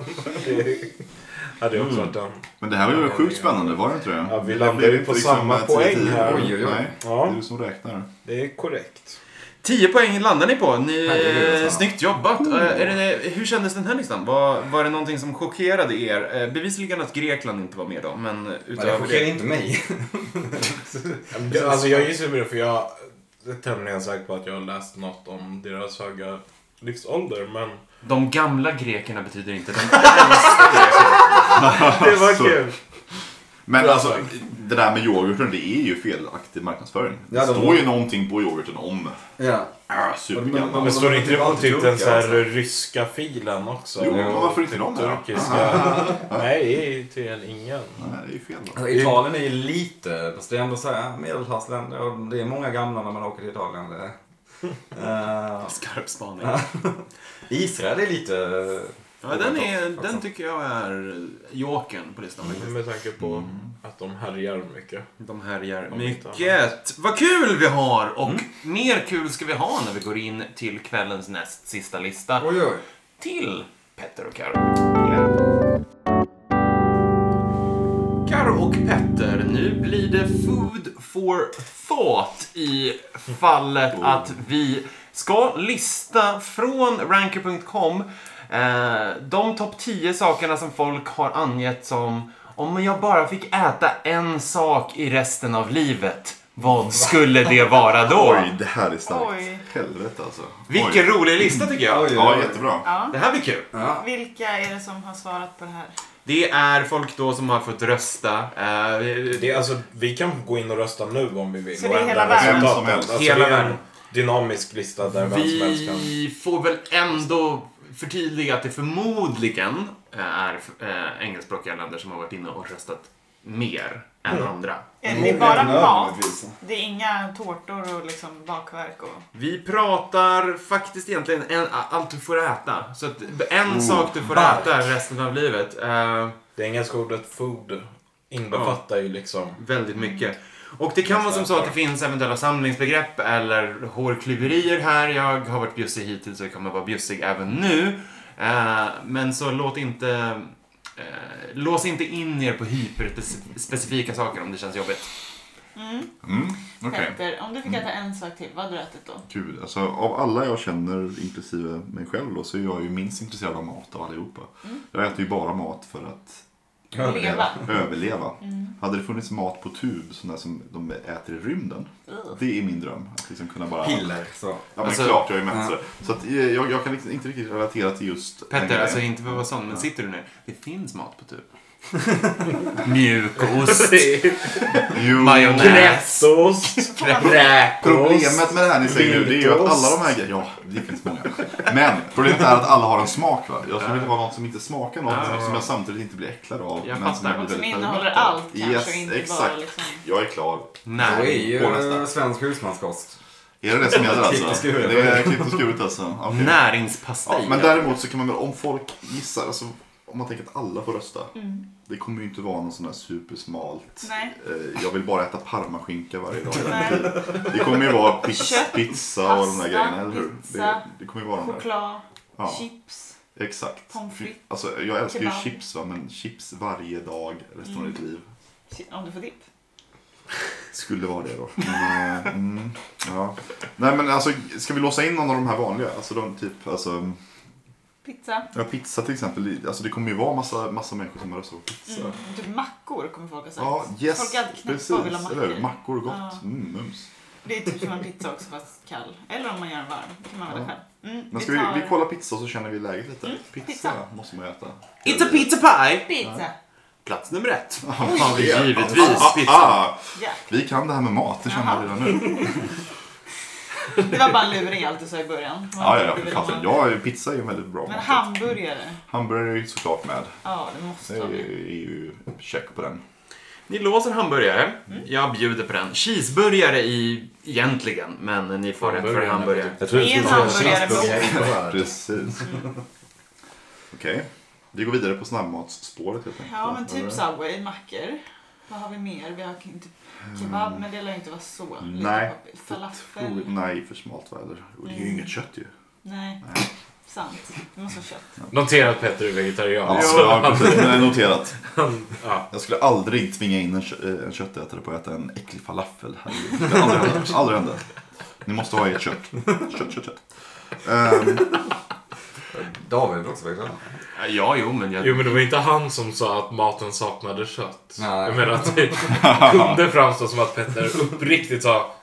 Speaker 3: Det hade ju också varit den.
Speaker 4: Men det här var ju sjukt spännande, var det inte det?
Speaker 3: Ja, vi
Speaker 4: Det
Speaker 3: landade
Speaker 4: blev liksom
Speaker 3: ju
Speaker 4: inte
Speaker 3: på samma poäng
Speaker 4: 10-10.
Speaker 3: här.
Speaker 2: Oj, oj, oj.
Speaker 4: Nej,
Speaker 3: Ja.
Speaker 4: det är du som räknar.
Speaker 3: Det är korrekt.
Speaker 1: 10 poäng landar ni på. Ni,
Speaker 2: Herregud,
Speaker 1: eh,
Speaker 2: alltså.
Speaker 1: snyggt jobbat. Eh, är det, hur kändes den här listan? Var, var det någonting som chockerade er? Eh, bevisligen att Grekland inte var med då, men
Speaker 2: Men det
Speaker 1: utöver
Speaker 2: chockerar
Speaker 1: det.
Speaker 2: inte mig.
Speaker 3: Jag- Alltså jag gissar på det för jag är tämligen säker på att jag har läst något om deras höga livsålder men
Speaker 1: De gamla grekerna betyder inte den
Speaker 3: det var
Speaker 4: Så-
Speaker 3: kul.
Speaker 4: Men alltså, det där med yoghurten, det är ju felaktig marknadsföring. Det
Speaker 2: Ja, de-
Speaker 4: står ju någonting på yoghurten om
Speaker 2: ja.
Speaker 4: äh,
Speaker 2: Men-
Speaker 4: supergammal.
Speaker 3: Men står det inte på typ den så här
Speaker 2: Alltså.
Speaker 3: ryska filen också?
Speaker 4: Jo, men varför inte
Speaker 3: Typ
Speaker 4: de då?
Speaker 3: Turkiska. Nej, det är tydligen ingen.
Speaker 4: Nej, det är ju fel. Då.
Speaker 2: Alltså, Italien är ju lite, fast det är ändå så här, medelhavsländer och det är många gamla när man åker till Italien. Det. Eh,
Speaker 1: skarp spaning.
Speaker 2: Israel är lite...
Speaker 1: Ja, den, är, den tycker jag är jokern på listan
Speaker 4: Mm.
Speaker 1: faktiskt.
Speaker 3: Med tanke på att de härjar mycket.
Speaker 1: De härjar
Speaker 3: Om inte
Speaker 1: mycket. Vad kul vi har! Och mer kul ska vi ha när vi går in till kvällens näst sista lista.
Speaker 2: Oj, oj.
Speaker 1: till Petter och Karo. Karo och Petter, nu blir det food for thought i fallet att vi ska lista från ranker.com eh, de topp 10 sakerna som folk har angett som om jag bara fick äta en sak i resten av livet, vad skulle det vara då?
Speaker 4: Oj, det här är starkt.
Speaker 6: Oj.
Speaker 4: Helvete alltså.
Speaker 1: Vilken
Speaker 4: Oj.
Speaker 1: rolig lista tycker jag.
Speaker 2: Oj,
Speaker 4: Ja, jättebra.
Speaker 6: Ja.
Speaker 1: Det här blir kul.
Speaker 6: Vilka är det som har svarat på det här?
Speaker 1: Det är folk då som har fått rösta. Eh,
Speaker 3: Det är, alltså, vi kan gå in och rösta nu om vi vill.
Speaker 6: Så det är
Speaker 3: och ändra
Speaker 6: hela världen?
Speaker 4: Vem
Speaker 3: resultatet.
Speaker 4: som helst.
Speaker 3: Alltså,
Speaker 1: Hela
Speaker 3: det är en
Speaker 1: världen.
Speaker 3: dynamisk lista där vem som helst kan...
Speaker 1: vi får väl ändå förtydliga att det förmodligen är eh, engelskspråkiga länder som har varit inne och röstat mer än andra.
Speaker 6: Eh, Det är bara
Speaker 2: Nödvändigtvis.
Speaker 6: mat. Det är inga tårtor och liksom bakverk och...
Speaker 1: Vi pratar faktiskt egentligen en, allt du får äta. Så att en
Speaker 3: Oh,
Speaker 1: sak du får
Speaker 2: bark.
Speaker 1: äta resten av livet. Eh,
Speaker 3: Det engelska ordet food innefattar ju liksom...
Speaker 1: väldigt
Speaker 4: Mm.
Speaker 1: mycket. Och det kan vara som så att det finns eventuella samlingsbegrepp eller hårklyverier här. Jag har varit bjussig hittills och jag kommer vara bjussig även nu. Eh, men så låt inte eh, lås inte in er på hyperspecifika saker om det känns jobbigt.
Speaker 6: Mm.
Speaker 4: Mm, okej.
Speaker 6: Petter, om du fick äta en sak till, vad hade du ätit då?
Speaker 4: Gud, alltså av alla jag känner, inklusive mig själv då, så är jag ju minst intresserad av mat av allihopa.
Speaker 6: Mm.
Speaker 4: Jag äter ju bara mat för att
Speaker 6: Leva.
Speaker 4: överleva.
Speaker 6: Mm.
Speaker 4: Hade det funnits mat på tub, sån där som de äter i rymden,
Speaker 6: Ugh.
Speaker 4: det är min dröm. Att liksom kunna bara...
Speaker 2: Piller. Så.
Speaker 4: Ja, men
Speaker 1: Alltså-
Speaker 4: klart, jag är med på det. Så att, eh, jag, jag kan liksom inte riktigt relatera till just den
Speaker 1: Petter,
Speaker 4: grejen.
Speaker 1: alltså inte för att vara sån, men sitter du ner? Det finns mat på typ. tub. Mjukost,
Speaker 4: Jo,
Speaker 1: majonnäs.
Speaker 3: Kräftost.
Speaker 4: Problemet med det här ni säger nu, det är ju att alla de här grejerna... Ja, det finns många. Men problemet är att alla har en smak va? Jag skulle vilja ha något som inte smakar något,
Speaker 1: Ja.
Speaker 4: som jag samtidigt inte blir äcklad av.
Speaker 1: Jag
Speaker 4: men
Speaker 1: fattar.
Speaker 4: jag blir
Speaker 6: Och som
Speaker 4: väldigt
Speaker 6: innehåller
Speaker 4: peppad av.
Speaker 6: allt kanske
Speaker 4: Yes,
Speaker 6: och inte bara
Speaker 4: exakt.
Speaker 6: liksom...
Speaker 4: Jag är klar.
Speaker 2: Då är
Speaker 1: Nej.
Speaker 4: på
Speaker 2: ju
Speaker 4: nästa.
Speaker 2: svensk husmanskost.
Speaker 4: Är det det som gäller
Speaker 2: Klippt och
Speaker 4: alltså?
Speaker 2: skuret.
Speaker 4: Det är klippt och skuret alltså? Okej. Ja,
Speaker 1: Näringspastej.
Speaker 4: men däremot så kan man väl, om folk gissar, alltså, om man tänker att alla får rösta.
Speaker 6: Mm.
Speaker 4: Det kommer ju inte vara någon sån här supersmalt.
Speaker 6: Nej.
Speaker 4: Eh, jag vill bara äta parmaskinka varje dag.
Speaker 6: Nej.
Speaker 4: Det kommer ju vara pizza,
Speaker 6: Kött,
Speaker 4: pizza och de där
Speaker 6: pasta,
Speaker 4: grejerna, eller hur?
Speaker 6: pizza,
Speaker 4: Det, det kommer ju vara de där.
Speaker 6: Choklad,
Speaker 4: Ja,
Speaker 6: chips.
Speaker 4: exakt.
Speaker 6: pommes frites,
Speaker 4: Alltså, jag älskar ju
Speaker 6: kebab.
Speaker 4: chips, va? men chips varje dag resten av
Speaker 6: Mm.
Speaker 4: ditt liv.
Speaker 6: Om du får dipp.
Speaker 4: Skulle vara det då. Men, eh, mm, ja. Nej men alltså, ska vi låsa in någon av de här vanliga? Alltså de typ, alltså,
Speaker 6: Pizza.
Speaker 4: ja, pizza till exempel. Alltså det kommer ju vara massa, massa människor som har röstat på pizza.
Speaker 6: Mm. Typ mackor kommer folk att säga.
Speaker 4: Ja, yes,
Speaker 6: Folk är alltid knäppa
Speaker 4: precis.
Speaker 6: och vill ha
Speaker 4: Eller hur?
Speaker 6: mackor.
Speaker 4: Mackor gott.
Speaker 6: Ja.
Speaker 4: Mm, mums.
Speaker 6: Det är typ som en pizza också fast kall. Eller om man gör en varm. Det kan man välja
Speaker 4: Ja.
Speaker 6: själv. Mm,
Speaker 4: Men ska
Speaker 6: tar Mm,
Speaker 4: vi, vi kollar pizza så känner vi läget lite. pizza,
Speaker 6: pizza.
Speaker 4: måste man ju äta.
Speaker 1: It's a pizza pie!
Speaker 6: Pizza.
Speaker 1: Plats nummer ett.
Speaker 4: Ja,
Speaker 1: Fan, vi
Speaker 4: det-
Speaker 1: givetvis
Speaker 4: Ah,
Speaker 1: pizza.
Speaker 4: ah,
Speaker 6: Ja.
Speaker 4: vi kan det här med mat, det känner jag
Speaker 6: Jaha.
Speaker 4: redan nu.
Speaker 6: Det var bara en luring allt du sa i början.
Speaker 4: Ja, ja, ja. för Fasen, ja, pizza är ju väldigt bra
Speaker 6: Men
Speaker 4: mat.
Speaker 6: hamburgare.
Speaker 4: Hamburgare är ju såklart med.
Speaker 6: Ja, det
Speaker 4: Det
Speaker 6: måste
Speaker 4: är
Speaker 6: vara det.
Speaker 4: ju check på den.
Speaker 1: Ni låser hamburgare.
Speaker 4: Mm.
Speaker 1: Jag bjuder på den. Cheeseburgare i, egentligen, men ni får rätt för
Speaker 3: Hamburgaren är
Speaker 1: hamburgare.
Speaker 2: Jag tror
Speaker 6: det skulle vara köttbullar.
Speaker 4: Precis.
Speaker 6: Mm.
Speaker 4: Okej, vi går vidare på snabbmatsspåret helt enkelt.
Speaker 6: Ja, men
Speaker 4: Eller?
Speaker 6: typ Subway, mackor. Vad har vi mer? Vi har typ kebab, men det lär ju inte vara så. lite
Speaker 4: Mm. Nej,
Speaker 6: poppis.
Speaker 4: Tror-
Speaker 6: Falafel.
Speaker 4: Nej, för smalt väder. Och det är ju
Speaker 6: Mm.
Speaker 4: inget kött ju.
Speaker 6: Nej. Sant. Det måste vara kött.
Speaker 3: Notera att Petter är vegetarian.
Speaker 4: Ja,
Speaker 3: så
Speaker 4: ja
Speaker 3: han,
Speaker 4: precis. Men det är noterat.
Speaker 3: han, ja.
Speaker 4: Jag skulle aldrig tvinga in en, kö- eh, en köttätare på att äta en äcklig falafel. Herregud. Det skulle aldrig hända. Aldrig hända. Ni måste ha ert kött. Kött, kött, kött. Ehm,
Speaker 2: David är väl också vegetarian?
Speaker 1: Ja, jo, men jag...
Speaker 3: Jo men det var inte han som sa att maten saknade kött.
Speaker 2: Nej.
Speaker 3: Jag menar att det kunde framstå som att Petter uppriktigt sa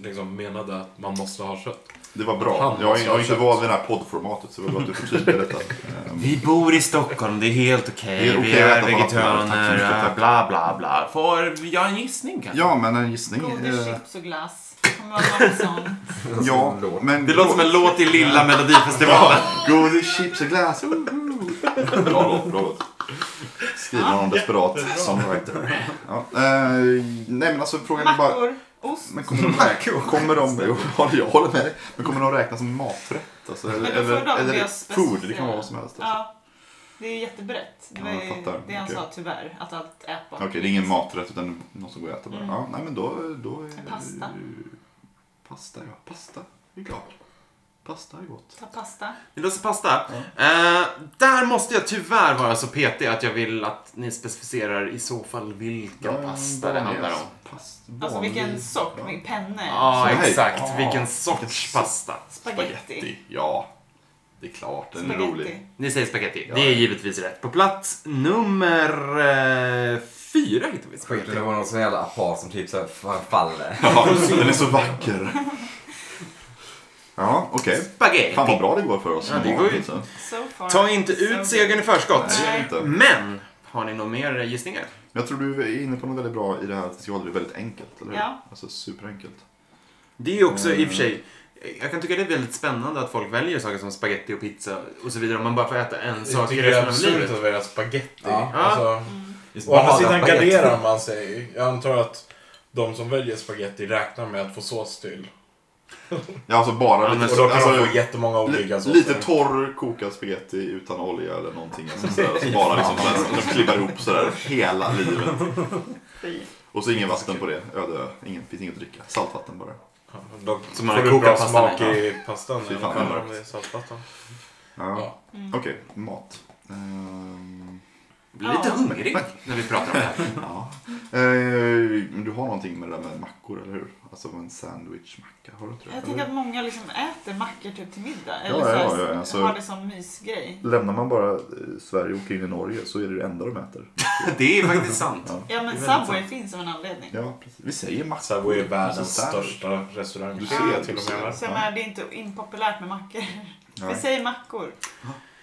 Speaker 3: liksom menade att man måste ha kött.
Speaker 4: det var bra.
Speaker 3: Han
Speaker 4: Jag är,
Speaker 3: ska
Speaker 4: jag
Speaker 3: ha
Speaker 4: är inte
Speaker 3: kött.
Speaker 4: van vid det här poddformatet så det var bra att du förtydligade detta. Ehm,
Speaker 1: Vi bor i Stockholm, det är helt okej.
Speaker 4: Det är okej
Speaker 1: Vi
Speaker 4: att
Speaker 1: är
Speaker 4: äta falafel, tack så mycket,
Speaker 1: vegetarianer,
Speaker 4: tack.
Speaker 1: bla bla bla. Får jag en gissning kanske?
Speaker 4: Ja, men en gissning.
Speaker 6: Godis,
Speaker 4: eh,
Speaker 6: chips och glass. Det kommer vara något sånt.
Speaker 4: Ja,
Speaker 2: Låt.
Speaker 4: men...
Speaker 1: Det låter som en låt i Lilla Melodifestivalen.
Speaker 4: Ja, Godis, chips och glass. woho! Bra låt, bra låt. Skriven av någon desperat songwriter. Ja, eh, nej men alltså frågan är bara...
Speaker 6: Mackor, ost.
Speaker 4: Men kommer de, räkna, kommer de jo, jag håller med dig. Men kommer de räknas som maträtt? Alltså, eller
Speaker 6: Men då får
Speaker 4: eller,
Speaker 6: de
Speaker 4: eller
Speaker 6: bli
Speaker 4: food, det kan
Speaker 6: specificerade.
Speaker 4: vara vad som helst. Alltså.
Speaker 6: Ja. Det är ju jättebrett. Det,
Speaker 4: Ja,
Speaker 6: var
Speaker 4: jag
Speaker 6: ju,
Speaker 4: fattar.
Speaker 6: det han
Speaker 4: Okej.
Speaker 6: sa tyvärr, att allt ätbart.
Speaker 4: Okej, det är ingen maträtt utan något som går att äta bara.
Speaker 6: Mm.
Speaker 4: Ja, nej men då... då är,
Speaker 6: Pasta.
Speaker 4: Pasta, ja. Pasta. Det är klart. Pasta är gott.
Speaker 6: Ta pasta.
Speaker 1: Vi löser pasta. Eh, där måste jag tyvärr vara så petig att jag vill att ni specificerar i så fall vilken pasta det handlar om.
Speaker 4: Past,
Speaker 6: Alltså
Speaker 4: vanlig-
Speaker 6: vilken sort,
Speaker 4: Ja.
Speaker 6: vilken penne.
Speaker 1: Ja,
Speaker 4: Så här.
Speaker 1: exakt.
Speaker 4: Ah,
Speaker 1: vilken
Speaker 4: vilken
Speaker 1: sorts
Speaker 4: sorts-
Speaker 1: pasta?
Speaker 6: Spaghetti.
Speaker 4: Spaghetti. Ja, det är klart. Den är rolig.
Speaker 6: Spaghetti.
Speaker 1: Ni säger spaghetti.
Speaker 4: Ja.
Speaker 1: Det är givetvis rätt. På plats nummer eh, fyra hittar vi
Speaker 2: Skit,
Speaker 1: spaghetti.
Speaker 2: det var någon sån jävla apart som typ så här faller.
Speaker 4: Ja, den är så vacker. Ja, okej.
Speaker 1: Spaghetti.
Speaker 4: Fan vad bra det går för oss.
Speaker 1: Ja, det går ju-
Speaker 4: Så.
Speaker 6: So far,
Speaker 1: Ta inte
Speaker 6: so
Speaker 1: ut
Speaker 6: good.
Speaker 1: segern i förskott.
Speaker 4: Nej, det är inte.
Speaker 1: Men, har ni några mer gissningar?
Speaker 4: Men Jag tror du är inne på något väldigt bra i det här att vi ska hålla det väldigt enkelt, eller hur?
Speaker 6: Ja.
Speaker 4: Alltså superenkelt.
Speaker 1: Det är ju också i och
Speaker 4: Mm.
Speaker 1: för sig... Jag kan tycka det är väldigt spännande att folk väljer saker som spaghetti och pizza och så vidare om man bara får äta en
Speaker 3: Jag
Speaker 1: sak i
Speaker 3: tycker det
Speaker 1: resten
Speaker 3: är
Speaker 1: av
Speaker 3: absurt
Speaker 1: livet.
Speaker 3: att välja spagetti.
Speaker 2: Ja.
Speaker 3: Alltså,
Speaker 2: Just
Speaker 3: å andra
Speaker 2: bara
Speaker 3: sidan
Speaker 2: spagetti.
Speaker 3: garderar man sig. Jag antar att de som väljer spagetti räknar med att få sås till.
Speaker 4: Ja, alltså bara
Speaker 1: Ja, men
Speaker 4: lite,
Speaker 3: Och då kan
Speaker 4: alltså,
Speaker 3: de få jättemånga olika
Speaker 4: li,
Speaker 3: såser.
Speaker 4: lite torr kokad spagetti utan olja eller någonting. Alltså, sådär, och så bara liksom sådär, så de klibbar ihop sådär hela livet.
Speaker 6: Fy.
Speaker 4: Och så ingen vatten på det. Öde ö. Ingen, finns inget att dricka. Saltvatten bara.
Speaker 3: Ja, De
Speaker 1: Så
Speaker 3: så
Speaker 1: man
Speaker 3: man
Speaker 1: har
Speaker 3: får du bra
Speaker 1: kokat pastan
Speaker 3: smak
Speaker 1: med.
Speaker 3: i pastan.
Speaker 4: Fy
Speaker 3: i alla
Speaker 4: fan,
Speaker 3: fall,
Speaker 4: vad
Speaker 3: om det är saltpastan.
Speaker 4: Ja.
Speaker 3: Ja.
Speaker 6: Mm.
Speaker 4: Okej, mat. Ehm,
Speaker 1: blir lite
Speaker 6: Ja.
Speaker 1: hungrig när vi pratar om det här.
Speaker 4: Ja. Eh, men du har någonting med det där med mackor, eller hur? Alltså en sandwichmacka, har du inte det?
Speaker 6: Jag tänker att många liksom äter mackor typ till middag. Eller
Speaker 4: ja,
Speaker 6: så
Speaker 4: ja, ja, alltså-
Speaker 6: har det som mysgrej.
Speaker 4: Lämnar man bara eh, Sverige och åker in i Norge så är det det enda de äter.
Speaker 1: Det är faktiskt sant.
Speaker 6: Ja men Subway finns av en anledning.
Speaker 4: Ja, precis. Vi säger mackor.
Speaker 3: Subway är världens
Speaker 4: Sandwich.
Speaker 3: största
Speaker 4: Du
Speaker 3: restaurangkedja
Speaker 4: ser,
Speaker 3: till
Speaker 4: du
Speaker 3: och med. va?
Speaker 4: ser.
Speaker 6: Så jag menar, det är inte impopulärt med mackor. Vi
Speaker 4: Nej.
Speaker 6: säger mackor.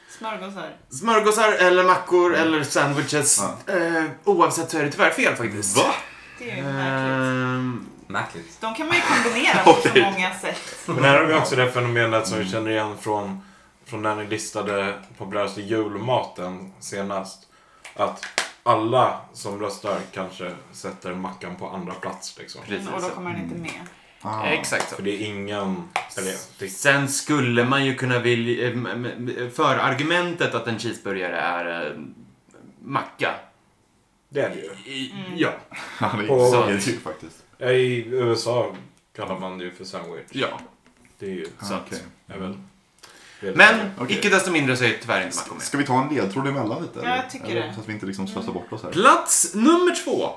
Speaker 6: Smörgåsar.
Speaker 1: Smörgåsar eller mackor eller sandwiches.
Speaker 4: Ja.
Speaker 1: Eh, oavsett så är det tyvärr fel faktiskt.
Speaker 4: Va?
Speaker 6: Det är ju märkligt.
Speaker 1: Ehm,
Speaker 2: Märkligt.
Speaker 6: De kan man ju kombinera på så
Speaker 4: Eh. Okej.
Speaker 6: många sätt.
Speaker 3: Men här har vi också det fenomenet som vi känner igen från, från när ni listade populäraste julmaten senast. Att alla som röstar kanske sätter mackan på andra plats liksom.
Speaker 1: precis.
Speaker 6: Och då kommer den inte med.
Speaker 4: Ah.
Speaker 1: Exakt så.
Speaker 3: För det är ingen... Eller det,
Speaker 1: Sen skulle man ju kunna vilja... eh, m- m- För argumentet att en cheeseburgare är eh, macka.
Speaker 3: det är det ju.
Speaker 1: I, Ja,
Speaker 4: Ja, det
Speaker 3: På-
Speaker 4: är eget ljud faktiskt.
Speaker 3: Ja, I USA kallar man det ju för sandwich.
Speaker 1: ja.
Speaker 3: Det är ju...
Speaker 1: Så att-
Speaker 4: Ah, Okej.
Speaker 3: Är väl, vet
Speaker 1: Men
Speaker 4: Okej.
Speaker 1: icke desto mindre så är tyvärr inte mackor med.
Speaker 4: Ska vi ta en ledtråd emellan lite?
Speaker 6: Ja, jag tycker
Speaker 4: eller?
Speaker 6: det. Mm.
Speaker 4: Så att vi inte liksom slösar bort oss här.
Speaker 1: Plats nummer två.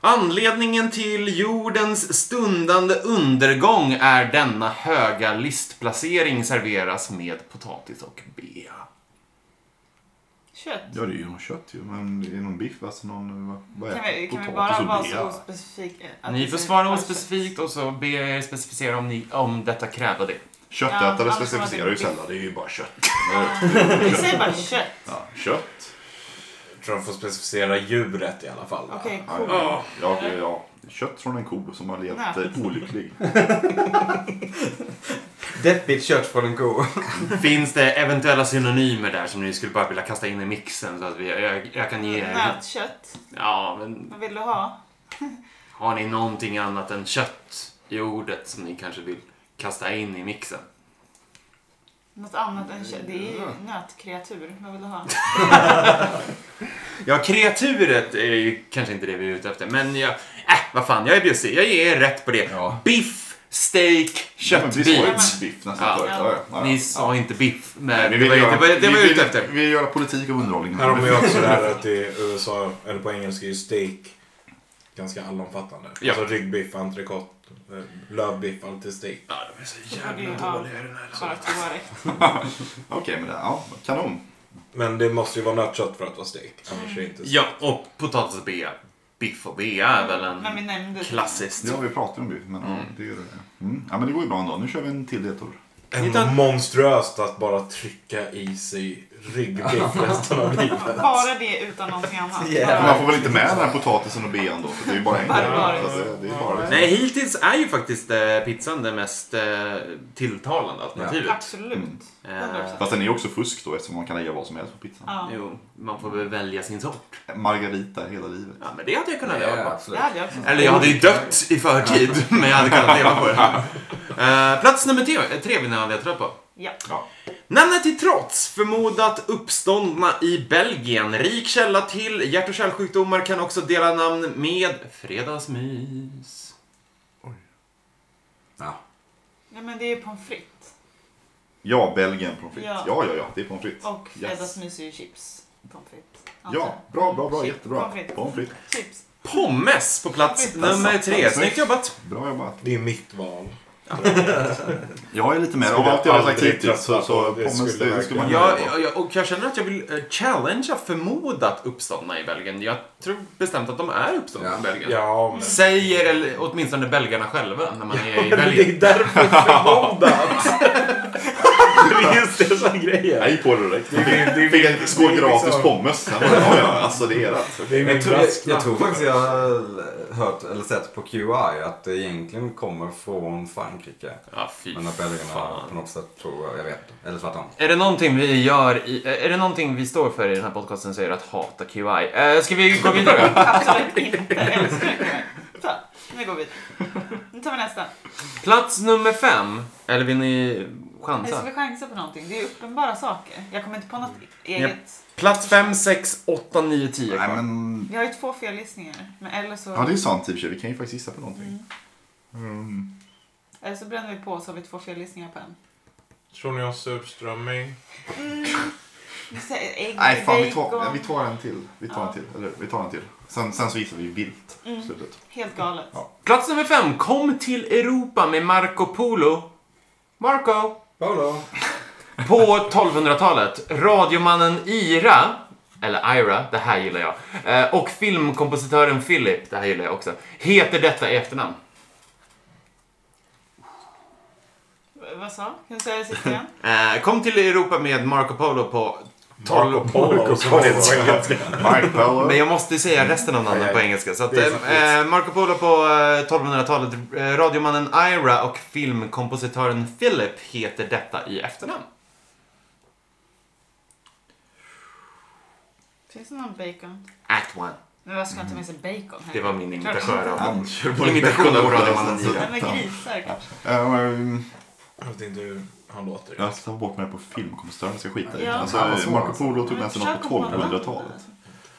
Speaker 1: Anledningen till jordens stundande undergång är denna höga listplacering serveras med potatis och bea.
Speaker 6: Kött.
Speaker 4: Ja, det är ju något kött ju. Men det är någon biff, alltså någon... vad- Vad
Speaker 6: Kan vi, kan vi
Speaker 4: Potatis
Speaker 6: bara
Speaker 4: och
Speaker 6: vara
Speaker 4: bea.
Speaker 6: så ospecifik? eh, att
Speaker 1: Ni
Speaker 6: vi
Speaker 1: får
Speaker 6: säger
Speaker 1: svara
Speaker 6: bara
Speaker 1: ospecifikt och så ber jag er specificera om, ni, om detta kräver det.
Speaker 4: Köttätare
Speaker 6: Ja,
Speaker 4: specificerar ju
Speaker 6: alltså,
Speaker 4: sällan. Det är ju bara kött.
Speaker 6: kött. Vi säger bara kött.
Speaker 4: Ja, kött.
Speaker 3: Jag tror de får specificera djuret i alla fall.
Speaker 6: Okej,
Speaker 4: Ja,
Speaker 6: cool.
Speaker 4: ja, ja, ja. Kött från en ko som har levt eh, olycklig.
Speaker 2: Deppigt kött från en ko.
Speaker 1: Finns det eventuella synonymer där som ni skulle bara vilja kasta in i mixen så att vi, jag, jag kan ge er...
Speaker 6: Nötkött.
Speaker 1: Ja, men
Speaker 6: Vad vill du ha?
Speaker 1: har ni någonting annat än kött i ordet som ni kanske vill kasta in i mixen?
Speaker 6: Något annat än kött? Det är ju nötkreatur. Vad vill du ha?
Speaker 1: Ja, kreaturet är ju kanske inte det vi är ute efter, men jag... Äh, vad fan, jag är bjussig. Jag ger er rätt på det.
Speaker 2: Ja.
Speaker 1: Biff, steak,
Speaker 4: Ja, men vi sa ju
Speaker 1: köttbit.
Speaker 4: Biff
Speaker 1: Ja.
Speaker 4: nästan förut. Ja, ja.
Speaker 1: Ni sa inte biff, men det
Speaker 4: Vi vill
Speaker 1: var ju- det var det
Speaker 4: göra-
Speaker 1: var jag
Speaker 4: vi
Speaker 1: var ute
Speaker 4: vill-
Speaker 1: efter.
Speaker 4: Vi vill göra politik av underhållning.
Speaker 3: Här har man ju också det här att i USA, eller på engelska, är ju steak ganska allomfattande.
Speaker 1: Ja.
Speaker 3: Alltså ryggbiff, entrecote, eh, lövbiff, alltid steak.
Speaker 1: Ja, de är så
Speaker 6: jävla Ja. dåliga
Speaker 1: den här.
Speaker 6: Bara två rätt.
Speaker 4: Okej, men det, ja, kanon.
Speaker 3: Men det måste ju vara nötkött för att vara steak. Annars är det inte steak.
Speaker 1: Ja, och potatis och bea. Biff och bea är väl
Speaker 6: Men vi
Speaker 1: en
Speaker 6: nämnde
Speaker 1: klassiskt.
Speaker 4: Ja, vi pratar om biff, men ja, det gör det. Mm. Ja, men det går ju bra ändå. Nu kör vi en till ledtråd.
Speaker 3: Ändå monstruöst att bara trycka i sig ryggbiff resten av livet.
Speaker 6: bara det utan någonting annat.
Speaker 2: Yeah.
Speaker 4: Men Man
Speaker 6: Bara-
Speaker 4: får väl inte med den här potatisen och bean då, för det är ju bara en
Speaker 6: Barbariskt.
Speaker 4: Så det, det är bara
Speaker 1: Nej, hittills är ju faktiskt eh, pizzan det mest eh, tilltalande alternativet.
Speaker 6: Absolut.
Speaker 1: Eh,
Speaker 6: 100%.
Speaker 4: Fast den är ju också fusk då, eftersom man kan lägga vad som helst på pizzan.
Speaker 6: Ja.
Speaker 1: Jo, man får väl välja sin sort.
Speaker 4: Margarita hela livet.
Speaker 1: Ja, men det hade jag kunnat leva på.
Speaker 6: Det
Speaker 2: absolut.
Speaker 6: hade jag också.
Speaker 1: Eller jag hade ju dött i förtid, men jag hade kunnat leva på det. Eh, plats nummer tre, tre vill ni ha ledtråd på.
Speaker 6: Ja.
Speaker 1: Namnet till trots, förmodat uppståndna i Belgien. Rik källa till hjärt och kärlsjukdomar kan också dela namn med fredagsmys.
Speaker 2: Ja.
Speaker 6: Nej men det är ju pommes frites.
Speaker 4: Ja, Belgien pommes frites.
Speaker 6: Ja.
Speaker 4: Ja, ja, ja, det är pommes frites.
Speaker 6: Och
Speaker 4: Yes.
Speaker 6: fredagsmys är ju chips. Pommes frites.
Speaker 4: Ja, bra, bra, bra,
Speaker 6: Shit,
Speaker 4: jättebra.
Speaker 6: pommes frites.
Speaker 4: Pommes frites.
Speaker 6: Chips.
Speaker 1: Pommes på plats nummer tre. Snyggt jobbat!
Speaker 4: Bra jobbat.
Speaker 3: Det är mitt val.
Speaker 4: Jag är lite med. Av
Speaker 3: Skulle
Speaker 4: allt jag har sagt
Speaker 3: aldrig
Speaker 4: hittills så,
Speaker 3: tröttna på.
Speaker 4: så
Speaker 3: Det
Speaker 4: pommes,
Speaker 3: skulle
Speaker 4: det skulle man
Speaker 1: Jag,
Speaker 4: göra.
Speaker 1: jag- jag, och jag känner att jag vill eh, challengea förmodat uppståndna i Belgien. Jag tror bestämt att de är uppståndna i Belgien.
Speaker 3: Ja, men...
Speaker 1: Säger eller åtminstone belgarna själva när man är i
Speaker 3: Det
Speaker 1: Belgien.
Speaker 3: är därför förmodat! det är just det som är grejen.
Speaker 4: Nej, på det direkt.
Speaker 3: Det är- det är-
Speaker 4: Fick en skål
Speaker 3: det är
Speaker 4: gratis
Speaker 3: liksom-
Speaker 4: pommes. Sen bara, ja, ja, alltså det är rätt.
Speaker 3: Det är min
Speaker 2: Jag tror, jag,
Speaker 3: brasklapp.
Speaker 2: jag tror faktiskt jag har eh, hört eller sett på QI att det egentligen kommer från Frankrike.
Speaker 1: Ja, fy
Speaker 2: Men att belgarna
Speaker 1: fan.
Speaker 2: på något sätt tror, jag vet inte. Eller tvärtom.
Speaker 1: Är det någonting vi gör i, eh, är det någonting vi står för i den här podcasten så är det att hata QI. Eh, ska vi gå vidare?
Speaker 6: Absolut inte. Älskar det. Så, nu går vi vidare. Nu tar vi nästa.
Speaker 1: Plats nummer fem. Eller vill ni
Speaker 6: Nu ska
Speaker 1: chansa?
Speaker 6: vi chansa på någonting. Det är uppenbara saker. Jag kommer inte på något
Speaker 1: Mm.
Speaker 6: eget.
Speaker 1: Plats fem, sex, åtta, nio, tio.
Speaker 4: Nej,
Speaker 1: kvar.
Speaker 4: men...
Speaker 6: Vi har ju två felgissningar. Men eller så,
Speaker 4: Ja, det är sant i och för sig. Vi kan ju faktiskt gissa på
Speaker 6: Mm.
Speaker 4: någonting.
Speaker 6: eller så bränner vi på och så har vi två felgissningar på en.
Speaker 3: Tror ni jag har surströmming?
Speaker 6: Just det, Ägg,
Speaker 4: Nej, fan vi
Speaker 6: bacon.
Speaker 4: tar, vi tar en till. Vi tar en till. Eller vi tar en till. Sen, sen så gissar vi vilt. i
Speaker 6: Mm.
Speaker 4: Slutet.
Speaker 6: Helt galet.
Speaker 4: Ja.
Speaker 1: Plats nummer fem. Kom till Europa med Marco Polo. Marco.
Speaker 2: Paolo.
Speaker 1: På 1200-talet, radiomannen Ira, eller Ira, det här gillar jag, eh, och filmkompositören Philip, det här gillar jag också, heter detta i efternamn.
Speaker 6: V- Vad sa? Kan du säga det sist igen?
Speaker 1: Eh, Kom till Europa med Marco Polo på...
Speaker 3: Marco Polo. som det heter.
Speaker 4: Mark Powell.
Speaker 1: Men jag måste säga resten av namnen på engelska. Så att,
Speaker 2: Det är så
Speaker 1: eh, Marco Polo på eh, 1200-talet, eh, radiomannen Ira och filmkompositören Philip heter detta i efternamn.
Speaker 6: Finns det någon bacon?
Speaker 1: Act one.
Speaker 6: Men vad ska jag ta med sig bacon? Här?
Speaker 1: Det var min
Speaker 6: Klart.
Speaker 1: imitation av...
Speaker 4: Kör på
Speaker 1: Imitation av radiomannen
Speaker 4: Alltså,
Speaker 1: Ira.
Speaker 6: Men med grisar kanske?
Speaker 4: ehm,
Speaker 3: Jag vet inte hur han låter.
Speaker 4: Jag ska ta bort mig på filmkompositören, ska jag skita i.
Speaker 6: Ja.
Speaker 4: Alltså,
Speaker 2: Ja, vad svårt.
Speaker 4: Marco Polo tog
Speaker 6: Men
Speaker 4: med sig något
Speaker 6: försök
Speaker 4: på
Speaker 6: komma på namnen.
Speaker 4: 1200-talet.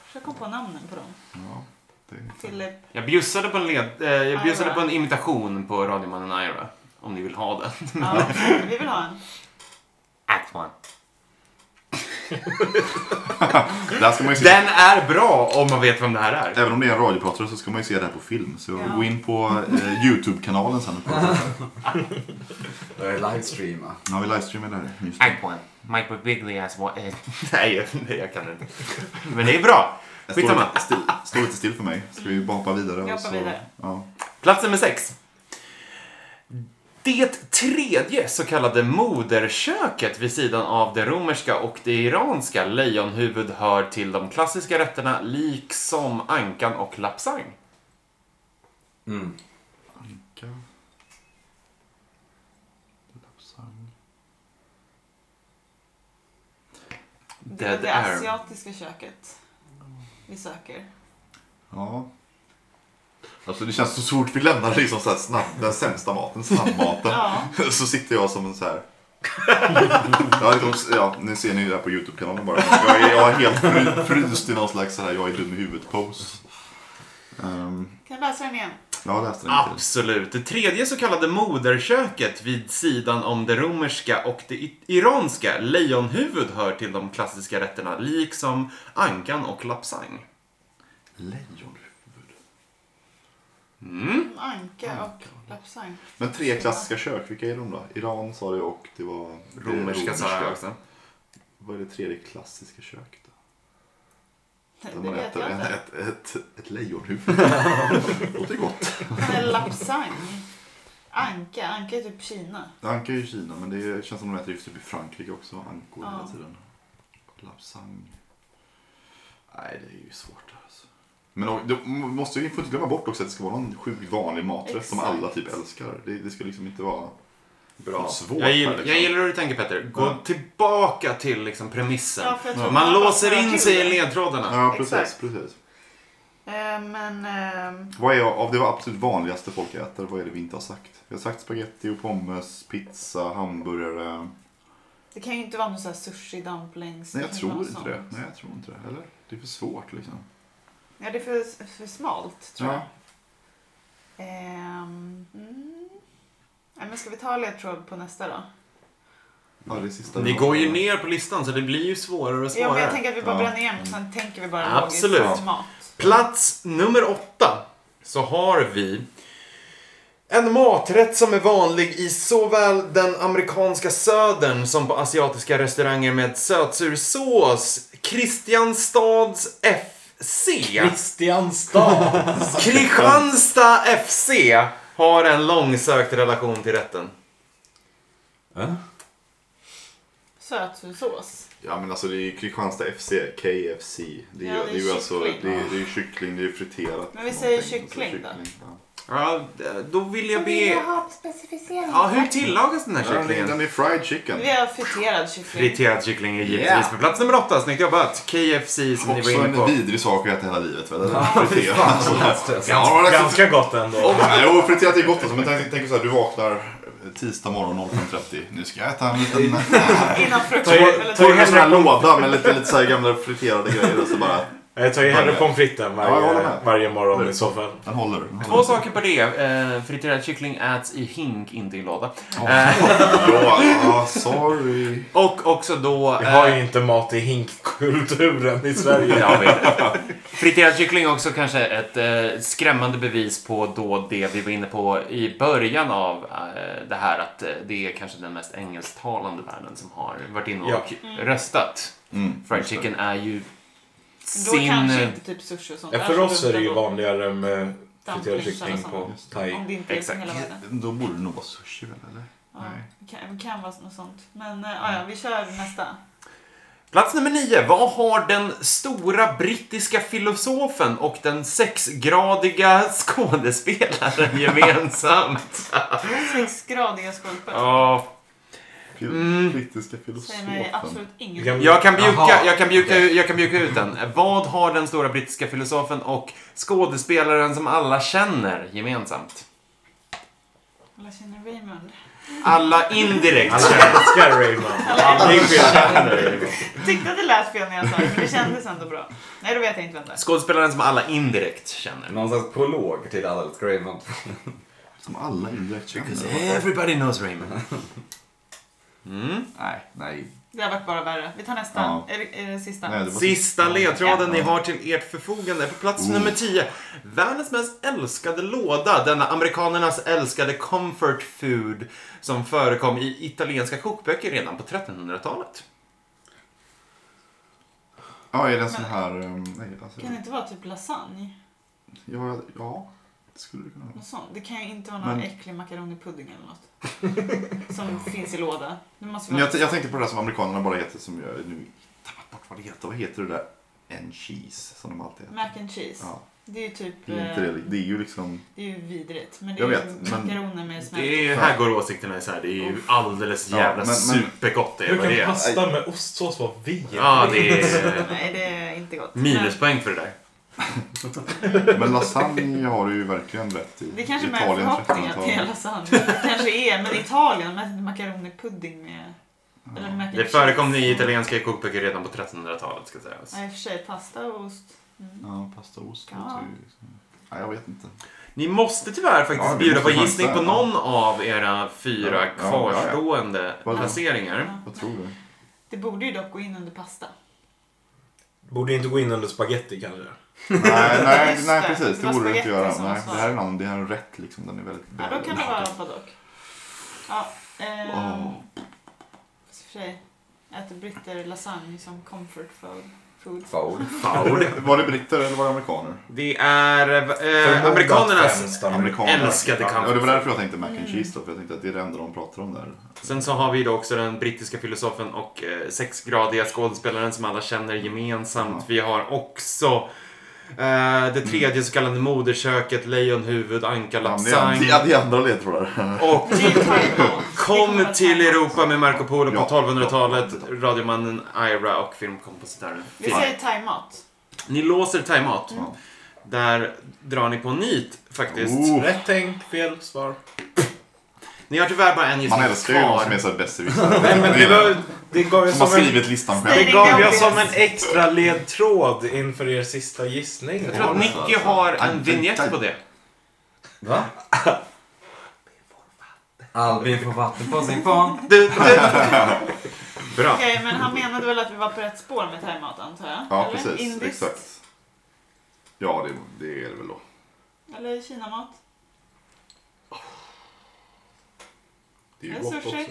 Speaker 6: Försök komma på namnen på dem.
Speaker 4: Ja, det-
Speaker 6: Philip.
Speaker 1: Jag bjussade på en, led, eh, jag bjussade
Speaker 6: Ira.
Speaker 1: på en imitation på radiomannen Ira. Om ni vill ha den.
Speaker 6: Ja, vi vill ha en.
Speaker 1: Act one.
Speaker 4: Där ska man ju se,
Speaker 1: Den är bra om man vet vem det här är.
Speaker 4: Även om det är en radiopratare så ska man ju se det här på film. Så
Speaker 6: Ja.
Speaker 4: gå in på eh, YouTube-kanalen sen. och prata.
Speaker 2: Det är livestreama.
Speaker 4: Ja, vi livestreamar det här. Just det.
Speaker 1: Act one. Mike Bigley as what... Eh. Nej, jag- nej, jag kan inte. Men det är bra.
Speaker 4: Jag står
Speaker 1: Skitsamma.
Speaker 4: lite still, står lite still för mig. Ska vi bara hoppa vidare?
Speaker 6: Vi
Speaker 4: och
Speaker 6: hoppar
Speaker 4: så-
Speaker 6: vidare.
Speaker 4: Ja.
Speaker 1: Plats nummer sex. Det tredje så kallade moderköket vid sidan av det romerska och det iranska lejonhuvud hör till de klassiska rätterna liksom ankan och lapsang.
Speaker 2: Mm.
Speaker 4: Anka. Lapsang.
Speaker 6: Det är
Speaker 1: Dead
Speaker 6: det
Speaker 1: air.
Speaker 6: asiatiska köket vi söker.
Speaker 4: Ja. Alltså det känns så svårt. Vi lämnar liksom så här snabb, den sämsta maten, snabbmaten.
Speaker 6: Ja.
Speaker 4: Så sitter jag som en så här... ja, liksom, ja, nu ser ni ju det här på YouTube-kanalen bara. Jag är, jag är helt fry, fryst i någon slags så här, jag är dum i huvudet-pose. Ehm,
Speaker 6: Kan jag läsa den igen?
Speaker 4: jag läste den inte.
Speaker 1: Absolut. Det tredje så kallade moderköket vid sidan om det romerska och det i- iranska lejonhuvud hör till de klassiska rätterna, liksom ankan och lapsang.
Speaker 4: Lejonhuvud.
Speaker 6: Om Anka och lapsang.
Speaker 4: Men tre klassiska kök, vilka är de då? Iran sa du och det var... det
Speaker 1: Romerska sa jag också.
Speaker 4: Vad är det tredje klassiska köket då?
Speaker 6: Det
Speaker 4: Där man
Speaker 6: vet
Speaker 4: äter
Speaker 6: jag
Speaker 4: en,
Speaker 6: inte.
Speaker 4: ett, ett, ett lejonhuvud. Låter gott.
Speaker 6: Men är lapsang? Anka. Anka är typ Kina.
Speaker 4: Anka är ju Kina, men det känns som de äter just typ i Frankrike också. Ankor
Speaker 6: Ja.
Speaker 4: hela tiden. Och Lapsang. Nej, det är ju svårt alltså. Men då- då måste vi får inte glömma bort också att det ska vara någon sjukt vanlig maträtt som
Speaker 6: Exakt.
Speaker 4: alla typ älskar. Det, det ska liksom inte vara
Speaker 2: Bra.
Speaker 4: svårt.
Speaker 1: Jag,
Speaker 4: här,
Speaker 1: gill,
Speaker 4: liksom.
Speaker 1: jag gillar hur du tänker Petter. Gå
Speaker 4: Ja.
Speaker 1: tillbaka till liksom premissen.
Speaker 6: Ja, för jag tror
Speaker 1: Man
Speaker 6: alla
Speaker 1: låser
Speaker 6: bara
Speaker 1: in
Speaker 6: till
Speaker 1: sig i
Speaker 6: det.
Speaker 1: ledtrådarna.
Speaker 4: Ja, precis,
Speaker 6: Exakt.
Speaker 4: precis.
Speaker 6: Eh, Men ehm,
Speaker 4: Vad är av det absolut vanligaste folk äter, vad är det vi inte har sagt? Vi har sagt spaghetti och pommes, pizza, hamburgare.
Speaker 6: det kan ju inte vara någon sån här sushi dumplings.
Speaker 4: Nej, jag
Speaker 6: Det kan ju
Speaker 4: tror
Speaker 6: vara något
Speaker 4: inte
Speaker 6: sånt.
Speaker 4: det. Nej, jag tror inte det. Eller? Det är för svårt liksom.
Speaker 6: Ja, det är för, för smalt tror jag.
Speaker 4: Ja.
Speaker 6: Ehm, mm. Nej, men ska vi ta ledtråd på nästa då?
Speaker 4: Ja, det är sista
Speaker 1: Ni går ju ner på listan så det blir ju svårare och
Speaker 6: Ja, men
Speaker 1: svårare.
Speaker 6: jag tänker att vi bara
Speaker 4: Ja.
Speaker 6: bränner igen och
Speaker 3: Mm.
Speaker 6: sen tänker vi bara
Speaker 1: Absolut.
Speaker 6: logiskt mat.
Speaker 1: Plats nummer åtta så har vi en maträtt som är vanlig i såväl den amerikanska södern som på asiatiska restauranger med sötsur sås. Kristianstads FC.
Speaker 3: Kristianstad.
Speaker 1: Kristianstad FC har en långsökt relation till rätten.
Speaker 6: Sötsursås.
Speaker 4: Ja men alltså det är ju Kristianstad FC, KFC. Det är,
Speaker 6: Ja,
Speaker 4: ju-
Speaker 6: det är
Speaker 4: det är ju alltså, det
Speaker 6: kyckling.
Speaker 4: är, det är ju kyckling, det är friterat.
Speaker 6: Men vi säger
Speaker 4: någonting, och så
Speaker 6: kyckling då.
Speaker 4: ja.
Speaker 1: Ja, då vill jag
Speaker 8: vill jag
Speaker 1: be...
Speaker 8: ha specificering.
Speaker 1: Ja, hur tillagas den här
Speaker 4: Ja, den, är,
Speaker 1: kycklingen?
Speaker 4: den är fried chicken.
Speaker 6: Vi har friterad kyckling.
Speaker 1: Friterad kyckling är givetvis
Speaker 2: Yeah.
Speaker 1: på plats nummer åtta. Snyggt jobbat! KFC som ni var
Speaker 4: Också
Speaker 1: inne
Speaker 4: en
Speaker 1: på.
Speaker 4: vidrig sak att äta hela livet. Vet du? Friterat. Ja, men alltså-
Speaker 3: Ganska gott ändå.
Speaker 4: Ja, Jo, friterat är gott alltså. Men tänk, tänk så här, du vaknar eh, tisdag morgon 05.30. Nu ska jag äta en liten...
Speaker 6: Innan frukost.
Speaker 3: Ta-
Speaker 6: eller
Speaker 3: ta-
Speaker 4: Tog
Speaker 6: något.
Speaker 4: en sån här låda med lite, lite så här gamla friterade grejer. Och så bara,
Speaker 3: Jag tar ju hellre pommes fritesen
Speaker 4: Ja, jag håller
Speaker 3: varje,
Speaker 4: med. Mm.
Speaker 3: varje morgon i så fall.
Speaker 4: den håller. Den
Speaker 1: Två
Speaker 4: håller.
Speaker 1: saker på det. Eh, friterad kyckling äts i hink, inte i låda.
Speaker 4: Ja, ja, sorry.
Speaker 1: Och också då...
Speaker 3: Vi har
Speaker 1: eh,
Speaker 3: ju inte mat i hinkkulturen i Sverige.
Speaker 1: Ja, vi- Friterad kyckling också kanske ett eh, skrämmande bevis på då det vi var inne på i början av eh, det här att eh, det är kanske den mest engelsktalande världen som har varit inne och
Speaker 3: Ja.
Speaker 1: röstat.
Speaker 4: Mm.
Speaker 1: Fried chicken är ju
Speaker 6: Mm. Då
Speaker 1: sin... eh,
Speaker 6: kanske inte typ sushi och sånt
Speaker 3: eh, Ja,
Speaker 6: är
Speaker 3: för
Speaker 6: så
Speaker 3: oss är det ju
Speaker 6: dumt
Speaker 3: vanligare med friterad
Speaker 6: Dumplings eller
Speaker 3: kyckling på
Speaker 6: sånt.
Speaker 3: thai.
Speaker 6: Om det inte är
Speaker 1: Exakt.
Speaker 6: Exakt. hela världen.
Speaker 4: Då borde det nog vara sushi väl, eller?
Speaker 6: Ja,
Speaker 4: Nej. Mm.
Speaker 6: det kan, det kan vara något sånt. Men äh, ja, vi kör nästa.
Speaker 1: Plats nummer nio. Vad har den stora brittiska filosofen och den sexgradiga skådespelaren gemensamt?
Speaker 6: Sexgradiga skorpor.
Speaker 1: Ja,
Speaker 4: Fil-
Speaker 1: Mm.
Speaker 4: Brittiska
Speaker 6: Säger mig
Speaker 4: filosofen.
Speaker 6: absolut inget.
Speaker 3: Gamla-
Speaker 1: Jag kan, bjuka,
Speaker 2: Jaha.
Speaker 1: jag, kan bjuka, jag kan bjuka ut den. Vad har den stora brittiska filosofen och skådespelaren som alla känner gemensamt?
Speaker 6: Alla känner Raymond.
Speaker 1: Alla indirekt
Speaker 3: Alla
Speaker 1: känner.
Speaker 3: älskar Raymond. Alla älskar Raymond.
Speaker 6: Tyckte att det lät fel när jag sa det, men det kändes ändå bra. Nej, då vet jag inte vem det är.
Speaker 1: Skådespelaren som alla indirekt känner.
Speaker 2: Någon slags prolog till alla älskar Raymond.
Speaker 4: Som alla indirekt känner.
Speaker 1: Everybody knows Raymond. Mm.
Speaker 2: Nej, nej.
Speaker 6: Det har varit bara värre. Vi tar nästa.
Speaker 4: Ja.
Speaker 6: Är, det, är det den sista?
Speaker 4: Nej, det Oh. var
Speaker 1: Sista ledtråden ni har till ert förfogande på plats nummer 10. Världens mest älskade låda, denna amerikanernas älskade comfort food som förekom i italienska kokböcker redan på 1300-talet.
Speaker 4: Ja, är det en sån här... ehm, Nej, alltså,
Speaker 6: Kan det inte vara typ lasagne?
Speaker 4: ja, ja, det skulle det kunna vara.
Speaker 6: Något sånt. Det kan ju inte vara någon
Speaker 4: Men-
Speaker 6: äcklig makaronipudding eller något. Som finns i låda. Det måste
Speaker 4: Men
Speaker 6: vara...
Speaker 4: jag, jag tänkte på det där som amerikanerna bara heter, som jag nu tappat bort vad det heter. Vad heter det där? En cheese, som de alltid heter.
Speaker 6: Mac and cheese.
Speaker 4: Ja,
Speaker 6: Det är ju typ...
Speaker 4: det är, inte
Speaker 6: eh,
Speaker 4: det, det är ju liksom...
Speaker 6: Det är ju vidrigt. Men det
Speaker 4: Jag
Speaker 6: är
Speaker 4: vet,
Speaker 6: ju
Speaker 4: men-
Speaker 6: makaroner med smör.
Speaker 1: Det är, här går åsikterna isär. Det är ju alldeles
Speaker 4: Ja,
Speaker 1: jävla
Speaker 4: men- men-
Speaker 1: supergott det är.
Speaker 3: Hur
Speaker 1: vad det
Speaker 3: kan
Speaker 1: är.
Speaker 3: pasta med ostsås vara vidrigt?
Speaker 1: Ja, det är
Speaker 6: Nej, det är inte gott.
Speaker 1: minuspoäng för det där.
Speaker 4: Men lasagne har du ju verkligen rätt i.
Speaker 6: Men Det kanske är med
Speaker 4: Italien
Speaker 6: förhoppning att det är
Speaker 4: 1300-tal.
Speaker 6: lasagne. Det kanske är, men Italien med makaronipudding med... Eller mac and
Speaker 1: Det förekom i italienska kokböcker redan på 1300-talet ska sägas.
Speaker 6: Ja, i och för sig. Pasta och ost. Mm.
Speaker 4: Ja, pasta och ost.
Speaker 6: Ja.
Speaker 4: låter ju liksom- Nej, jag vet inte.
Speaker 1: Ni måste tyvärr faktiskt
Speaker 4: Ja, vi
Speaker 1: bjuda på
Speaker 4: måste
Speaker 1: gissning på
Speaker 4: chansa, ja.
Speaker 1: någon av era fyra
Speaker 4: Ja, ja, ja, ja.
Speaker 1: kvarstående
Speaker 4: Vad-
Speaker 1: placeringar.
Speaker 6: Ja.
Speaker 4: Vad tror du?
Speaker 6: Det borde ju dock gå in under pasta.
Speaker 3: Borde inte gå in under spaghetti
Speaker 4: Eh,
Speaker 3: kanske.
Speaker 4: Nej, nej,
Speaker 6: Just
Speaker 4: nej
Speaker 6: det.
Speaker 4: precis.
Speaker 6: Det
Speaker 4: Det
Speaker 6: var
Speaker 4: borde du inte göra.
Speaker 6: spagetti som
Speaker 4: Nej,
Speaker 6: var
Speaker 4: det här är någon, det här är en rätt liksom. Den är väldigt
Speaker 6: Ja, då kan det vara badok. Ja, ehm,
Speaker 4: Åh.
Speaker 6: fast i och för sig. Äter britter lasagne som comfort food- food?
Speaker 2: Fold.
Speaker 1: Foul.
Speaker 4: Var det britter eller var det amerikaner?
Speaker 1: Det är eh,
Speaker 3: Förmodat
Speaker 1: amerikanernas
Speaker 3: främst amerikaner.
Speaker 4: Amerikaner.
Speaker 1: älskade
Speaker 4: Ja, det var
Speaker 1: comfort.
Speaker 4: därför jag tänkte mac and
Speaker 6: Mm.
Speaker 4: cheese då, för jag tänkte att det är det enda de pratar om där.
Speaker 1: Sen så har vi då också den brittiska filosofen och eh, sexgradiga skådespelaren som alla känner gemensamt.
Speaker 4: Ja. Mm.
Speaker 1: Vi har också eh, det tredje så kallade moderköket, lejonhuvud, anka
Speaker 4: Ja, det är-
Speaker 1: lapsang.
Speaker 4: det är det är andra
Speaker 6: Mm.
Speaker 4: ledtrådar.
Speaker 1: Och
Speaker 6: Det är thaimat. Det
Speaker 1: kom
Speaker 6: kan
Speaker 1: till
Speaker 6: vara
Speaker 1: Europa med Marco Polo på
Speaker 4: Ja.
Speaker 1: 1200-talet, radiomannen Ira och filmkompositören
Speaker 6: Vi
Speaker 1: Phil.
Speaker 6: säger thaimat.
Speaker 1: Ni låser thaimat.
Speaker 4: Ja.
Speaker 1: Där drar ni på nit faktiskt.
Speaker 4: Oh,
Speaker 3: Rätt tänk, fel svar.
Speaker 1: Ni har tyvärr bara en
Speaker 4: man
Speaker 1: gissning
Speaker 4: älskar ju de som är
Speaker 1: kvar.
Speaker 4: så här
Speaker 3: Nej, men det,
Speaker 4: besserwissrar.
Speaker 3: var, det gav ju
Speaker 4: Som har
Speaker 3: som en,
Speaker 4: skrivit listan
Speaker 6: Nej,
Speaker 4: själv.
Speaker 3: det gav jag som en extra ledtråd inför er sista gissning.
Speaker 1: Jag tror att Nicky har en vignett på det.
Speaker 2: Va? Albin får vatten på sin kvarn.
Speaker 1: Du, du. Bra.
Speaker 6: Okej, men han menade väl att vi var på rätt spår med thaimat antar jag?
Speaker 4: Ja,
Speaker 6: Eller?
Speaker 4: precis.
Speaker 6: Indiskt?
Speaker 4: Exakt. Ja, det, det är det väl då.
Speaker 6: Eller kinamat?
Speaker 4: Det är ju
Speaker 6: Eller
Speaker 4: gott.
Speaker 6: sushi?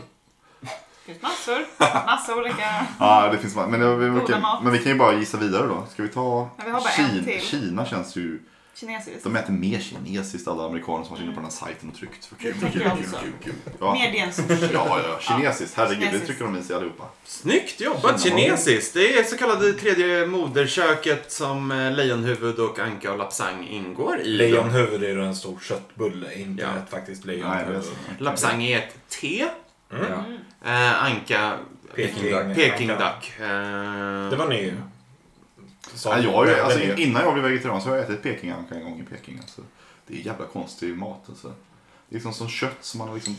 Speaker 6: Det finns massor. Massa olika.
Speaker 4: Ja, det finns ma- men, det, vi,
Speaker 6: Goda
Speaker 4: okej,
Speaker 6: mat.
Speaker 4: men vi kan ju bara gissa vidare då. Ska vi ta
Speaker 6: Ja, vi har bara en
Speaker 4: Kina?
Speaker 6: till.
Speaker 4: Kina känns ju...
Speaker 6: Kinesiskt.
Speaker 4: De äter mer kinesiskt, alla amerikaner som varit inne på den här sajten och tryckt. För kul, kul,
Speaker 6: Det tänker
Speaker 4: kul,
Speaker 6: jag
Speaker 4: kul,
Speaker 6: också.
Speaker 4: kul, kul. Ja.
Speaker 6: Mer det än sushi.
Speaker 4: Ja, ja, kinesiskt. Herregud, det
Speaker 6: Kinesiskt.
Speaker 4: trycker de i sig allihopa.
Speaker 1: Snyggt jobbat!
Speaker 4: Kina.
Speaker 1: Kinesiskt. Det är så kallade tredje moderköket som eh, Lejonhuvud och Anka och Lapsang ingår i.
Speaker 3: Lejonhuvud är ju en stor köttbulle, inte
Speaker 1: Ja.
Speaker 3: ett faktiskt
Speaker 4: Nej, det är
Speaker 3: lejonhuvud.
Speaker 4: så.
Speaker 1: Lapsang är ett te.
Speaker 3: Mm.
Speaker 2: Ja.
Speaker 6: Mm.
Speaker 1: Eh, Anka
Speaker 3: Peking-
Speaker 1: Peking
Speaker 3: Anka.
Speaker 1: duck. Eh,
Speaker 3: Det var ni ju.
Speaker 4: Ja, jag, har ju- alltså,
Speaker 3: Väldigt-
Speaker 4: innan jag blev vegetarian så har jag ätit pekinganka en gång i Peking. Alltså. Det är jävla konstig mat. Alltså. Det är liksom som kött som man har liksom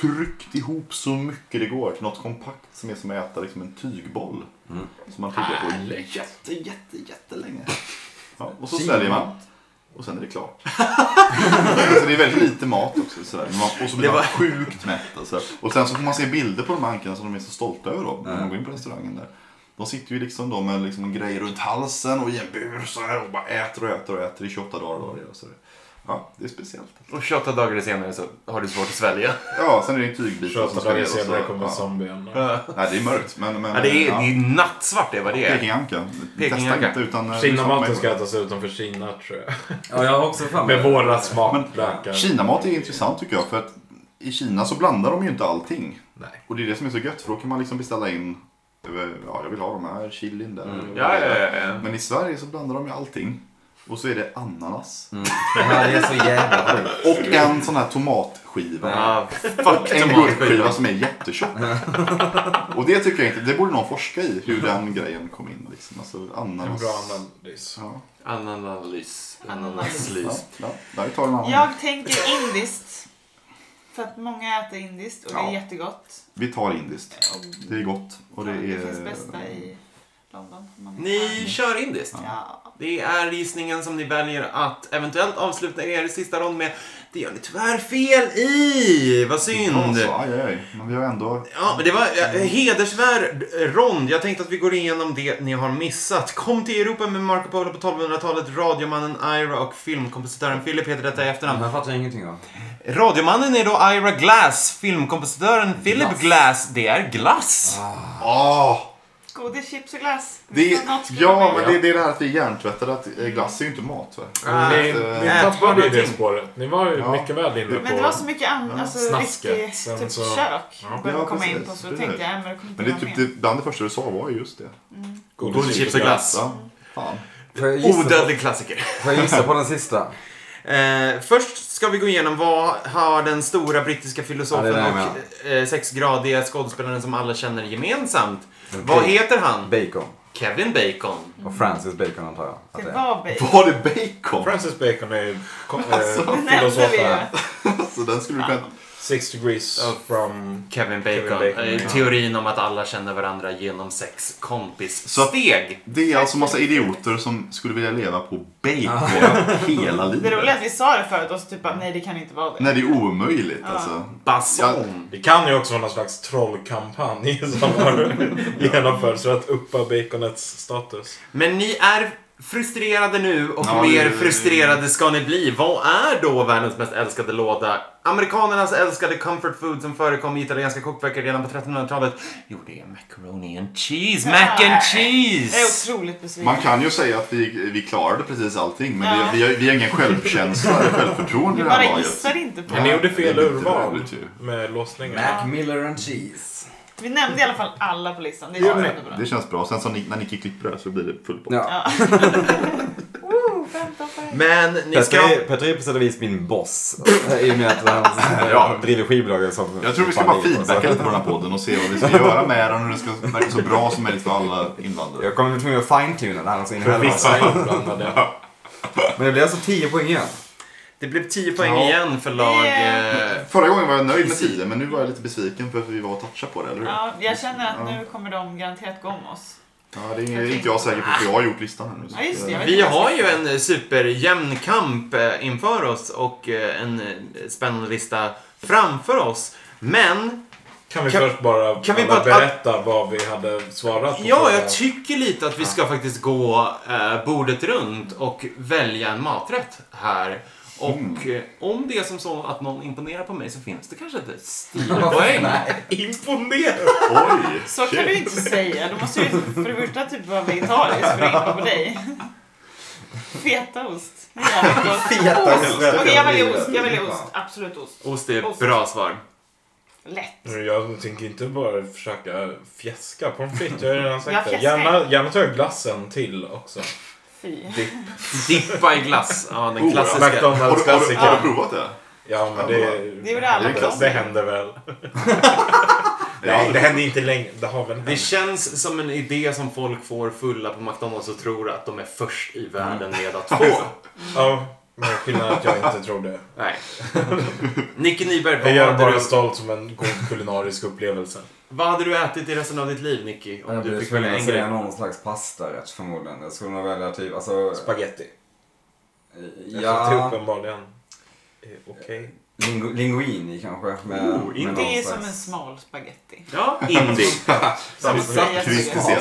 Speaker 4: tryckt ihop så mycket det går till något kompakt som är som att äta liksom en tygboll.
Speaker 1: Mm. Ah,
Speaker 4: Som man tuggar på jätte, jätte, jättelänge. Ja, och så
Speaker 2: Kina.
Speaker 4: sväljer man. Och sen är det klart. så det är väldigt lite mat också. Sådär. Men man- Och så blir
Speaker 1: Det var-
Speaker 4: man sjukt mätt. Alltså. Och sen så får man se bilder på de här ankarna som de är så stolta över då, när man går in på restaurangen där. De sitter ju liksom då med liksom en grej runt halsen och i en bur så här och bara äter och äter och äter i 28 dagar. Då, det, så det. Ja, det är speciellt.
Speaker 1: Och 28 dagar senare så har du svårt att svälja.
Speaker 4: Ja, sen är det ju tygbitar
Speaker 3: 28
Speaker 4: som ska
Speaker 3: dagar
Speaker 4: ner och så-
Speaker 3: senare kommer
Speaker 4: ja.
Speaker 3: zombierna.
Speaker 4: Nej, det är mörkt. Men, men,
Speaker 1: Ja, det, är,
Speaker 4: ja.
Speaker 1: det är nattsvart det är vad det är.
Speaker 4: Pekinganka.
Speaker 1: Pekinganka.
Speaker 4: Testa inte utan... eh, lyssna på
Speaker 3: Kinamaten
Speaker 4: mig.
Speaker 3: ska ätas utanför Kina tror jag.
Speaker 2: Ja, jag har också fram
Speaker 3: Med våra
Speaker 4: Men
Speaker 3: smaklökar.
Speaker 4: Kinamat är intressant tycker jag för att i Kina så blandar de ju inte allting.
Speaker 3: Nej.
Speaker 4: Och det är det som är så gött för då kan man liksom beställa in eh, Ja, jag vill ha de här chilin där.
Speaker 1: Mm. Ja, ja, ja, ja.
Speaker 4: Men i Sverige så blandar de ju allting. Och så är det ananas.
Speaker 1: Mm.
Speaker 2: Det här är så jävla sjukt.
Speaker 4: Och en sån här tomatskiva.
Speaker 1: Ja, fuck
Speaker 4: En
Speaker 1: tomatskiva.
Speaker 4: gurkskiva som är jättetjock. Och det tycker jag inte, det borde någon forska i hur den grejen kom in. Liksom. Alltså
Speaker 3: En
Speaker 4: ananas.
Speaker 3: bra analys.
Speaker 4: Ja,
Speaker 1: Ananaslys.
Speaker 4: ja,
Speaker 1: Ananaslys.
Speaker 4: ja. Där tar vi en annan.
Speaker 6: Jag tänker indiskt. För att många äter indiskt och det
Speaker 4: Ja.
Speaker 6: är jättegott.
Speaker 4: Vi tar indiskt.
Speaker 6: Och
Speaker 4: Det är gott. Och det,
Speaker 6: det
Speaker 4: är...
Speaker 6: finns bästa i London. om man är
Speaker 1: Ni
Speaker 6: där.
Speaker 1: kör indiskt.
Speaker 6: Ja.
Speaker 1: Det är gissningen som ni väljer att eventuellt avsluta er sista rond med. Det gör ni tyvärr fel i. Vad
Speaker 4: Ja,
Speaker 1: synd.
Speaker 4: så, aj, aj, aj. Men vi har ändå...
Speaker 1: Ja, men det var eh, hedersvärd eh, rond. Jag tänkte att vi går igenom det ni har missat. Kom till Europa med Marco Polo på 1200-talet, radiomannen Ira och filmkompositören Philip heter detta i
Speaker 2: Den
Speaker 1: efternamn.
Speaker 2: här fattar jag ingenting av.
Speaker 1: Radiomannen är då Ira Glass, filmkompositören Philip
Speaker 2: Glass.
Speaker 1: Glass. Det är glass.
Speaker 4: Ah,
Speaker 6: Godis, chips och glass.
Speaker 4: det,
Speaker 6: Något skulle
Speaker 4: ja,
Speaker 6: vara
Speaker 4: men
Speaker 6: med.
Speaker 4: det, det är det här att vi är hjärntvättade. Att eh, glass är ju inte mat. Va?
Speaker 1: Ah,
Speaker 3: Ni,
Speaker 4: eh,
Speaker 3: ni
Speaker 1: ät
Speaker 3: tappade ju det
Speaker 1: någonting.
Speaker 3: spåret. Ni var ju
Speaker 4: Ja.
Speaker 3: mycket väl inne på...
Speaker 6: Men det var så mycket annat, alltså
Speaker 3: Snasket,
Speaker 6: riktigt
Speaker 3: sen
Speaker 6: typ
Speaker 3: så-
Speaker 6: kök
Speaker 3: Ja.
Speaker 6: började
Speaker 4: Ja,
Speaker 6: komma in
Speaker 4: precis,
Speaker 6: på så
Speaker 4: precis.
Speaker 6: tänkte jag, "Äh, men det kommer inte
Speaker 4: Men det är
Speaker 6: vara
Speaker 4: typ
Speaker 6: med.
Speaker 4: det, bland det första du sa var ju just det.
Speaker 1: Godis, chips och glass.
Speaker 4: Ja.
Speaker 6: Mm.
Speaker 4: Fan.
Speaker 2: Får jag gissa, på,
Speaker 1: Odödlig klassiker.
Speaker 2: får jag gissa på den sista?
Speaker 1: Eh, först ska vi gå igenom vad har den stora brittiska filosofen
Speaker 2: Ja, det är den,
Speaker 1: och eh, sexgradiga skådespelaren som alla känner gemensamt. Vad
Speaker 2: Okej.
Speaker 1: heter han?
Speaker 2: Bacon.
Speaker 1: Kevin Bacon.
Speaker 2: Och Francis Bacon antar jag. Att det
Speaker 6: Det
Speaker 2: är.
Speaker 6: var bacon.
Speaker 4: Var det bacon?
Speaker 3: Francis Bacon är ju kom- eh,
Speaker 6: Den enda vi
Speaker 3: filosofen.
Speaker 6: är.
Speaker 4: Alltså, den skulle du kunna...
Speaker 3: Six degrees
Speaker 1: Ja.
Speaker 3: from...
Speaker 1: Kevin Bacon.
Speaker 3: Kevin Bacon,
Speaker 1: Eh,
Speaker 3: ja.
Speaker 1: Teorin om att alla känner varandra genom sex
Speaker 4: Så-
Speaker 1: kompissteg.
Speaker 4: Det är alltså massa idioter som skulle vilja leva på bacon hela
Speaker 6: Det roliga är
Speaker 4: livet.
Speaker 6: att vi sa det förut och så typ bara, nej det kan inte vara det.
Speaker 4: Nej, det är omöjligt alltså.
Speaker 1: Bason.
Speaker 3: Det kan ju också vara någon slags trollkampanj som har genomförts för att uppa baconets status.
Speaker 1: Men ni är frustrerade nu och
Speaker 4: Ja,
Speaker 1: mer
Speaker 4: det-
Speaker 1: frustrerade ska ni bli. Vad är då världens mest älskade låda? Amerikanernas älskade comfort food som förekom i italienska kokböcker redan på 1300-talet. Jo, det är macaroni and cheese. Mac and
Speaker 6: Jag är
Speaker 1: cheese!
Speaker 6: otroligt
Speaker 4: Man
Speaker 6: besviken.
Speaker 4: kan ju säga att vi, vi klarade precis allting, men
Speaker 6: Ja.
Speaker 4: vi, vi, har, vi har ingen självkänsla eller självförtroende i
Speaker 6: Vi
Speaker 4: det här
Speaker 6: bara
Speaker 4: laget.
Speaker 6: gissade inte på
Speaker 3: Men ni
Speaker 6: det.
Speaker 3: gjorde fel
Speaker 4: det är lite
Speaker 3: urval
Speaker 4: roligt ju.
Speaker 3: med låsningar.
Speaker 2: Mac Miller and Cheese.
Speaker 6: Vi nämnde i alla fall alla på listan. Det
Speaker 4: Ja,
Speaker 6: känns
Speaker 4: men
Speaker 6: ändå bra.
Speaker 4: Det känns bra. Sen så ni- när Nicky klipper det här så blir det full pott.
Speaker 2: Ja.
Speaker 6: Woo, 15 poäng.
Speaker 1: Men ni
Speaker 2: Petter
Speaker 1: ska...
Speaker 2: är, Petter är på sätt och vis min boss. I och med att han
Speaker 4: Ja.
Speaker 2: driver skivbolag som...
Speaker 4: Jag tror vi ska bara feedbacka lite på den här podden och se vad vi ska göra med den och hur den ska verka så bra som möjligt för alla invandrare.
Speaker 2: Jag kommer bli tvungen att fine-tuna den här så in i helvete.
Speaker 3: Vissa inblandade.
Speaker 2: Men det blir alltså 10 poäng igen.
Speaker 1: Det blev 10 poäng
Speaker 4: Ja.
Speaker 1: igen för lag...
Speaker 6: Yeah.
Speaker 1: eh,
Speaker 4: Förra gången var jag nöjd med tiden men nu var jag lite besviken för att vi var och touchade på det, eller hur?
Speaker 6: Ja, jag känner att nu kommer de garanterat gå om oss.
Speaker 4: Ja, det är inte jag säker på för jag har gjort listan här nu. så
Speaker 6: Ja, just det.
Speaker 4: att,
Speaker 6: Jag
Speaker 4: eh,
Speaker 6: vet
Speaker 1: Vi
Speaker 6: inte vad jag
Speaker 1: har
Speaker 6: ska
Speaker 1: ju
Speaker 6: säga.
Speaker 1: en superjämn kamp eh, inför oss och eh, en eh, spännande lista framför oss. Men,
Speaker 3: Kan vi
Speaker 1: Kan-
Speaker 3: först bara,
Speaker 1: kan vi
Speaker 3: alla
Speaker 1: bara-
Speaker 3: berätta vad vi hade svarat på
Speaker 1: ja,
Speaker 3: förra-
Speaker 1: jag tycker lite att vi ska faktiskt gå eh, bordet runt och välja en maträtt här. Och eh, om det är som så att någon imponerar på mig så finns det kanske ett stilpoäng.
Speaker 3: Imponerande!
Speaker 4: Oj!
Speaker 6: Så kan du inte säga. Du måste ju för det första typ vara vegetarisk för att impa på dig. Fetaost. Ja, ost.
Speaker 2: Fetaost.
Speaker 6: Okej, jag väljer ost. Jag väljer ost. Absolut ost.
Speaker 1: Ost är ett
Speaker 6: Ost.
Speaker 1: bra svar.
Speaker 6: Lätt.
Speaker 3: Jag tänker inte bara försöka fjäska pommes frites. Jag har ju redan
Speaker 6: Jag
Speaker 3: sagt det.
Speaker 6: fjäskar.
Speaker 3: Gärna, gärna tar jag glassen till också.
Speaker 6: Fy.
Speaker 1: Dippa i glass. Ja, den
Speaker 4: Oh,
Speaker 1: klassiska.
Speaker 4: Har du,
Speaker 3: McDonalds
Speaker 4: har, du, har du
Speaker 3: klassiker.
Speaker 4: provat det?
Speaker 3: Ja, men det,
Speaker 6: Det gjorde alla
Speaker 3: det,
Speaker 6: på
Speaker 3: det
Speaker 6: oss.
Speaker 3: händer väl. Nej, det händer inte längre. Det har väl
Speaker 1: Det
Speaker 3: hänt.
Speaker 1: känns som en idé som folk får fulla på McDonalds och tror att de är först i världen med att få.
Speaker 3: Ja, men skillnaden är att jag inte tror det.
Speaker 1: Nej. Nicke Nyberg,
Speaker 3: Jag
Speaker 1: vad
Speaker 3: gör
Speaker 1: hade,
Speaker 3: bara
Speaker 1: du,
Speaker 3: stolt som en god kulinarisk upplevelse.
Speaker 1: vad hade du ätit i resten av ditt liv, Nicky? Om
Speaker 2: Jag
Speaker 1: du
Speaker 2: blir
Speaker 1: fick välja
Speaker 2: tvungen att
Speaker 1: en
Speaker 2: säga
Speaker 1: grej.
Speaker 2: någon slags pastarätt förmodligen. Jag skulle nog välja typ, alltså...
Speaker 3: Spaghetti. Eftersom det
Speaker 2: Ja,
Speaker 3: uppenbarligen är Eh, okej.
Speaker 2: lingu, linguini kanske. Med,
Speaker 3: Oh,
Speaker 2: med
Speaker 3: inte
Speaker 2: någon
Speaker 6: Det är som en
Speaker 2: slags-
Speaker 6: smal spaghetti.
Speaker 1: Ja, indie. Som sagt.
Speaker 4: Kvistesera.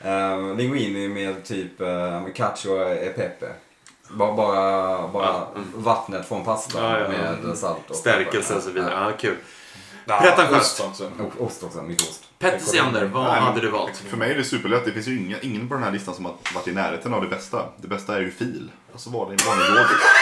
Speaker 2: Eh, linguini med typ uh, cacio e pepe. Bara, bara, bara vattnet från pastan
Speaker 1: Ja, ja, ja.
Speaker 2: med salt och
Speaker 1: Stärkelse och så vidare.
Speaker 2: Ja.
Speaker 1: Ja, kul.
Speaker 3: Ja,
Speaker 1: Pretentiöst.
Speaker 3: ost också.
Speaker 2: Och ost också, mycket ost.
Speaker 1: Petter Seander, vad
Speaker 4: Nej, men-
Speaker 1: hade du valt?
Speaker 4: För mig är det superlätt. Det finns ju inga, ingen på den här listan som har varit i närheten av det bästa. Det bästa är ju fil. Alltså vanlig vanlig råbiff.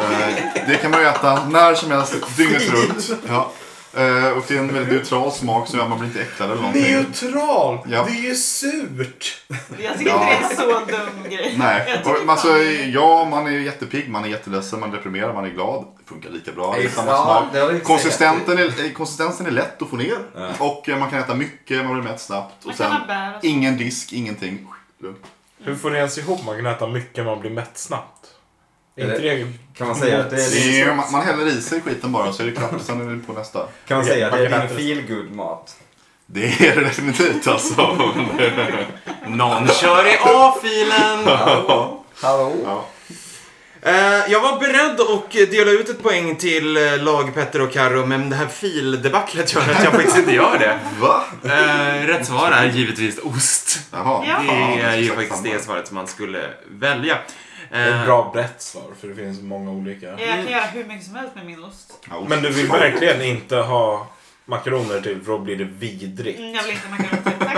Speaker 4: Eh, Det kan man ju äta när som helst, dygnet runt. Ja. Eh, Och det är en väldigt neutral smak så man blir inte äcklad eller någonting.
Speaker 3: Neutral!
Speaker 4: Ja.
Speaker 3: Det är ju surt!
Speaker 6: Jag tycker inte det är en så dum grej.
Speaker 4: Nej,
Speaker 6: Jag tycker
Speaker 4: och, men alltså,
Speaker 6: fan-
Speaker 4: ja man är jättepigg, man är jätteledsen, man är deprimerad, man är glad. Det funkar lika bra, det är samma
Speaker 2: Ja,
Speaker 4: smak.
Speaker 2: det har vi inte
Speaker 4: Konsistenten är, eh, konsistensen är lätt att få ner och eh, man kan äta mycket, man blir mätt snabbt.
Speaker 6: Man
Speaker 4: Och
Speaker 6: kan
Speaker 4: sen
Speaker 6: ha bär och så.
Speaker 4: ingen disk, ingenting. Lugnt.
Speaker 3: Hur får du ens ihop? Man kan äta mycket, man blir mätt snabbt. Är inte
Speaker 2: Eller-
Speaker 3: det...
Speaker 2: Kan man säga att det är,
Speaker 4: Jo, man, man häller i sig skiten bara så är det klart, sen är det på nästa.
Speaker 2: kan man säga att det
Speaker 3: Man kan
Speaker 2: är
Speaker 3: äta
Speaker 2: din
Speaker 3: det.
Speaker 2: feel good mat
Speaker 4: Det är det definitivt alltså.
Speaker 1: Någon kör i A-filen.
Speaker 2: Hallå?
Speaker 4: Ja.
Speaker 1: Eh, jag var beredd att dela ut ett poäng till eh, lag Petter och Karo men det här fildebaclet gör att jag faktiskt inte gör det.
Speaker 4: Va?
Speaker 1: Eh, rätt svar är givetvis ost.
Speaker 4: Jaha.
Speaker 6: Ja.
Speaker 4: Fan,
Speaker 1: Det är ju
Speaker 4: exakt
Speaker 1: faktiskt
Speaker 4: samma.
Speaker 1: det svaret som man skulle välja.
Speaker 3: Det är
Speaker 1: Eh,
Speaker 3: ett bra brett svar, för det finns många olika.
Speaker 6: Jag kan göra hur mycket som helst med min ost.
Speaker 4: Ja, ost.
Speaker 3: Men du vill verkligen inte ha makaroner till, för då blir det vidrigt.
Speaker 6: Mm, jag vill inte macka runt det. Tack.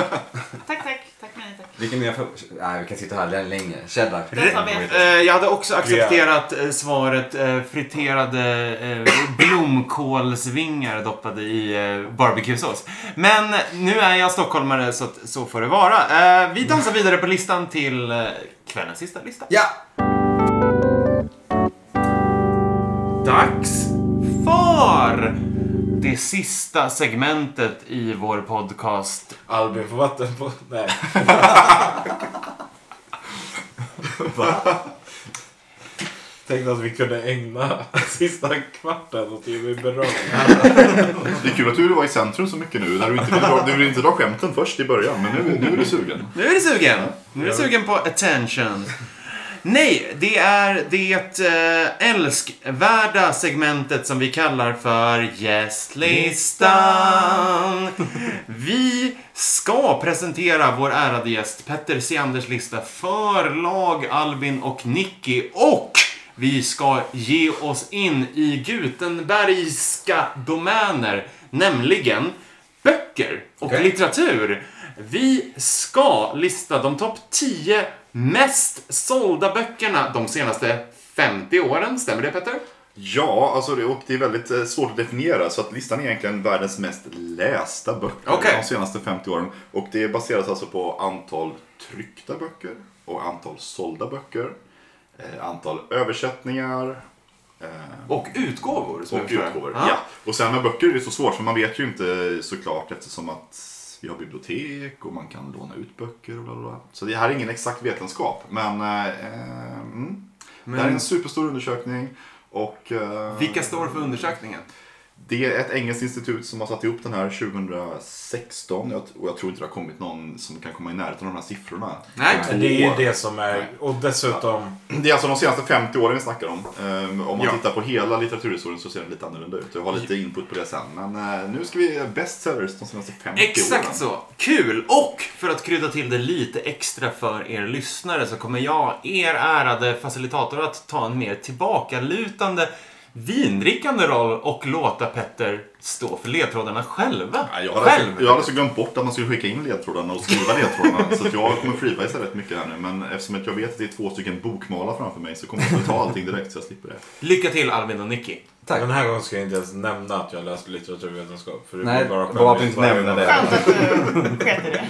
Speaker 6: Tack, tack. Tack, nej, tack.
Speaker 2: Vilken mer för... Nej, vi kan sitta här länge. Cheddar.
Speaker 6: Det tar vi efter.
Speaker 1: Eh, jag hade också accepterat eh, svaret eh, friterade eh, blomkålsvingar doppade i eh, barbecuesås. Men nu är jag stockholmare så, att, så får det vara. Eh, vi dansar vidare på listan till eh, kvällens sista lista.
Speaker 2: Ja!
Speaker 1: Dags för det sista segmentet i vår podcast.
Speaker 3: Albin får vatten på... Nej. Tänkte att vi kunde ägna sista kvarten åt Jimmy Beröm.
Speaker 4: Det är kul att du var i centrum så mycket nu. När du, inte vill dra, du vill inte dra skämten först i början, men nu, nu är du sugen.
Speaker 1: Nu är du sugen! Nu är du sugen på attention. Nej, det är det eh, älskvärda segmentet som vi kallar för Gästlistan. Vi ska presentera vår ärade gäst Petter Seanders lista för lag Albin och Nicky och vi ska ge oss in i Gutenbergska domäner, nämligen böcker och
Speaker 2: Okej.
Speaker 1: litteratur. Vi ska lista de topp 10 mest sålda böckerna de senaste 50 åren. Stämmer det Petter?
Speaker 4: Ja, alltså det, och det är väldigt eh, svårt att definiera. Så att listan är egentligen världens mest lästa böcker
Speaker 1: Okej.
Speaker 4: de senaste 50 åren. Och det baseras alltså på antal tryckta böcker och antal sålda böcker. eh, Antal översättningar. eh,
Speaker 1: Och utgåvor. som
Speaker 4: Och
Speaker 1: jag förstår.
Speaker 4: utgåvor.
Speaker 1: Ja.
Speaker 4: Ja. Och sen med böcker är det så svårt för man vet ju inte såklart eftersom att vi har bibliotek och man kan låna ut böcker och bla bla bla. Så det här är ingen exakt vetenskap. Men, eh, mm. det här är en superstor undersökning. Och, eh,
Speaker 1: Vilka står för undersökningen?
Speaker 4: Det är ett engelskt institut som har satt ihop den här 2016. Jag- Och jag tror inte det har kommit någon som kan komma i närheten av de här siffrorna.
Speaker 1: Nej.
Speaker 4: På två
Speaker 3: Det är ju
Speaker 4: år.
Speaker 3: det som är... Och dessutom...
Speaker 4: Det är alltså de senaste 50 åren vi snackar om. Ehm, Om man
Speaker 1: Ja.
Speaker 4: tittar på hela litteraturhistorien så ser den lite annorlunda ut. Jag har lite input på det sen. Men eh, nu ska vi bestsellers de senaste 50 åren.
Speaker 1: Exakt så! Kul! Och för att krydda till det lite extra för er lyssnare så kommer jag, er ärade facilitator, att ta en mer tillbakalutande vindrickande roll och låta Petter stå för ledtrådarna själva.
Speaker 4: Nej, Jag hade,
Speaker 1: Själv!
Speaker 4: jag hade så glömt bort att man skulle skicka in ledtrådarna och skriva ledtrådarna. så att jag kommer freebisa rätt mycket här nu. Men eftersom att jag vet att det är två stycken bokmalar framför mig så kommer jag att ta allting direkt så jag slipper det.
Speaker 1: Lycka till Alvin och Nicky.
Speaker 2: Tack.
Speaker 3: Den här gången ska jag inte ens nämna att jag läste litteraturvetenskap. För det
Speaker 2: Nej,
Speaker 3: blir bara
Speaker 2: bra att du
Speaker 3: skämmigt
Speaker 2: inte
Speaker 3: varje
Speaker 2: nämner
Speaker 3: gång.
Speaker 2: det.
Speaker 6: Skönt att du sket i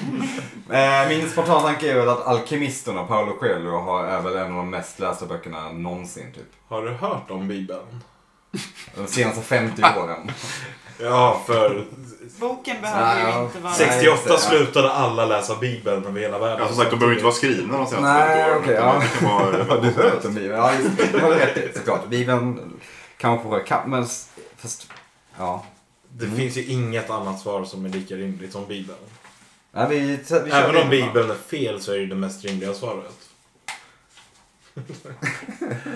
Speaker 6: det.
Speaker 2: Eh, min spontana tanke är väl att Alkemisterna, Paolo Coelho, har, är väl en av de mest lästa böckerna någonsin. Typ.
Speaker 3: Har du hört om Bibeln?
Speaker 2: De senaste 50 åren.
Speaker 3: Ja, för
Speaker 6: Boken behöver ju inte vara...
Speaker 2: Sex-
Speaker 3: 68
Speaker 2: ja.
Speaker 3: slutade alla läsa Bibeln över hela världen.
Speaker 4: Ja, Alltså, som sagt, de behöver inte vara skrivna de senaste
Speaker 2: Nej,
Speaker 4: 50 åren.
Speaker 2: okej,
Speaker 4: utan
Speaker 2: ja.
Speaker 4: det kan vara-
Speaker 2: du hört om Bibeln? Ja, just det. Det har du rätt i, såklart. Bibeln kanske kan... Men, s- fast, ja.
Speaker 3: Det finns ju inget annat svar som är lika rimligt som Bibeln.
Speaker 2: Nej, vi, vi kör
Speaker 3: Även om
Speaker 2: Bibeln.
Speaker 3: Bibeln är fel så är det det mest rimliga svaret.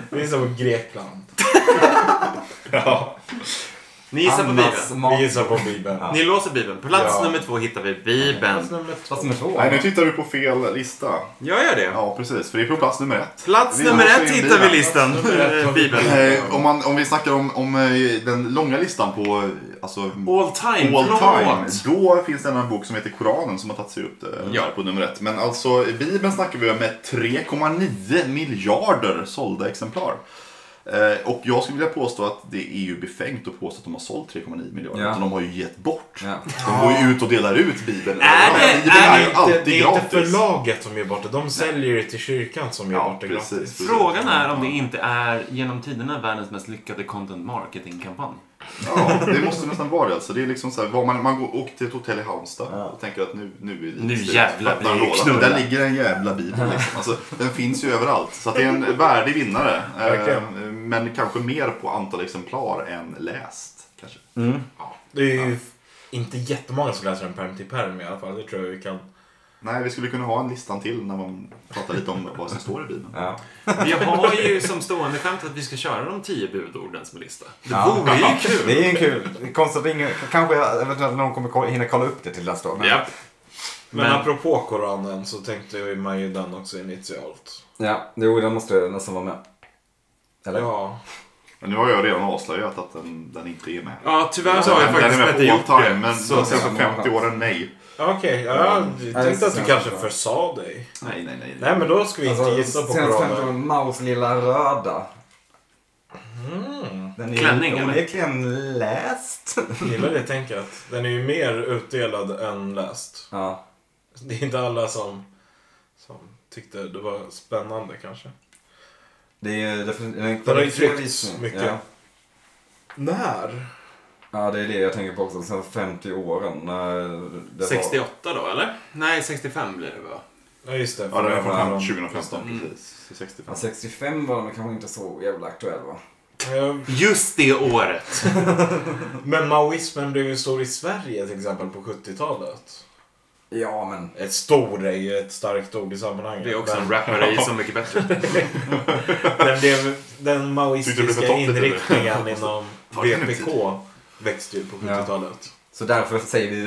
Speaker 3: Det är som Grekland.
Speaker 1: Ja. Ni gissar på Bibeln.
Speaker 3: Vi gissar på Bibeln. Ja.
Speaker 1: Ni låser Bibeln. På plats
Speaker 3: Ja.
Speaker 1: nummer två hittar vi Bibeln.
Speaker 2: Fast nummer två.
Speaker 4: Nej, nu tittar du på fel lista.
Speaker 1: Jag gör det.
Speaker 4: Ja, precis. För det är på plats nummer ett.
Speaker 1: Plats
Speaker 4: Vi
Speaker 1: nummer
Speaker 4: låser
Speaker 1: ett
Speaker 4: in
Speaker 1: hittar vi
Speaker 4: Bibeln.
Speaker 1: listan.
Speaker 3: Plats nummer ett har vi
Speaker 1: Bibeln.
Speaker 4: Eh, om, man, om vi snackar om, om eh, den långa listan på eh, alltså,
Speaker 1: All time.
Speaker 4: all time,
Speaker 1: Förlåt.
Speaker 4: då finns det en annan bok som heter Koranen som har tagit sig upp eh,
Speaker 1: Ja.
Speaker 4: där på nummer ett. Men alltså, Bibeln snackar vi om med 3,9 miljarder sålda exemplar. Eh, och jag skulle vilja påstå att det är ju befängt att påstå att de har sålt 3,9 miljarder.
Speaker 2: Ja.
Speaker 4: Utan de har ju gett bort.
Speaker 2: Ja.
Speaker 4: De går ju ut och delar ut Bibeln.
Speaker 1: Är det-
Speaker 4: överallt. Bibeln
Speaker 1: är
Speaker 4: är,
Speaker 1: det
Speaker 4: ju
Speaker 1: inte-
Speaker 4: alltid
Speaker 3: Det är inte
Speaker 4: gratis.
Speaker 3: förlaget som ger bort det. De säljer det till kyrkan som ger
Speaker 4: Ja,
Speaker 3: bort det
Speaker 4: precis.
Speaker 3: gratis.
Speaker 1: Frågan är om det inte är genom tiderna världens mest lyckade content marketing-kampanj.
Speaker 4: Ja, det måste nästan vara det. Alltså. Det är liksom så här, var man, man går, åker till ett hotell i Halmstad och tänker att nu, nu är det
Speaker 1: Nu
Speaker 4: slut.
Speaker 1: jävlar
Speaker 4: Öppnar
Speaker 1: blir det
Speaker 4: lådan.
Speaker 1: knulla.
Speaker 4: Där ligger en jävla bibel liksom. Alltså, den finns ju överallt. Så att det är en värdig vinnare. Eh,
Speaker 3: Verkligen.
Speaker 4: Men kanske mer på antal exemplar än läst. Kanske.
Speaker 3: Ja, det är ju inte jättemånga som läser den perm till perm i alla fall. Det tror jag vi kan.
Speaker 4: Nej, vi skulle kunna ha en listan till när man pratar lite om vad som står i Bibeln.
Speaker 2: Ja.
Speaker 1: Vi har ju som stående skämt att vi ska köra de tio budordens lista. Det
Speaker 2: Ja.
Speaker 1: vore ju kul.
Speaker 2: Det är ju kul. Det är Konstigt att ingen, kanske eventuellt någon kommer ko- hinna kolla upp det till nästa år. men-
Speaker 1: Japp.
Speaker 3: Men,
Speaker 1: Men-
Speaker 3: apropå Koranen så tänkte ju man ju den också initialt.
Speaker 2: Ja, jo den måste nästan vara med. Eller?
Speaker 3: Ja.
Speaker 4: Men nu har jag redan avslöjat att den, den inte är med.
Speaker 1: Ja, tyvärr så har jag
Speaker 4: den, den är
Speaker 1: faktiskt
Speaker 4: med
Speaker 1: inte
Speaker 4: på all
Speaker 1: gjort
Speaker 4: time,
Speaker 1: det.
Speaker 4: men
Speaker 1: så,
Speaker 4: de senaste
Speaker 2: så-
Speaker 4: 50 åren, nej.
Speaker 3: Okej, ja, jag tänkte att
Speaker 2: det
Speaker 3: du
Speaker 2: är
Speaker 3: kanske
Speaker 2: sant.
Speaker 3: försa dig.
Speaker 4: Nej, nej, nej.
Speaker 3: Nej men då ska vi inte
Speaker 2: Alltså,
Speaker 4: Alltså,
Speaker 3: gissa på
Speaker 2: senast tänkte
Speaker 3: Koranen.
Speaker 2: jag Maus lilla röda.
Speaker 3: Mm.
Speaker 2: Den är ju
Speaker 1: Klänning, eller?
Speaker 2: onekligen läst.
Speaker 3: Gillar det tänket. Den är ju mer utdelad än läst.
Speaker 2: Ja.
Speaker 3: Det är inte alla som, som tyckte det var spännande kanske.
Speaker 2: Det är ju definitivt en
Speaker 3: Den har ju tryckts
Speaker 2: kvalitetsvisning.
Speaker 3: mycket.
Speaker 2: Ja.
Speaker 3: När?
Speaker 2: ja, det är det jag tänker på också. Sen 50 åren. när det
Speaker 1: 68 då, eller? Nej, 65 blir det va?
Speaker 3: Ja just det.
Speaker 4: Ja, den är
Speaker 3: för-
Speaker 4: från
Speaker 3: för-
Speaker 4: 2015, precis. Så
Speaker 2: Var, ja,
Speaker 4: 65.
Speaker 2: 65 var den kanske inte så jävla aktuell va?
Speaker 3: Ja,
Speaker 1: Just det året.
Speaker 3: Men maoismen blev ju stor i Sverige till exempel på 70-talet.
Speaker 2: Ja, men
Speaker 3: Ett stor är ju ett starkt ord i sammanhanget.
Speaker 1: Det är också en
Speaker 3: men
Speaker 1: rapper i Så mycket bättre.
Speaker 3: den, blev, den
Speaker 4: Tyckte du det
Speaker 3: maoistiska
Speaker 4: blev toppigt,
Speaker 3: inriktningen inom
Speaker 4: Ta det nu,
Speaker 3: VPK växte ju på 70-talet.
Speaker 2: så därför säger vi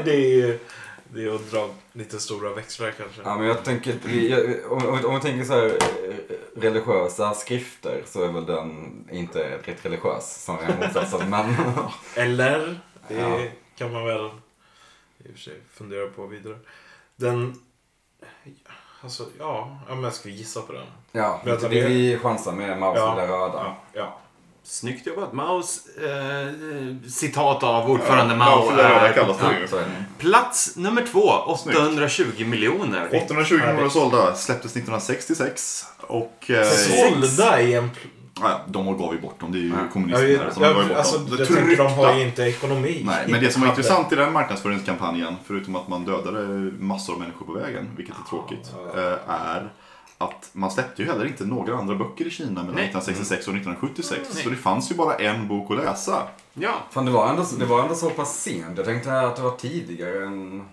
Speaker 3: det är ju det är att dra lite stora växlar kanske.
Speaker 2: Ja, men jag tänker, vi- jag- om, om, om vi tänker så här, eh, religiösa skrifter så är väl den inte rätt religiös snarare än motsatsen. Men
Speaker 3: Eller? Det
Speaker 2: Ja.
Speaker 3: kan man väl i och för sig fundera på vidare. Den... Alltså, ja. ja men jag skulle gissa på den.
Speaker 2: ja,
Speaker 3: Vänta,
Speaker 2: vi, vi chansar med Maus
Speaker 3: Ja.
Speaker 2: lilla röda.
Speaker 3: Ja. ja.
Speaker 1: Snyggt jobbat. Maus eh, citat av ordförande Mao
Speaker 4: Mao Ferrara
Speaker 1: är
Speaker 4: kallas det ju.
Speaker 2: Så är det.
Speaker 1: plats nummer två. 820 miljoner.
Speaker 4: 820 miljoner sålda, släpptes 1966. Och... Eh,
Speaker 3: Sålda i en... pl-
Speaker 4: ja, de gav ju bort dem, det är ju
Speaker 3: Ja,
Speaker 4: kommunisterna
Speaker 3: jag,
Speaker 4: som gav
Speaker 3: jag,
Speaker 4: bort
Speaker 3: alltså,
Speaker 4: dem.
Speaker 3: jag
Speaker 4: Tryckta.
Speaker 3: tänker de har ju inte ekonomi.
Speaker 4: Nej, men det som var
Speaker 3: Hade.
Speaker 4: intressant i den marknadsföringskampanjen, förutom att man dödade massor av människor på vägen, vilket är tråkigt, eh, är att man släppte ju heller inte några andra böcker i Kina mellan
Speaker 1: Nej.
Speaker 4: 1966 och 1976. Så det fanns ju bara en bok att läsa.
Speaker 1: Ja.
Speaker 2: Fan, det var, ändå, det var ändå så pass sent. Jag tänkte att det var tidigare än...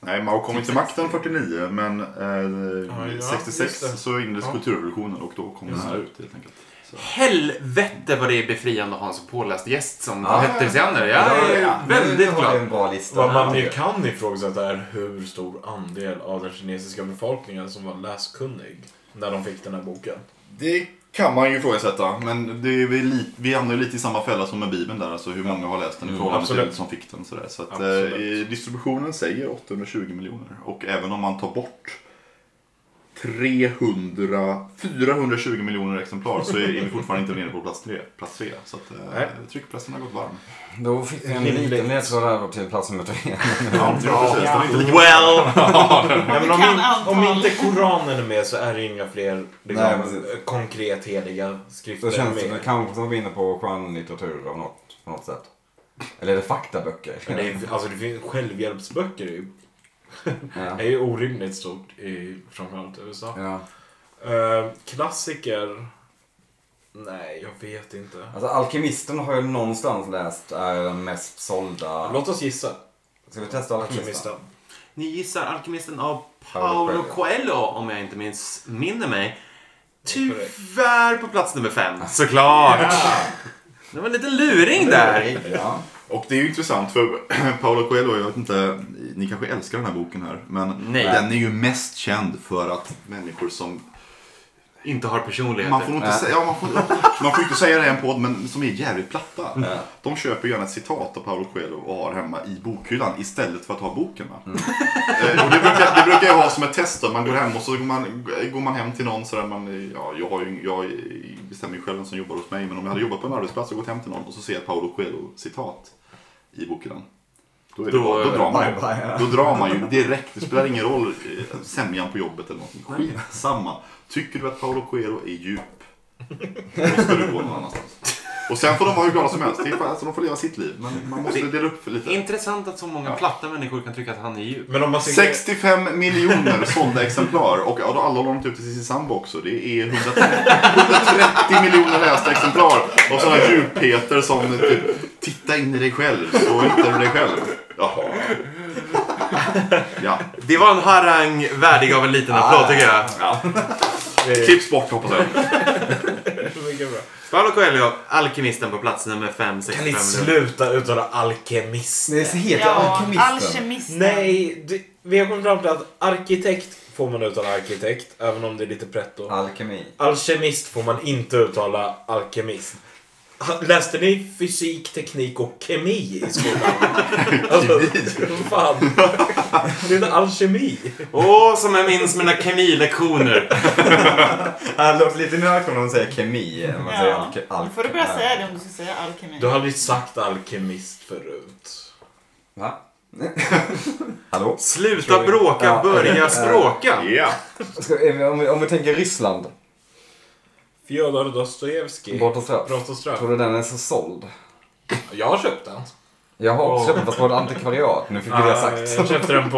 Speaker 4: Nej, Mao kom inte till makten 49, men
Speaker 3: Ja,
Speaker 4: eh,
Speaker 3: ja,
Speaker 4: 66
Speaker 3: just det.
Speaker 4: så inleddes
Speaker 3: Ja.
Speaker 4: kulturrevolutionen och då kom den här ut helt enkelt. Så.
Speaker 1: Helvete vad det är befriande att ha en så påläst gäst som
Speaker 2: Ja.
Speaker 1: Petter Seander. Jag är
Speaker 2: Nu
Speaker 1: väldigt
Speaker 2: har jag
Speaker 1: glad.
Speaker 2: en bra lista.
Speaker 3: Vad man ju kan ifrågasätta är hur stor andel av den kinesiska befolkningen som var läskunnig när de fick den här boken.
Speaker 4: Det kan man ju ifrågasätta, men det är vi, li- vi hamnar ju lite i samma fälla som med Bibeln där, alltså hur många har läst den i förhållande till
Speaker 3: Mm, absolut.
Speaker 4: som fick den. Sådär. Så att,
Speaker 3: Absolut.
Speaker 4: eh, distributionen säger 820 miljoner och även om man tar bort 300, 420 miljoner exemplar så är är vi fortfarande inte nere på plats tre. Plats tre så att, eh,
Speaker 3: Nej.
Speaker 4: tryckpressen har gått varm.
Speaker 2: Då fick vi en
Speaker 3: Rimligt.
Speaker 2: liten ledtråd här till plats nummer tre.
Speaker 4: Ja, precis. Den är inte lika-
Speaker 1: Well,
Speaker 3: Nej, men
Speaker 6: vi
Speaker 3: om,
Speaker 6: kan
Speaker 3: in,
Speaker 6: antal.
Speaker 3: om inte Koranen är med så är det inga fler liksom,
Speaker 2: Nej, precis.
Speaker 3: konkret heliga
Speaker 2: Då
Speaker 3: skrifter
Speaker 2: känns det
Speaker 3: med.
Speaker 2: väl kanske som vi är inne på skönlitteratur av något, på något sätt. Eller är det faktaböcker?
Speaker 3: Men Det är, alltså, det finns självhjälpsböcker är ju,
Speaker 2: Ja.
Speaker 3: är ju orimligt stort i framförallt USA.
Speaker 2: Ja.
Speaker 3: Eh, klassiker? Nej, jag vet inte.
Speaker 2: Alltså Alkemisten har jag någonstans läst är den mest sålda.
Speaker 3: Låt oss gissa.
Speaker 2: Ska vi testa Alkemisten?
Speaker 3: Alkemisten.
Speaker 1: ni gissar Alkemisten av
Speaker 2: Paulo
Speaker 1: Paolo Coelho om jag inte minns minner mig. Tyvärr på plats nummer fem, såklart. Det var en liten luring där.
Speaker 2: Ja.
Speaker 4: Och det är ju intressant för Paolo Coelho, jag vet inte, ni kanske älskar den här boken här. Men
Speaker 1: Nej.
Speaker 4: den är ju mest känd för att människor som...
Speaker 1: Inte har personligheter.
Speaker 4: Man får nog inte säga, ja, man får, man får inte säga det i en podd, men som är jävligt platta. De köper gärna ett citat av Paolo Coelho och har hemma i bokhyllan istället för att ha boken. va? Eh, Och det, brukar, det brukar jag ha som ett test. Då. Man går hem och så går man, går man hem till någon. Så där man, ja, jag, har ju, jag bestämmer ju själv vem som jobbar hos mig. Men om jag hade jobbat på en arbetsplats och gått hem till någon och så ser jag ett Paolo Coelho-citat i bokhyllan. Då, är det,
Speaker 1: Då-
Speaker 4: bara- då, drar man, ju-
Speaker 2: bye, bye,
Speaker 4: då drar man ju direkt. Det spelar ingen roll eh, sämjan på jobbet eller någonting. Skitsamma. Tycker du att Paolo Coelho är djup, då ska du gå någon annanstans. Och sen får de vara hur glada som helst. Det är fan- Alltså, de får leva sitt liv. Men man måste dela upp för lite.
Speaker 1: Intressant att så många platta människor kan tycka att han är djup.
Speaker 3: Men om man tycker-
Speaker 4: 65 miljoner sålda exemplar och ja, då alla lånat ut det till sin sambo också. Det är 130, 130 miljoner lästa exemplar av sådana djupheter som typ, titta in i dig själv så hittar du dig själv. Jaha. Ja,
Speaker 1: Det var en harang värdig av en liten applåd tycker jag.
Speaker 4: det
Speaker 2: Typ.
Speaker 4: klipps bort hoppas jag.
Speaker 3: Mycket bra.
Speaker 1: Paolo Coelho, alkemisten på plats nummer 5,
Speaker 3: Kan ni
Speaker 1: 65
Speaker 3: sluta uttala alkemist?
Speaker 2: Det heter
Speaker 6: Ja,
Speaker 2: Alkemisten.
Speaker 6: alkemisten.
Speaker 3: Nej, det, vi har kommit fram till att arkitekt får man uttala arkitekt, även om det är lite pretto.
Speaker 2: Alkemi.
Speaker 3: Alkemist får man inte uttala alkemist. Ha- Läste ni fysik, teknik och kemi i skolan? alltså, fan. Det är inte alkemi.
Speaker 1: Åh, som jag minns mina kemilektioner.
Speaker 2: Det låter lite mörkt om de säger kemi. än om Man säger
Speaker 6: Ja.
Speaker 2: alke,
Speaker 6: Då
Speaker 2: alke,
Speaker 6: får du börja säga det om du ska säga alkemi.
Speaker 3: Du har aldrig sagt alkemist förut.
Speaker 2: Va? Hallå?
Speaker 1: Sluta bråka,
Speaker 2: Ja.
Speaker 1: börja språka.
Speaker 4: Ja.
Speaker 2: Ska, vi- om, vi, om vi tänker Ryssland.
Speaker 3: Fjodor Dostojevskij.
Speaker 2: Bort och straff.
Speaker 3: Brott och straff.
Speaker 2: Tror du den är så såld?
Speaker 3: Jag har köpt den.
Speaker 2: Jag har också
Speaker 3: Åh.
Speaker 2: köpt den fast på ett antikvariat. Nu fick vi det
Speaker 3: jag
Speaker 2: sagt.
Speaker 3: köpte den på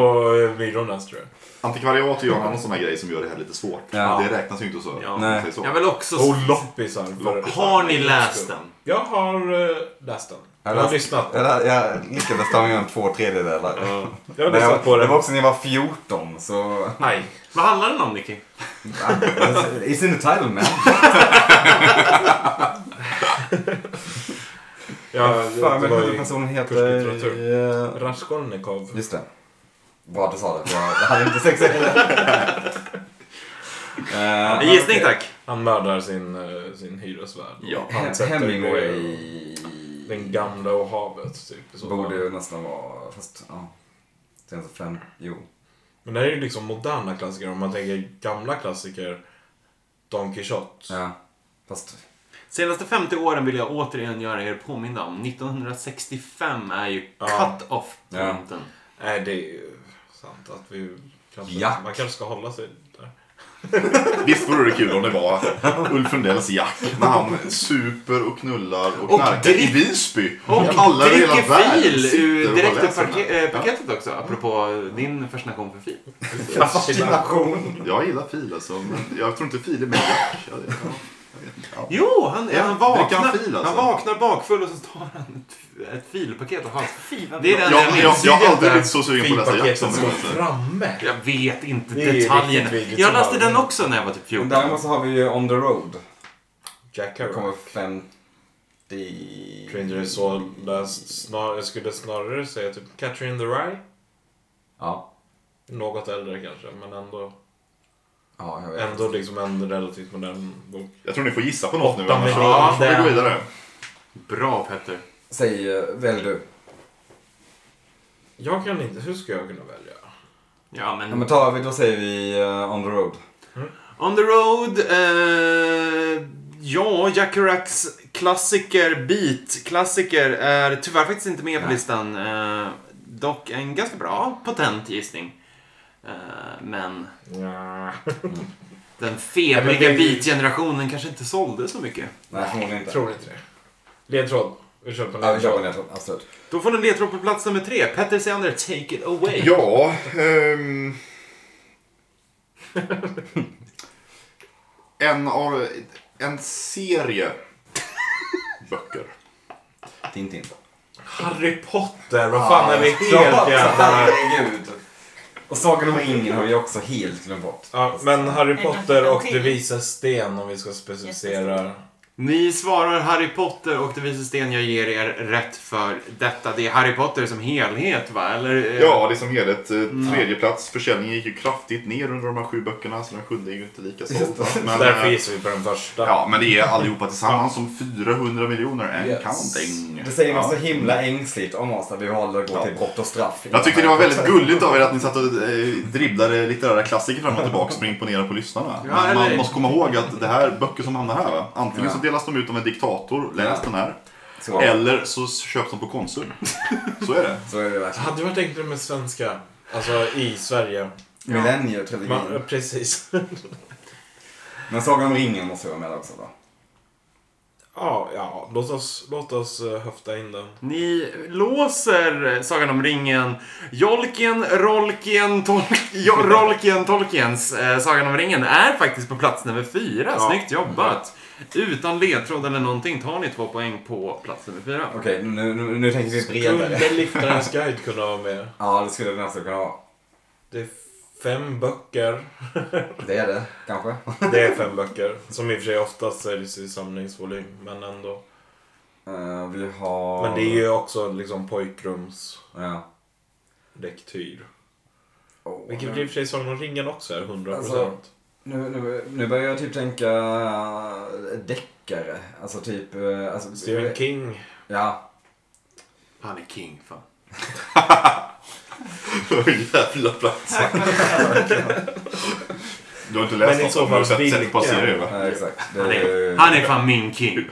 Speaker 3: eh, byrån där, tror jag.
Speaker 4: Antikvariat är ju en annan sån här grej som gör det här lite svårt.
Speaker 2: Ja.
Speaker 4: Det räknas ju inte så.
Speaker 1: Ja.
Speaker 4: om man
Speaker 2: Nej.
Speaker 4: säger så.
Speaker 1: Jag vill också...
Speaker 3: Och loppisar. för-
Speaker 1: Har ni läst den?
Speaker 3: Jag har eh, läst den. Jag har
Speaker 2: läst-
Speaker 3: lyssnat.
Speaker 2: Jag, lär- jag lyckades ta mig igenom två tredjedelar.
Speaker 3: Jag har
Speaker 2: Men
Speaker 3: lyssnat på
Speaker 2: jag, det
Speaker 3: den.
Speaker 2: var också när jag var 14 så...
Speaker 1: Nej. Vad handlar den om, Nicky?
Speaker 2: It's in the title man.
Speaker 3: Ja,
Speaker 2: Fan,
Speaker 3: det
Speaker 2: men
Speaker 3: var ju
Speaker 2: huvudpersonen heter...
Speaker 3: kurslitteratur.
Speaker 2: eh,
Speaker 3: Raskolnikov.
Speaker 2: Just det. Bra att du sa det, för jag hade inte sex heller. Eh,
Speaker 1: Gissning tack.
Speaker 3: Han mördar sin, eh, sin hyresvärd.
Speaker 1: Ja.
Speaker 3: Han
Speaker 2: Hem-
Speaker 3: sätter
Speaker 2: Hemingway
Speaker 3: det- Den gamla och havet. Typ, i så
Speaker 2: borde
Speaker 3: fall.
Speaker 2: ju nästan vara... Fast, ja. Senaste fem... Jo.
Speaker 3: Men det här är ju liksom moderna klassiker. Om man tänker gamla klassiker. Don Quijote.
Speaker 2: Ja. Fast...
Speaker 1: Senaste 50 åren vill jag återigen göra er påminna om. 1965 är ju
Speaker 3: Ja.
Speaker 1: cut-off
Speaker 2: Ja.
Speaker 1: punkten.
Speaker 3: Nej, det är ju sant att vi... Kanske,
Speaker 2: Jack.
Speaker 3: Man kanske ska hålla sig där.
Speaker 4: Visst vore det kul om det var Ulf Lundells Jack när han super och knullar och
Speaker 1: Och
Speaker 4: knarkar i
Speaker 1: drick-
Speaker 4: Visby.
Speaker 1: Och
Speaker 4: Alla i hela
Speaker 1: dricker
Speaker 4: världen
Speaker 1: fil
Speaker 4: sitter
Speaker 1: ur
Speaker 4: och
Speaker 1: direkt ur
Speaker 4: läser den
Speaker 1: parke-
Speaker 4: här.
Speaker 1: eh, paketet också. Apropå din fascination för fil.
Speaker 2: Fascination!
Speaker 4: Jag gillar fil alltså, men jag tror inte fil är med Jack. Jag, jag, vet inte. ja.
Speaker 1: Jo, han,
Speaker 4: Ja,
Speaker 1: han,
Speaker 4: dricker
Speaker 1: vaknar,
Speaker 4: han fil alltså?
Speaker 1: han vaknar bakfull och så tar han ett, ett filpaket och har...
Speaker 6: Fy vad
Speaker 1: Det är den
Speaker 6: bra.
Speaker 4: jag,
Speaker 1: jag
Speaker 4: jag,
Speaker 1: minns.
Speaker 4: jag har
Speaker 1: Det är
Speaker 4: aldrig
Speaker 1: den-
Speaker 4: blivit så sugen på att läsa Jack som
Speaker 3: Filpaketet
Speaker 4: nu.
Speaker 3: står framme.
Speaker 1: Jag vet inte
Speaker 3: Det är ju
Speaker 1: detaljerna.
Speaker 3: riktigt vidrigt
Speaker 1: Jag
Speaker 3: som
Speaker 1: läste
Speaker 3: bara-
Speaker 1: den också när jag var typ 14.
Speaker 2: Däremot så har vi ju On the Road.
Speaker 3: Jack
Speaker 2: Det
Speaker 3: Kerouac.
Speaker 2: kommer 50...
Speaker 3: Jag tror inte det är så läst. Snar, jag skulle snarare säga typ Catcher in the Rye.
Speaker 2: Ja.
Speaker 3: Något äldre kanske, men ändå,
Speaker 2: Ja, jag vet.
Speaker 3: ändå liksom en relativt modern bok.
Speaker 4: Jag tror ni får gissa på något nu,
Speaker 3: Åtta
Speaker 4: annars
Speaker 3: miljarder.
Speaker 4: så får vi gå vidare.
Speaker 1: Bra Petter.
Speaker 2: Säg, eh, välj
Speaker 4: Mm.
Speaker 2: du.
Speaker 3: Jag kan inte, hur ska jag kunna välja?
Speaker 1: Ja, men...
Speaker 2: Ja, men tar vi, då säger vi eh, On the Road.
Speaker 1: On the road. Eh, ja, Jack Kerouacs klassiker, beat klassiker är tyvärr faktiskt inte med på
Speaker 2: Nej.
Speaker 1: listan. Eh, dock en ganska bra potent gissning. Eh, men
Speaker 3: Nja.
Speaker 1: den
Speaker 3: Nej,
Speaker 1: febriga
Speaker 3: men det-
Speaker 1: beat-generationen kanske inte sålde så mycket.
Speaker 2: Nej, förmodligen inte.
Speaker 3: Jag tror inte det. Ledtråd. Vi kör på
Speaker 2: Ja, vi kör på
Speaker 3: ledtråd.
Speaker 2: ledtråd. Absolut.
Speaker 1: Då får ni en ledtråd på plats nummer tre. Petter Seander, take it away.
Speaker 4: Ja, ehm... en av... En serie böcker.
Speaker 2: Tintin.
Speaker 3: Harry Potter, vad fan är vi
Speaker 2: Ja,
Speaker 3: helt jävla...
Speaker 2: herregud. Och Sagan om ringen har vi också helt glömt bort.
Speaker 3: Ja, men Harry
Speaker 6: Eller
Speaker 3: Potter och
Speaker 6: till.
Speaker 3: Det visar sten om vi ska specificera.
Speaker 1: Ni svarar Harry Potter och det visar Sten jag ger er rätt för detta. Det är Harry Potter som helhet va? Eller? eh,
Speaker 4: Ja, det är som helhet. eh,
Speaker 2: Mm.
Speaker 4: Tredje plats. Försäljningen gick ju kraftigt ner under de här sju böckerna, så den sjunde är ju inte lika såld. va? Men,
Speaker 3: Därför
Speaker 4: eh,
Speaker 3: gissar vi på den första.
Speaker 4: Ja, men det är allihopa tillsammans som 400 miljoner and
Speaker 2: Yes.
Speaker 4: counting.
Speaker 2: Det säger man
Speaker 4: Ja.
Speaker 2: så himla ängsligt om oss när vi håller och går till brott och straff.
Speaker 4: Jag tyckte det var väldigt gulligt av er att ni satt och eh, dribblade litterära klassiker fram och tillbaka för att imponera på lyssnarna.
Speaker 1: Ja,
Speaker 4: Men man
Speaker 1: eller-
Speaker 4: måste komma ihåg att det här böcker som hamnar här, va? antingen
Speaker 2: Ja.
Speaker 4: så delas de ut av en diktator, läs
Speaker 2: Ja.
Speaker 4: den här,
Speaker 2: Så,
Speaker 4: eller så köps de på Konsum. Så är det.
Speaker 2: så är det verkligen.
Speaker 3: Hade det varit enklare med svenska? Alltså i Sverige. Man,
Speaker 2: Millennietrilogin.
Speaker 3: precis.
Speaker 2: Men Sagan om ringen måste vara med också då.
Speaker 3: Ja, ja. Låt oss, låt oss eh, höfta in den.
Speaker 1: Ni låser Sagan om ringen, Jolkien, Rolkien, Tolk, Jo- Rolkien, Tolkiens eh, Sagan om ringen är faktiskt på plats nummer fyra.
Speaker 3: Ja.
Speaker 1: Snyggt jobbat! Utan ledtråd eller någonting tar ni två poäng på plats nummer fyra.
Speaker 2: Okej, nu, nu, nu tänker vi bredare.
Speaker 3: Kunde Liftarens guide kunna vara med?
Speaker 2: Ja, det skulle det nästan kunna vara.
Speaker 3: Det är fem böcker.
Speaker 2: Det är det, kanske.
Speaker 3: Det är fem böcker. Som i och för sig oftast säljs i samlingsvolym. Men ändå.
Speaker 2: Eh, vi har...
Speaker 3: Men det är ju också liksom pojkrumsdektyr.
Speaker 2: Ja. Åh,
Speaker 3: Vilket
Speaker 2: nu-
Speaker 3: blir i och för sig Sagan om ringen också är 100%.
Speaker 2: Alltså- Nu, nu, nu börjar jag typ tänka eh, deckare. Alltså typ... eh, Alltså,
Speaker 3: Stephen King.
Speaker 2: Ja.
Speaker 1: Han är king, fan.
Speaker 4: Jävla plats. Du har inte
Speaker 3: Men i
Speaker 4: läst något
Speaker 3: så
Speaker 4: om det, du har
Speaker 3: fall
Speaker 4: sett sett ett par
Speaker 3: vilka?
Speaker 4: serier va?
Speaker 2: Ja, exakt.
Speaker 1: Han
Speaker 2: Det,
Speaker 1: är, han är fan min king.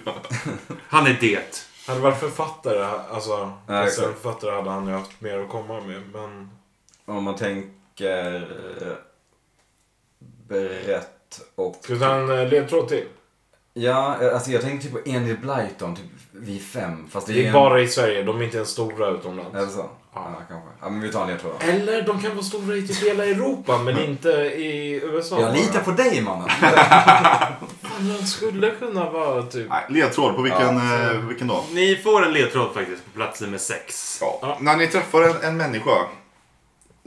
Speaker 1: Han är det.
Speaker 3: Hade varit författare, alltså.
Speaker 2: Ja,
Speaker 3: fast en
Speaker 2: exakt.
Speaker 3: författare hade han ju haft mer att komma med. Men
Speaker 2: om man tänker eh, berett och...
Speaker 3: ska vi ta en eh, ledtråd till?
Speaker 2: Ja, eh, alltså jag tänker typ på Enid Blyton, typ Vi fem. Fast det är,
Speaker 3: Det är
Speaker 2: en...
Speaker 3: bara i Sverige, de är inte ens stora
Speaker 2: Är det
Speaker 3: utomlands.
Speaker 2: så? Ja, kanske. Ja, men vi tar en ledtråd då.
Speaker 3: Eller de kan vara stora i typ hela Europa, men inte i USA.
Speaker 2: Jag litar på dig mannen.
Speaker 3: Fan, de skulle kunna vara typ...
Speaker 4: Nej, ledtråd på vilken, eh, vilken dag?
Speaker 1: Ni får en ledtråd faktiskt på plats nummer sex.
Speaker 4: Ja. När ni träffar en, en människa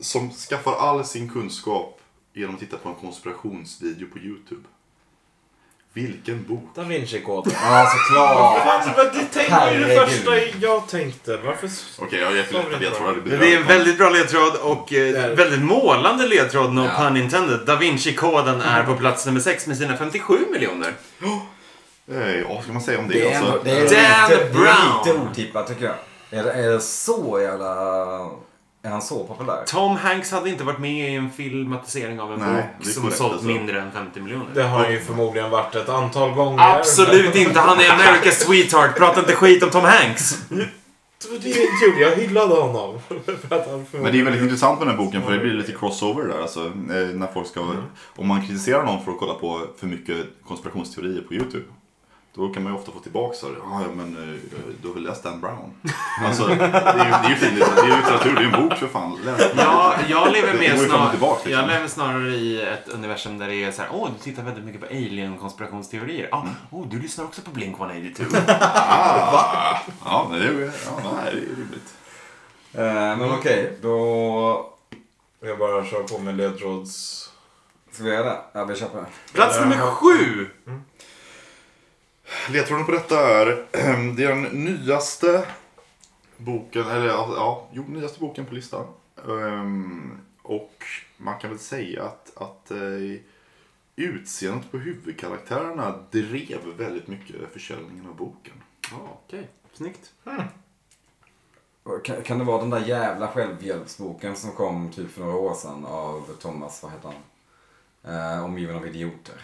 Speaker 4: som skaffar all sin kunskap genom att titta på en konspirationsvideo på YouTube. Vilken bok?
Speaker 3: Da Vinci-koden.
Speaker 2: Ja, såklart.
Speaker 3: Fan, Alltså, men det tänkte det var ju det
Speaker 2: Herregud.
Speaker 3: första jag tänkte. Varför... s-
Speaker 4: Okej, jag har jättelätta ledtrådar. blir
Speaker 1: Det är en
Speaker 4: väldigt-
Speaker 1: väldigt bra ledtråd och eh,
Speaker 3: Det är det.
Speaker 1: väldigt målande ledtråd, no
Speaker 2: Ja.
Speaker 1: pun intended. Da Vinci-koden är
Speaker 3: Mm.
Speaker 1: på plats nummer 6 med sina 57 miljoner.
Speaker 4: Eh, Ja, vad ska man säga om det?
Speaker 2: Det är,
Speaker 4: alltså?
Speaker 2: ändå, det är
Speaker 1: Dan
Speaker 2: lite, det är lite
Speaker 1: Brown.
Speaker 2: otippat tycker jag. Är, det- är det så jävla... Är han så populär?
Speaker 1: Tom Hanks hade inte varit med i en filmatisering av en
Speaker 4: Nej,
Speaker 1: bok
Speaker 4: det är
Speaker 1: som
Speaker 4: korrekt,
Speaker 1: sålt
Speaker 4: alltså.
Speaker 1: mindre än 50 miljoner.
Speaker 3: Det har ju förmodligen varit ett antal gånger.
Speaker 1: Absolut inte! Han är America's sweetheart. Prata inte skit om Tom Hanks.
Speaker 3: Men Det gjorde jag. hyllade honom. För att han
Speaker 4: Men det är väldigt intressant med den här boken för det blir lite crossover där. Alltså, eh, när folk ska, Om man kritiserar någon för att kolla på för mycket konspirationsteorier på YouTube. Då kan man ju ofta få tillbaka så här, "Ah, ja men eh, du har väl läst Dan Brown? Alltså, det är ju, det är ju, fin- det är ju litteratur, det är ju en bok för fan. Läs den.
Speaker 1: Ja, jag lever
Speaker 4: Det
Speaker 1: mer
Speaker 4: går ju fram och
Speaker 1: snarare,
Speaker 4: tillbaka, liksom.
Speaker 1: jag lever snarare i ett universum där det är så här, åh, du tittar väldigt mycket på alien-konspirationsteorier. Ah,
Speaker 4: Mm.
Speaker 1: oh, du lyssnar också på Blink 182.
Speaker 4: Ah, ja, men det är ju ja, nej, det är ju rimligt.
Speaker 2: Eh, men okej, då
Speaker 3: Jag bara kör på med ledtråds...
Speaker 2: ska vi göra det. Ja, vi köper det.
Speaker 1: Plats nummer sju!
Speaker 4: Ledtråden på detta är, ehm, det är den nyaste boken, eller ja, ja, jo, nyaste boken på listan. Ehm, och man kan väl säga att, att eh, utseendet på huvudkaraktärerna drev väldigt mycket försäljningen av boken.
Speaker 1: Ja, Okej, snyggt.
Speaker 2: Och Kan, kan det vara den där jävla självhjälpsboken som kom typ för några år sedan av Thomas, vad heter han? Eh, Omgiven av idioter.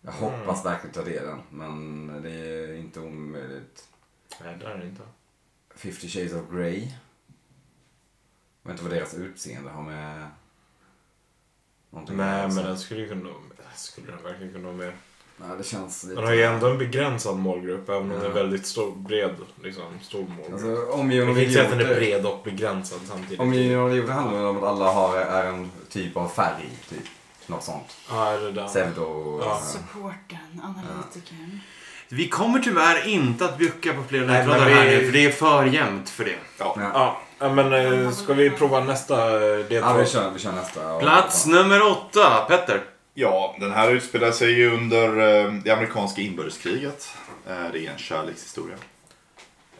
Speaker 2: Jag hoppas verkligen att det är den, men det är inte omöjligt.
Speaker 3: Nej, det är det inte.
Speaker 2: 50 shades of Grey. Jag vet inte vad deras utseende har med... Någonting att
Speaker 3: Nej,
Speaker 2: göra, så.
Speaker 3: men den skulle ju kunna... Skulle den verkligen kunna vara med?
Speaker 2: Nej, det känns lite...
Speaker 3: Den har ju ändå en begränsad målgrupp, även om den är väldigt stor, bred. Liksom, stor målgrupp.
Speaker 2: Alltså,
Speaker 3: jag
Speaker 2: omgiven
Speaker 3: kan
Speaker 2: av
Speaker 3: inte säga att den är
Speaker 2: idioter.
Speaker 3: bred och begränsad samtidigt.
Speaker 2: Omgiven av idioter handlar väl om att alla har, är en typ av färg, typ. Något sånt.
Speaker 3: Ja, är det där?
Speaker 2: Pseudo...
Speaker 3: Ja.
Speaker 2: eh,
Speaker 6: Supporten, analytikern.
Speaker 1: Vi kommer tyvärr inte att bjucka på fler
Speaker 2: Nej,
Speaker 1: ledtrådar
Speaker 2: men vi-
Speaker 1: här nu, för det är för jämnt för det.
Speaker 2: Ja.
Speaker 3: Ja, Ja, men eh, ska vi prova nästa eh,
Speaker 2: Ja, vi
Speaker 3: ledtråd?
Speaker 2: kör, vi kör nästa.
Speaker 1: Plats nummer åtta, Petter.
Speaker 4: Ja, den här utspelar sig ju under eh, det amerikanska inbördeskriget. Eh, Det är en kärlekshistoria.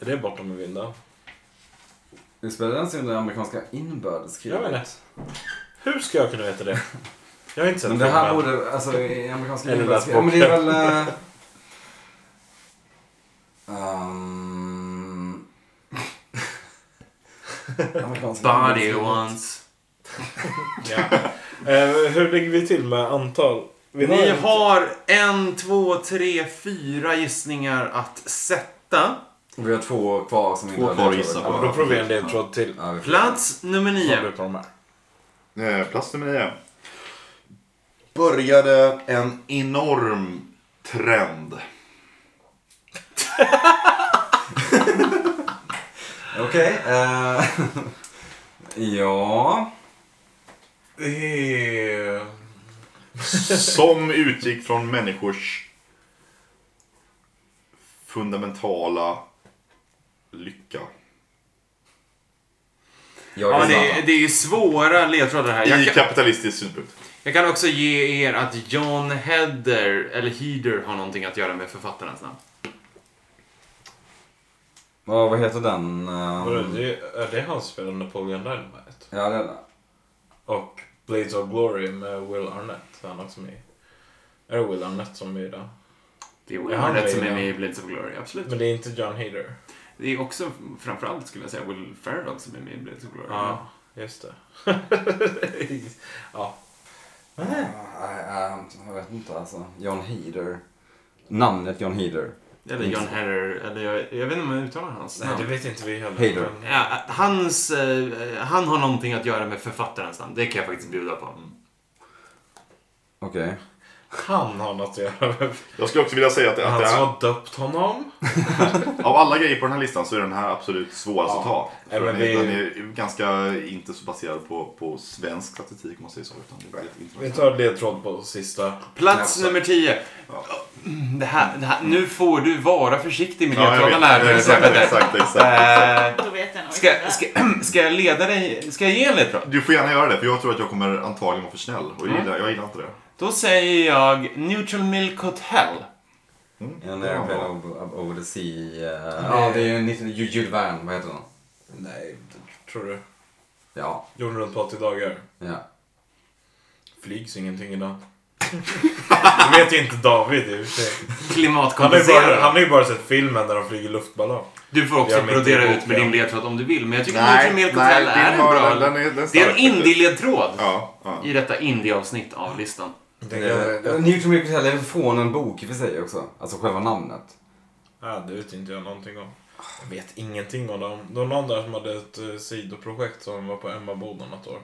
Speaker 3: Är det bortom med vinden?
Speaker 2: Nu spelar den sig under amerikanska inbördeskriget.
Speaker 3: Jag vet inte. Hur ska jag kunna veta det? Jag har inte sett
Speaker 2: Men det här
Speaker 3: filmen.
Speaker 2: borde, alltså i amerikanska
Speaker 3: Eller
Speaker 2: inbördeskriget. Ja, men
Speaker 3: läs
Speaker 2: det är
Speaker 3: boken.
Speaker 2: väl... eh, ehm, amerikanska
Speaker 1: Body
Speaker 2: inbördeskriget.
Speaker 1: ones.
Speaker 3: Ja. Eh, hur ligger vi till med antal? Vi
Speaker 1: Ni
Speaker 3: inte-
Speaker 1: har en, två, tre, fyra gissningar att sätta.
Speaker 2: Vi har två kvar som inte
Speaker 4: Två
Speaker 2: har
Speaker 4: kvar att
Speaker 2: ledtrådar.
Speaker 4: gissa
Speaker 3: Ja,
Speaker 4: på.
Speaker 3: Då provar vi en ledtråd till.
Speaker 2: Ja, vi får-
Speaker 1: Plats nummer
Speaker 3: Vad
Speaker 1: nio.
Speaker 3: blir på de här?
Speaker 4: Eh, Plats nummer nio. Började en enorm trend.
Speaker 2: Okej. eh, ja.
Speaker 3: Det är-
Speaker 4: Som utgick från människors fundamentala lycka.
Speaker 2: Jag
Speaker 1: Ja,
Speaker 2: är
Speaker 1: det,
Speaker 2: det,
Speaker 1: det är ju svåra ledtrådar här.
Speaker 4: I
Speaker 1: Jag kan,
Speaker 4: kapitalistisk synpunkt.
Speaker 1: jag kan också ge er att John Heder, eller Heder, har någonting att göra med författarens namn.
Speaker 2: Vad vad heter den? ehm,
Speaker 3: Vadå, det är- är det han som spelar Napoleon Dynamite?
Speaker 2: ja, det är den.
Speaker 3: Och Blades of Glory med Will Arnett. Han också med. i. Är det Will Arnett som är i den?
Speaker 1: Det är
Speaker 3: Ja,
Speaker 1: Will Arnett som
Speaker 3: det
Speaker 1: är
Speaker 3: är
Speaker 1: med
Speaker 3: det.
Speaker 1: i Blades of Glory, absolut.
Speaker 3: Men det är inte John Hader.
Speaker 1: Det är också framförallt, skulle jag säga, Will Ferrell som är med i Blades of Glory.
Speaker 3: Ja, just det. ja.
Speaker 2: Ja, jag vet inte alltså. John Heater. Namnet John Heater.
Speaker 1: Eller John Heder, eller jag, jag vet inte om jag uttalar hans
Speaker 3: Nej, det
Speaker 1: namn.
Speaker 3: vet inte vi heller.
Speaker 2: Hader.
Speaker 3: Men-
Speaker 1: Ja, hans, eh, han har någonting att göra med författarens namn. Det kan jag faktiskt bjuda på.
Speaker 2: Okej.
Speaker 3: Han har något att göra med
Speaker 4: Jag skulle också vilja säga att, att
Speaker 3: han
Speaker 4: det
Speaker 3: som
Speaker 4: här,
Speaker 3: har döpt honom.
Speaker 4: av alla grejer på den här listan så är den här absolut svårast att ta.
Speaker 3: Nej,
Speaker 4: För
Speaker 3: men
Speaker 4: den, är, den
Speaker 3: vi-
Speaker 4: är ganska inte så baserad på, på svensk statistik om man säger så. Utan det är väldigt
Speaker 3: Vi
Speaker 4: internationellt.
Speaker 3: tar ledtråd på sista.
Speaker 1: Plats nummer 10.
Speaker 4: Ja.
Speaker 1: Det här, det här, nu får du vara försiktig med
Speaker 4: Ja, jag vet.
Speaker 1: ledtrådarna här nu,
Speaker 4: Exakt,
Speaker 1: Petter.
Speaker 4: exakt, exakt.
Speaker 1: Eh,
Speaker 6: Då vet jag nog
Speaker 1: Ska,
Speaker 6: inte.
Speaker 1: ska, ska jag leda dig? Ska jag ge en ledtråd?
Speaker 4: Du får gärna göra det, för jag tror att jag kommer antagligen vara för snäll. Och
Speaker 1: Mm.
Speaker 4: jag gillar, jag gillar inte det.
Speaker 1: Då säger jag Neutral Milk Hotel.
Speaker 2: En
Speaker 4: Ja.
Speaker 2: airplane over, over the sea. eh, Ja, det är ju en liten- Ju- Jules Verne, vad heter den?
Speaker 3: Nej, det tror du.
Speaker 2: Ja,
Speaker 3: Jorden runt på 80 dagar.
Speaker 2: ja.
Speaker 3: Flygs ingenting idag. Det vet ju inte David i och för sig. Han har ju bara, han
Speaker 1: Klimatkompenserad.
Speaker 3: har ju bara sett filmen där de flyger luftballong.
Speaker 1: Du får också
Speaker 3: Jag menar,
Speaker 1: brodera
Speaker 3: det är
Speaker 1: ut med din
Speaker 3: boken.
Speaker 1: ledtråd om du vill, men jag tycker
Speaker 4: Nej,
Speaker 1: Neutral Milk
Speaker 4: nej,
Speaker 1: Hotel
Speaker 4: den
Speaker 1: är en
Speaker 4: har-
Speaker 1: bra...
Speaker 4: den- den är- den är
Speaker 1: det är en
Speaker 4: stark faktiskt.
Speaker 1: indie-ledtråd
Speaker 4: Ja, ja.
Speaker 1: i detta indie-avsnitt av listan.
Speaker 3: Det,
Speaker 2: Eh, Newton Milk Hotel är från en bok i och för sig också. Alltså själva namnet.
Speaker 3: ja, det vet inte jag någonting om. Jag vet ingenting om dem. Det var någon där som hade ett eh, sidoprojekt som var på Emma Boda något år.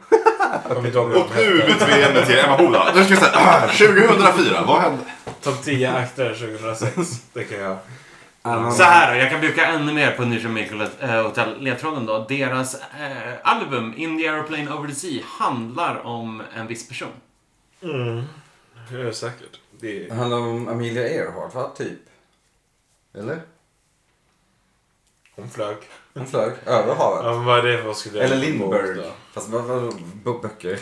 Speaker 3: Kommer inte ihåg vad
Speaker 4: Och
Speaker 3: de
Speaker 4: nu
Speaker 3: hette.
Speaker 4: byter vi ämne till Emma Boda. Nu ska vi säga 2004, vad hände?
Speaker 3: Topp 10 akter 2006. Det kan jag.
Speaker 1: Så här då, jag kan bruka ännu mer på Neutral Milk Hotel-ledtråden då. Deras eh, album In the Aeroplane Over the Sea handlar om en viss person.
Speaker 3: Mm. Det är säkert. Det
Speaker 2: Det
Speaker 3: är...
Speaker 2: handlar om Amelia Earhart, va? Typ. Eller?
Speaker 3: Hon flög.
Speaker 2: Hon flög över havet.
Speaker 3: Ja, men vad är det för skulle jag
Speaker 2: Eller
Speaker 3: göra för bok
Speaker 2: Lindbergh.
Speaker 3: då?
Speaker 2: Fast vad, vad, bok- böcker?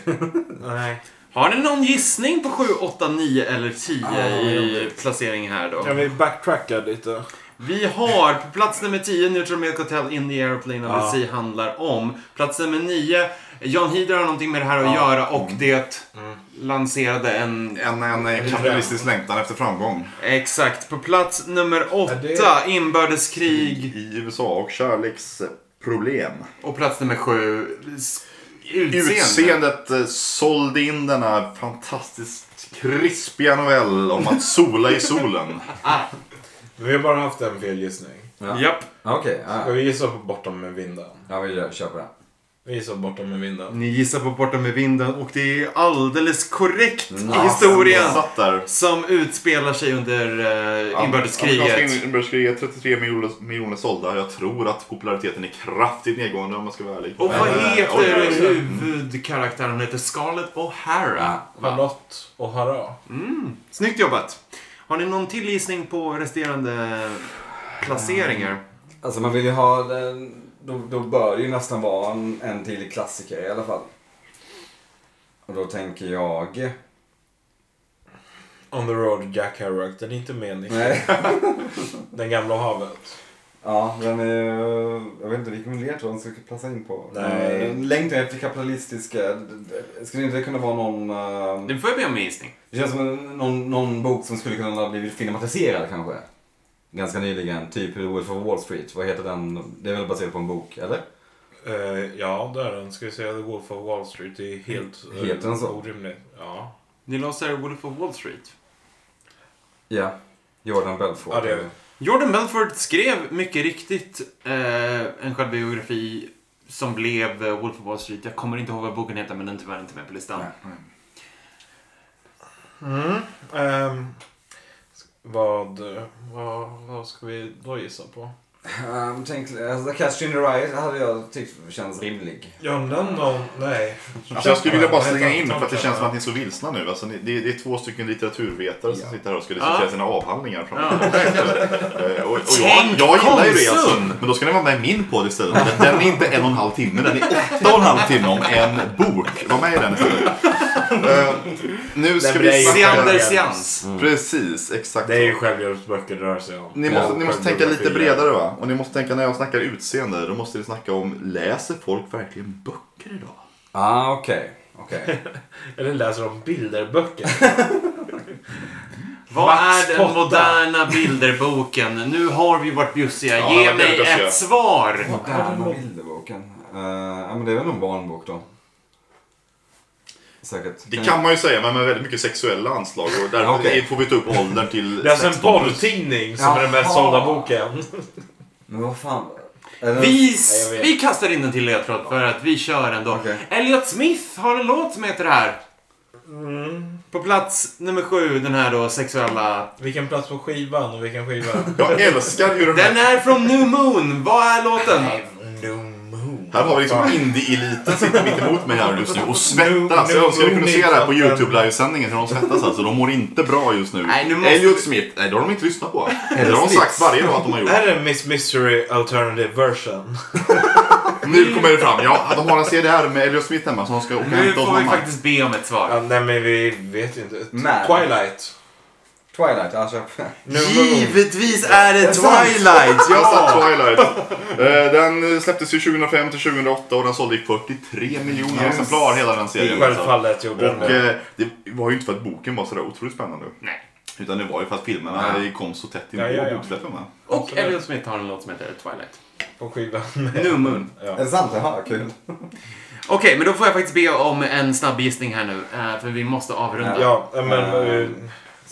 Speaker 3: Nej.
Speaker 1: Har ni någon gissning på 7, 8, 9 eller 10
Speaker 3: Ah,
Speaker 1: i placering här då?
Speaker 3: Kan vi backtracka lite?
Speaker 1: Vi har på plats nummer 10, Neutral Milk Hotel in the Airplane of
Speaker 3: Ah.
Speaker 1: the Sea handlar om. Plats nummer 9, John Heder har någonting med det här
Speaker 3: Ah.
Speaker 1: att göra och
Speaker 3: Mm.
Speaker 1: det lanserade en...
Speaker 4: En, en eh, kapitalistisk längtan efter framgång.
Speaker 1: Exakt. På plats nummer 8,
Speaker 3: det-
Speaker 1: inbördeskrig.
Speaker 4: I USA och kärleksproblem.
Speaker 1: Och plats nummer 7, s- utseende.
Speaker 4: Utseendet eh, sålde in denna fantastiskt krispiga novell om att sola i solen.
Speaker 3: Vi har bara haft en felgissning.
Speaker 2: Ja.
Speaker 1: Japp.
Speaker 2: Ja, Okej,
Speaker 3: Ska
Speaker 2: ja.
Speaker 3: vi gissa på Bortom med vinden?
Speaker 2: ja, vi gör- kör på det.
Speaker 3: Vi gissar på Bortom med vinden.
Speaker 1: Ni gissar på Borta med vinden och det är alldeles korrekt i
Speaker 2: Nice.
Speaker 1: historien.
Speaker 4: Jag satt där.
Speaker 1: Som utspelar sig under eh,
Speaker 4: Amerikanska
Speaker 1: inbördeskriget.
Speaker 4: inbördeskriget, 33 miljoner, miljoner sålda. Jag tror att populariteten är kraftigt nedgående om man ska vara ärlig.
Speaker 1: Och vad
Speaker 4: Men, eh, oj,
Speaker 1: heter
Speaker 4: oj, oj.
Speaker 1: huvudkaraktären? Hon heter Scarlett O'Hara.
Speaker 2: Ja.
Speaker 1: Va?
Speaker 3: Charlotte och Hara.
Speaker 1: Snyggt jobbat! Har ni någon till gissning på resterande placeringar?
Speaker 2: Alltså man vill ju ha den, då, då bör det ju nästan vara en, en till klassiker i alla fall. Och då tänker jag...
Speaker 3: On the Road Jack Kerouac. Den är inte med Nick.
Speaker 2: Nej.
Speaker 3: Den gamla havet.
Speaker 2: Ja, den är, jag vet inte vilken ledtråd den ska passa in på.
Speaker 3: Nej.
Speaker 2: Eh, Längtan efter kapitalistiska... d- d- Skulle inte det kunna vara någon... eh,
Speaker 1: Nu får jag be om en gissning.
Speaker 2: Det känns som en, någon, någon bok som skulle kunna ha blivit filmatiserad kanske. Ganska nyligen. Typ Wolf of Wall Street. Vad heter den? Det är väl baserat på en bok, eller?
Speaker 3: Eh, ja, där är den. Ska vi säga The Wolf of Wall Street. Det är helt eh,
Speaker 2: Heter den så?
Speaker 3: orimligt. Ja.
Speaker 1: Ni låser Wolf of Wall Street.
Speaker 2: Ja. Jordan Belfort.
Speaker 3: Ja, det är det.
Speaker 1: Jordan Belford skrev mycket riktigt eh, en självbiografi som blev eh, Wolf of Wall Street. Jag kommer inte ihåg vad boken heter men den är tyvärr inte med på listan.
Speaker 3: Mm. ehm, vad, vad, vad ska vi då gissa på?
Speaker 2: Um, tänk, alltså, The Catch in the Riot hade jag tyckt känns rimlig.
Speaker 3: John Lennon? Nej.
Speaker 4: Alltså jag skulle vilja bara
Speaker 3: Chapman,
Speaker 4: slänga
Speaker 3: heter
Speaker 4: in
Speaker 3: han?
Speaker 4: för att det känns som att
Speaker 3: Chapman.
Speaker 4: ni är så vilsna nu. Alltså, ni, det, är, det är två stycken litteraturvetare som
Speaker 2: Ja.
Speaker 4: sitter här och ska diskutera
Speaker 1: Ja.
Speaker 4: sina avhandlingar. Från.
Speaker 1: Ja.
Speaker 4: Eh, Och, och jag,
Speaker 1: Tänk
Speaker 4: jag gillar ju det alltså.
Speaker 1: Konsum!
Speaker 4: Men då ska ni vara med i min podd istället. Den- Den är inte en och en halv timme, den är åtta och en halv timme om en bok. Var med i den istället. Eh, nu ska
Speaker 3: Den
Speaker 4: vi
Speaker 3: blir-
Speaker 4: snacka...
Speaker 1: Seander
Speaker 3: Seander
Speaker 1: Seans.
Speaker 4: Precis, exakt
Speaker 3: Det är ju
Speaker 4: så.
Speaker 3: självhjälpsböcker det rör sig om.
Speaker 4: Ni måste,
Speaker 3: Och
Speaker 4: ni måste tänka lite
Speaker 3: självbiografier.
Speaker 4: bredare va? Och ni måste tänka när jag snackar utseende, då måste vi snacka om läser folk verkligen böcker idag?
Speaker 2: Ah, okej. Okej.
Speaker 3: Eller läser om bilderböcker.
Speaker 1: Vad
Speaker 3: Max
Speaker 1: är den
Speaker 3: Potta.
Speaker 1: moderna bilderboken? Nu har vi varit bjussiga.
Speaker 4: Ja,
Speaker 1: Ge
Speaker 4: den
Speaker 1: mig
Speaker 4: bjussiga.
Speaker 1: ett svar!
Speaker 2: Moderna bilderboken. Uh, ja, men det är väl någon barnbok då. Säkert.
Speaker 4: Det kan man ju säga, men med väldigt mycket sexuella anslag och därför
Speaker 2: Okej.
Speaker 4: får vi ta upp åldern till
Speaker 3: Det är alltså en
Speaker 4: 16 plus.
Speaker 3: porrtidning som är den
Speaker 2: Jaha.
Speaker 3: mest sålda boken.
Speaker 2: Men vad fan. Är det-
Speaker 1: Vi,
Speaker 3: Nej, jag vet.
Speaker 1: vi kastar in en till ledtråd för att vi kör ändå.
Speaker 2: Okej.
Speaker 1: Elliot Smith har en låt som heter det här.
Speaker 3: Mm.
Speaker 1: På plats nummer sju, den här då sexuella.
Speaker 3: Vilken plats på skivan och vilken skiva?
Speaker 4: Jag älskar ju den här.
Speaker 1: Den är från New Moon. Vad är låten?
Speaker 3: no moon.
Speaker 4: Här har vi liksom indie-eliten sitter mitt emot mig här just nu och svettas. Jag önskar ni kunde se det här på
Speaker 3: eh,
Speaker 4: YouTube livesändningen hur de svettas alltså. De mår inte bra just nu.
Speaker 1: Nej, nu måste
Speaker 4: Elliot
Speaker 1: vi-
Speaker 4: Smith, nej det har de inte lyssnat på. Det har de sagt varje dag att de har gjort.
Speaker 3: Är det Miss Mystery Alternative Version?
Speaker 4: Nu kommer det fram. Ja, de har en CDR med Elliot Smith hemma som de ska åka och
Speaker 1: Nu
Speaker 4: hämta hos
Speaker 1: får vi
Speaker 4: mamma.
Speaker 1: faktiskt be om ett svar.
Speaker 3: Ja, nej men vi vet ju inte.
Speaker 2: Nej.
Speaker 3: Twilight.
Speaker 2: Twilight, alltså.
Speaker 3: No
Speaker 1: Givetvis är det Twilight!
Speaker 4: Jag har sett Twilight. Eh, Den släpptes ju 2005 till 2008 och den sålde i 43 miljoner
Speaker 2: Yes.
Speaker 4: exemplar hela den
Speaker 3: moon.
Speaker 4: serien. alltså.
Speaker 3: Självfallet gjorde den
Speaker 4: Och
Speaker 3: det.
Speaker 4: eh, det var ju inte för att boken var sådär otroligt spännande.
Speaker 1: Nej.
Speaker 4: Utan det var ju för att filmerna kom så tätt inpå
Speaker 3: Ja, ja, ja.
Speaker 4: boksläppen. va?
Speaker 1: Och Elliot Smith har en låt som heter Twilight.
Speaker 3: På skivan. med-
Speaker 1: New Moon.
Speaker 3: Ja.
Speaker 2: Är det sant? Jaha, kul.
Speaker 1: Okej, men då får jag faktiskt be om en snabb gissning här nu. eh, För vi måste avrunda.
Speaker 3: Ja, men... eh,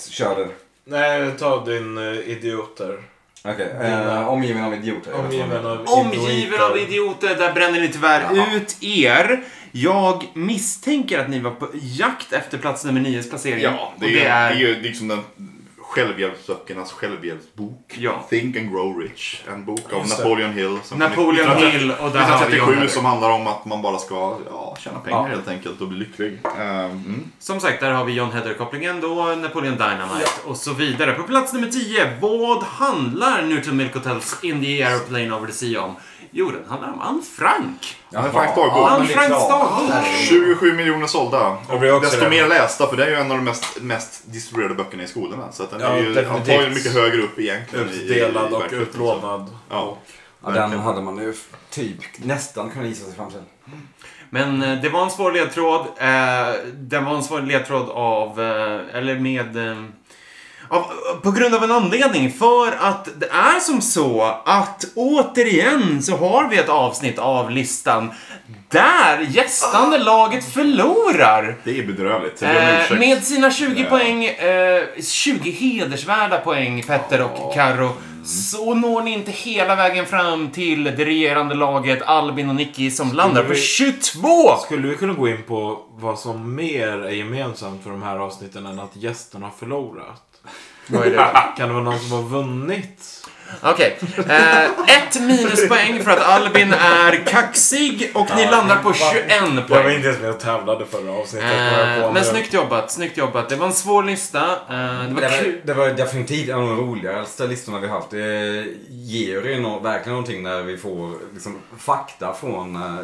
Speaker 2: Kör du.
Speaker 3: Nej, ta din eh, idioter.
Speaker 2: Okej. eh, omgiven av idioter. jag vet inte vad
Speaker 3: Omgiven
Speaker 2: det
Speaker 3: av
Speaker 1: Omgiven av idioter, där bränner ni tyvärr
Speaker 2: Jaha.
Speaker 1: ut er. Jag misstänker att ni var på jakt efter plats nummer nios placering.
Speaker 4: Ja, det
Speaker 1: Och
Speaker 4: är, det är... ju liksom den självhjälpsböckernas självhjälpsbok.
Speaker 1: Ja.
Speaker 4: Think and grow rich. En bok av
Speaker 3: Just det.
Speaker 4: Napoleon Hill. Som
Speaker 1: Napoleon Hill och där har vi John
Speaker 4: 1937
Speaker 1: Lennon.
Speaker 4: som handlar om att man bara ska ja, tjäna pengar
Speaker 2: Ja.
Speaker 4: helt enkelt och bli lycklig. Ehm, mm.
Speaker 1: Som sagt, där har vi John Heder-kopplingen då, Napoleon Dynamite och så vidare. På plats nummer 10, vad handlar Newton Milk Hotels In the Aeroplane Over the Sea om? Jo, den handlar om Anne Frank.
Speaker 4: Men Frank Dagbok.
Speaker 2: Ja,
Speaker 1: Anne
Speaker 2: men det är
Speaker 1: Franks
Speaker 2: klart.
Speaker 1: dagbok.
Speaker 4: 27 miljoner sålda.
Speaker 3: Jag blir
Speaker 4: Och
Speaker 3: också
Speaker 4: desto
Speaker 3: rädd.
Speaker 4: mer lästa, för det är ju en av de mest, mest distribuerade böckerna i skolorna. Så att den
Speaker 3: Ja,
Speaker 4: är ju,
Speaker 3: definitivt.
Speaker 4: den var ju mycket högre upp egentligen. i- i- i
Speaker 3: Uppdelad och
Speaker 4: verkligheten, så.
Speaker 3: utlånad.
Speaker 4: Ja.
Speaker 2: Ja, den hade man ju typ nästan kunnat gissa sig fram till.
Speaker 1: Men eh, det var en svår ledtråd. Eh, den var en svår ledtråd av, eh, eller med... Eh, av, på grund av en anledning. För att det är som så att återigen så har vi ett avsnitt av listan där gästande laget förlorar.
Speaker 4: Ah. Det är bedrövligt. Jag ber om
Speaker 1: Eh,
Speaker 4: ursäkt.
Speaker 1: med sina 20
Speaker 4: Ja.
Speaker 1: poäng, eh, 20 hedersvärda poäng, Petter och Karo
Speaker 4: Mm.
Speaker 1: så når ni inte hela vägen fram till det regerande laget Albin och Nicky som landar på
Speaker 3: vi-
Speaker 1: 22!
Speaker 3: Skulle vi kunna gå in på vad som mer är gemensamt för de här avsnitten än att gästen har förlorat?
Speaker 1: Vad är det?
Speaker 3: Kan det vara någon som har vunnit?
Speaker 1: Okej. Eh, ett minuspoäng för att Albin är kaxig och ni landar på 21
Speaker 3: Jag var
Speaker 1: poäng.
Speaker 3: inte ens med och tävlade förra avsnittet. kommer jag på
Speaker 1: Eh, men
Speaker 3: nu.
Speaker 1: snyggt jobbat, snyggt jobbat. Det var en svår lista. Eh, det
Speaker 2: Det
Speaker 1: var kul.
Speaker 2: var, det var definitivt en av de roligare listorna vi haft. Det ger ju nå- verkligen någonting när vi får liksom, fakta från uh,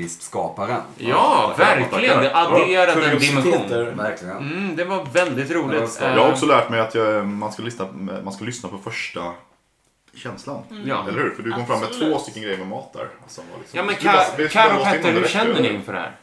Speaker 2: gästlistskaparen.
Speaker 1: Ja, verkligen. Det adderade en dimension.
Speaker 3: Kuriositeter.
Speaker 2: Verkligen.
Speaker 1: Mm, det var väldigt
Speaker 2: Det var
Speaker 1: roligt.
Speaker 2: så.
Speaker 1: Eh,
Speaker 4: Jag har också lärt mig att jag, man, ska lyssna, man ska lyssna på första känslan.
Speaker 1: Eh, Ja.
Speaker 4: Eller hur? För du kom fram med
Speaker 6: Absolut.
Speaker 4: två stycken grejer med mat där. Som var liksom,
Speaker 1: Ja men
Speaker 4: Det var-
Speaker 1: Ka-
Speaker 4: det var
Speaker 1: Karo och
Speaker 4: någonting
Speaker 1: Petter, hur
Speaker 4: direkt,
Speaker 1: känner ni
Speaker 4: eller?
Speaker 1: inför det här?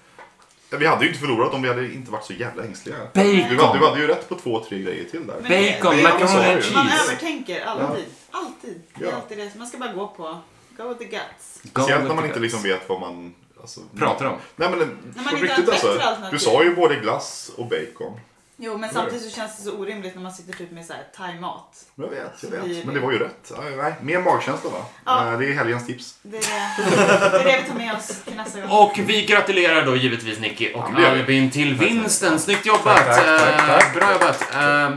Speaker 4: Ja, Vi hade ju inte förlorat om vi hade inte varit så jävla ängsliga. Du,
Speaker 1: Bacon!
Speaker 4: hade- du hade ju rätt på två, tre grejer till där.
Speaker 6: Men-
Speaker 1: Bacon,
Speaker 4: Bacon,
Speaker 1: macaroni
Speaker 4: sa
Speaker 1: and
Speaker 4: jag ju.
Speaker 6: Man
Speaker 1: cheese.
Speaker 6: övertänker alltid. Alltid. Det är
Speaker 4: Ja.
Speaker 6: alltid det. Man ska bara gå på. Go with the guts.
Speaker 1: Go
Speaker 4: Speciellt
Speaker 1: with
Speaker 4: när man
Speaker 1: the
Speaker 4: inte
Speaker 1: guts.
Speaker 4: liksom vet vad man alltså,
Speaker 1: Pratar om.
Speaker 4: Nej men
Speaker 6: man
Speaker 4: på
Speaker 6: inte har
Speaker 4: riktigt
Speaker 6: ett
Speaker 4: alltså.
Speaker 6: bättre alternativ.
Speaker 4: Du sa ju både glass och bacon.
Speaker 6: Jo, men samtidigt så känns det så orimligt när man sitter typ med så här thaimat.
Speaker 4: Jag vet, jag
Speaker 6: Det är-
Speaker 4: vet. Men det var ju rätt. Ja, Nej, mer magkänsla va?
Speaker 6: Ja.
Speaker 4: Eh, Det är helgens tips.
Speaker 6: Det är det, är det vi tar med oss till nästa gång.
Speaker 1: Och vi gratulerar då givetvis Nicky och
Speaker 4: det gör vi.
Speaker 1: Albin till vinsten. Snyggt jobbat! Eh, Bra jobbat! Eh,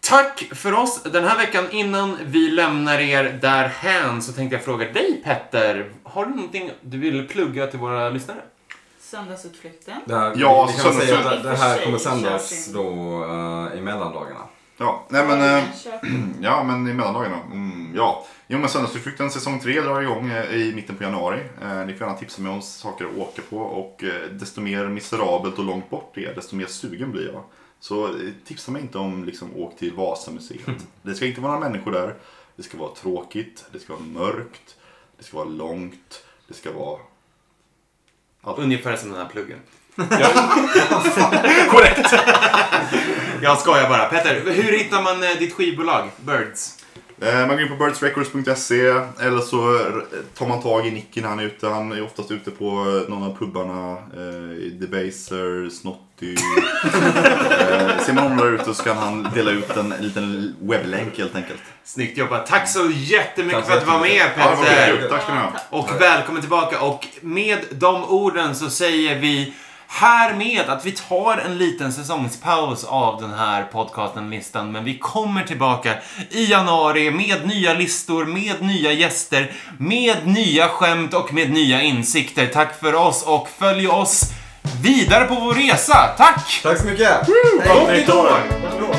Speaker 1: Tack för oss den här veckan. Innan vi lämnar er därhän så tänkte jag fråga dig Petter. Har du någonting du vill plugga till våra lyssnare?
Speaker 6: Söndagsutflykten.
Speaker 2: Det här,
Speaker 4: Ja,
Speaker 2: vi kan
Speaker 4: så-
Speaker 2: väl säga
Speaker 4: så-
Speaker 2: att det, det här kommer
Speaker 6: i och för sig
Speaker 2: sändas
Speaker 6: körs in.
Speaker 2: då eh, i mellandagarna.
Speaker 4: Ja, nej men... eh,
Speaker 6: Köping.
Speaker 4: Ja, men i mellandagarna. Mm, ja. Jo, men Söndagsutflykten säsong 3 drar igång eh, i mitten på januari. Eh, ni får gärna tipsa mig om saker att åka på och eh, desto mer miserabelt och långt bort det är, desto mer sugen blir jag. Så eh, tipsa mig inte om liksom, åk till Vasamuseet. Det ska inte vara några människor där. Det ska vara tråkigt, det ska vara mörkt, det ska vara långt, det ska vara...
Speaker 1: Ungefär som den här pluggen. Korrekt! jag skojar bara. Petter, hur hittar man eh, ditt skivbolag Birds?
Speaker 4: Eh, Man går in på birdsrecords.se eller så eh, tar man tag i Nicky när han är ute. Han är oftast ute på eh, någon av pubbarna. Eh, Debaser, Snotty. eh, ser man honom där ute så kan han dela ut en liten webblänk helt enkelt.
Speaker 1: Snyggt jobbat. Tack så jättemycket
Speaker 2: Tack så
Speaker 1: för att du var med
Speaker 4: Ja, det var
Speaker 1: Petter.
Speaker 4: skitkul. Tack ska ni ha.
Speaker 1: Och välkommen tillbaka. Och med de orden så säger vi härmed att vi tar en liten säsongspaus av den här podcasten Listan. Men vi kommer tillbaka i januari med nya listor, med nya gäster, med nya skämt och med nya insikter. Tack för oss och följ oss vidare på vår resa. Tack!
Speaker 2: Tack så mycket!
Speaker 4: Hej då!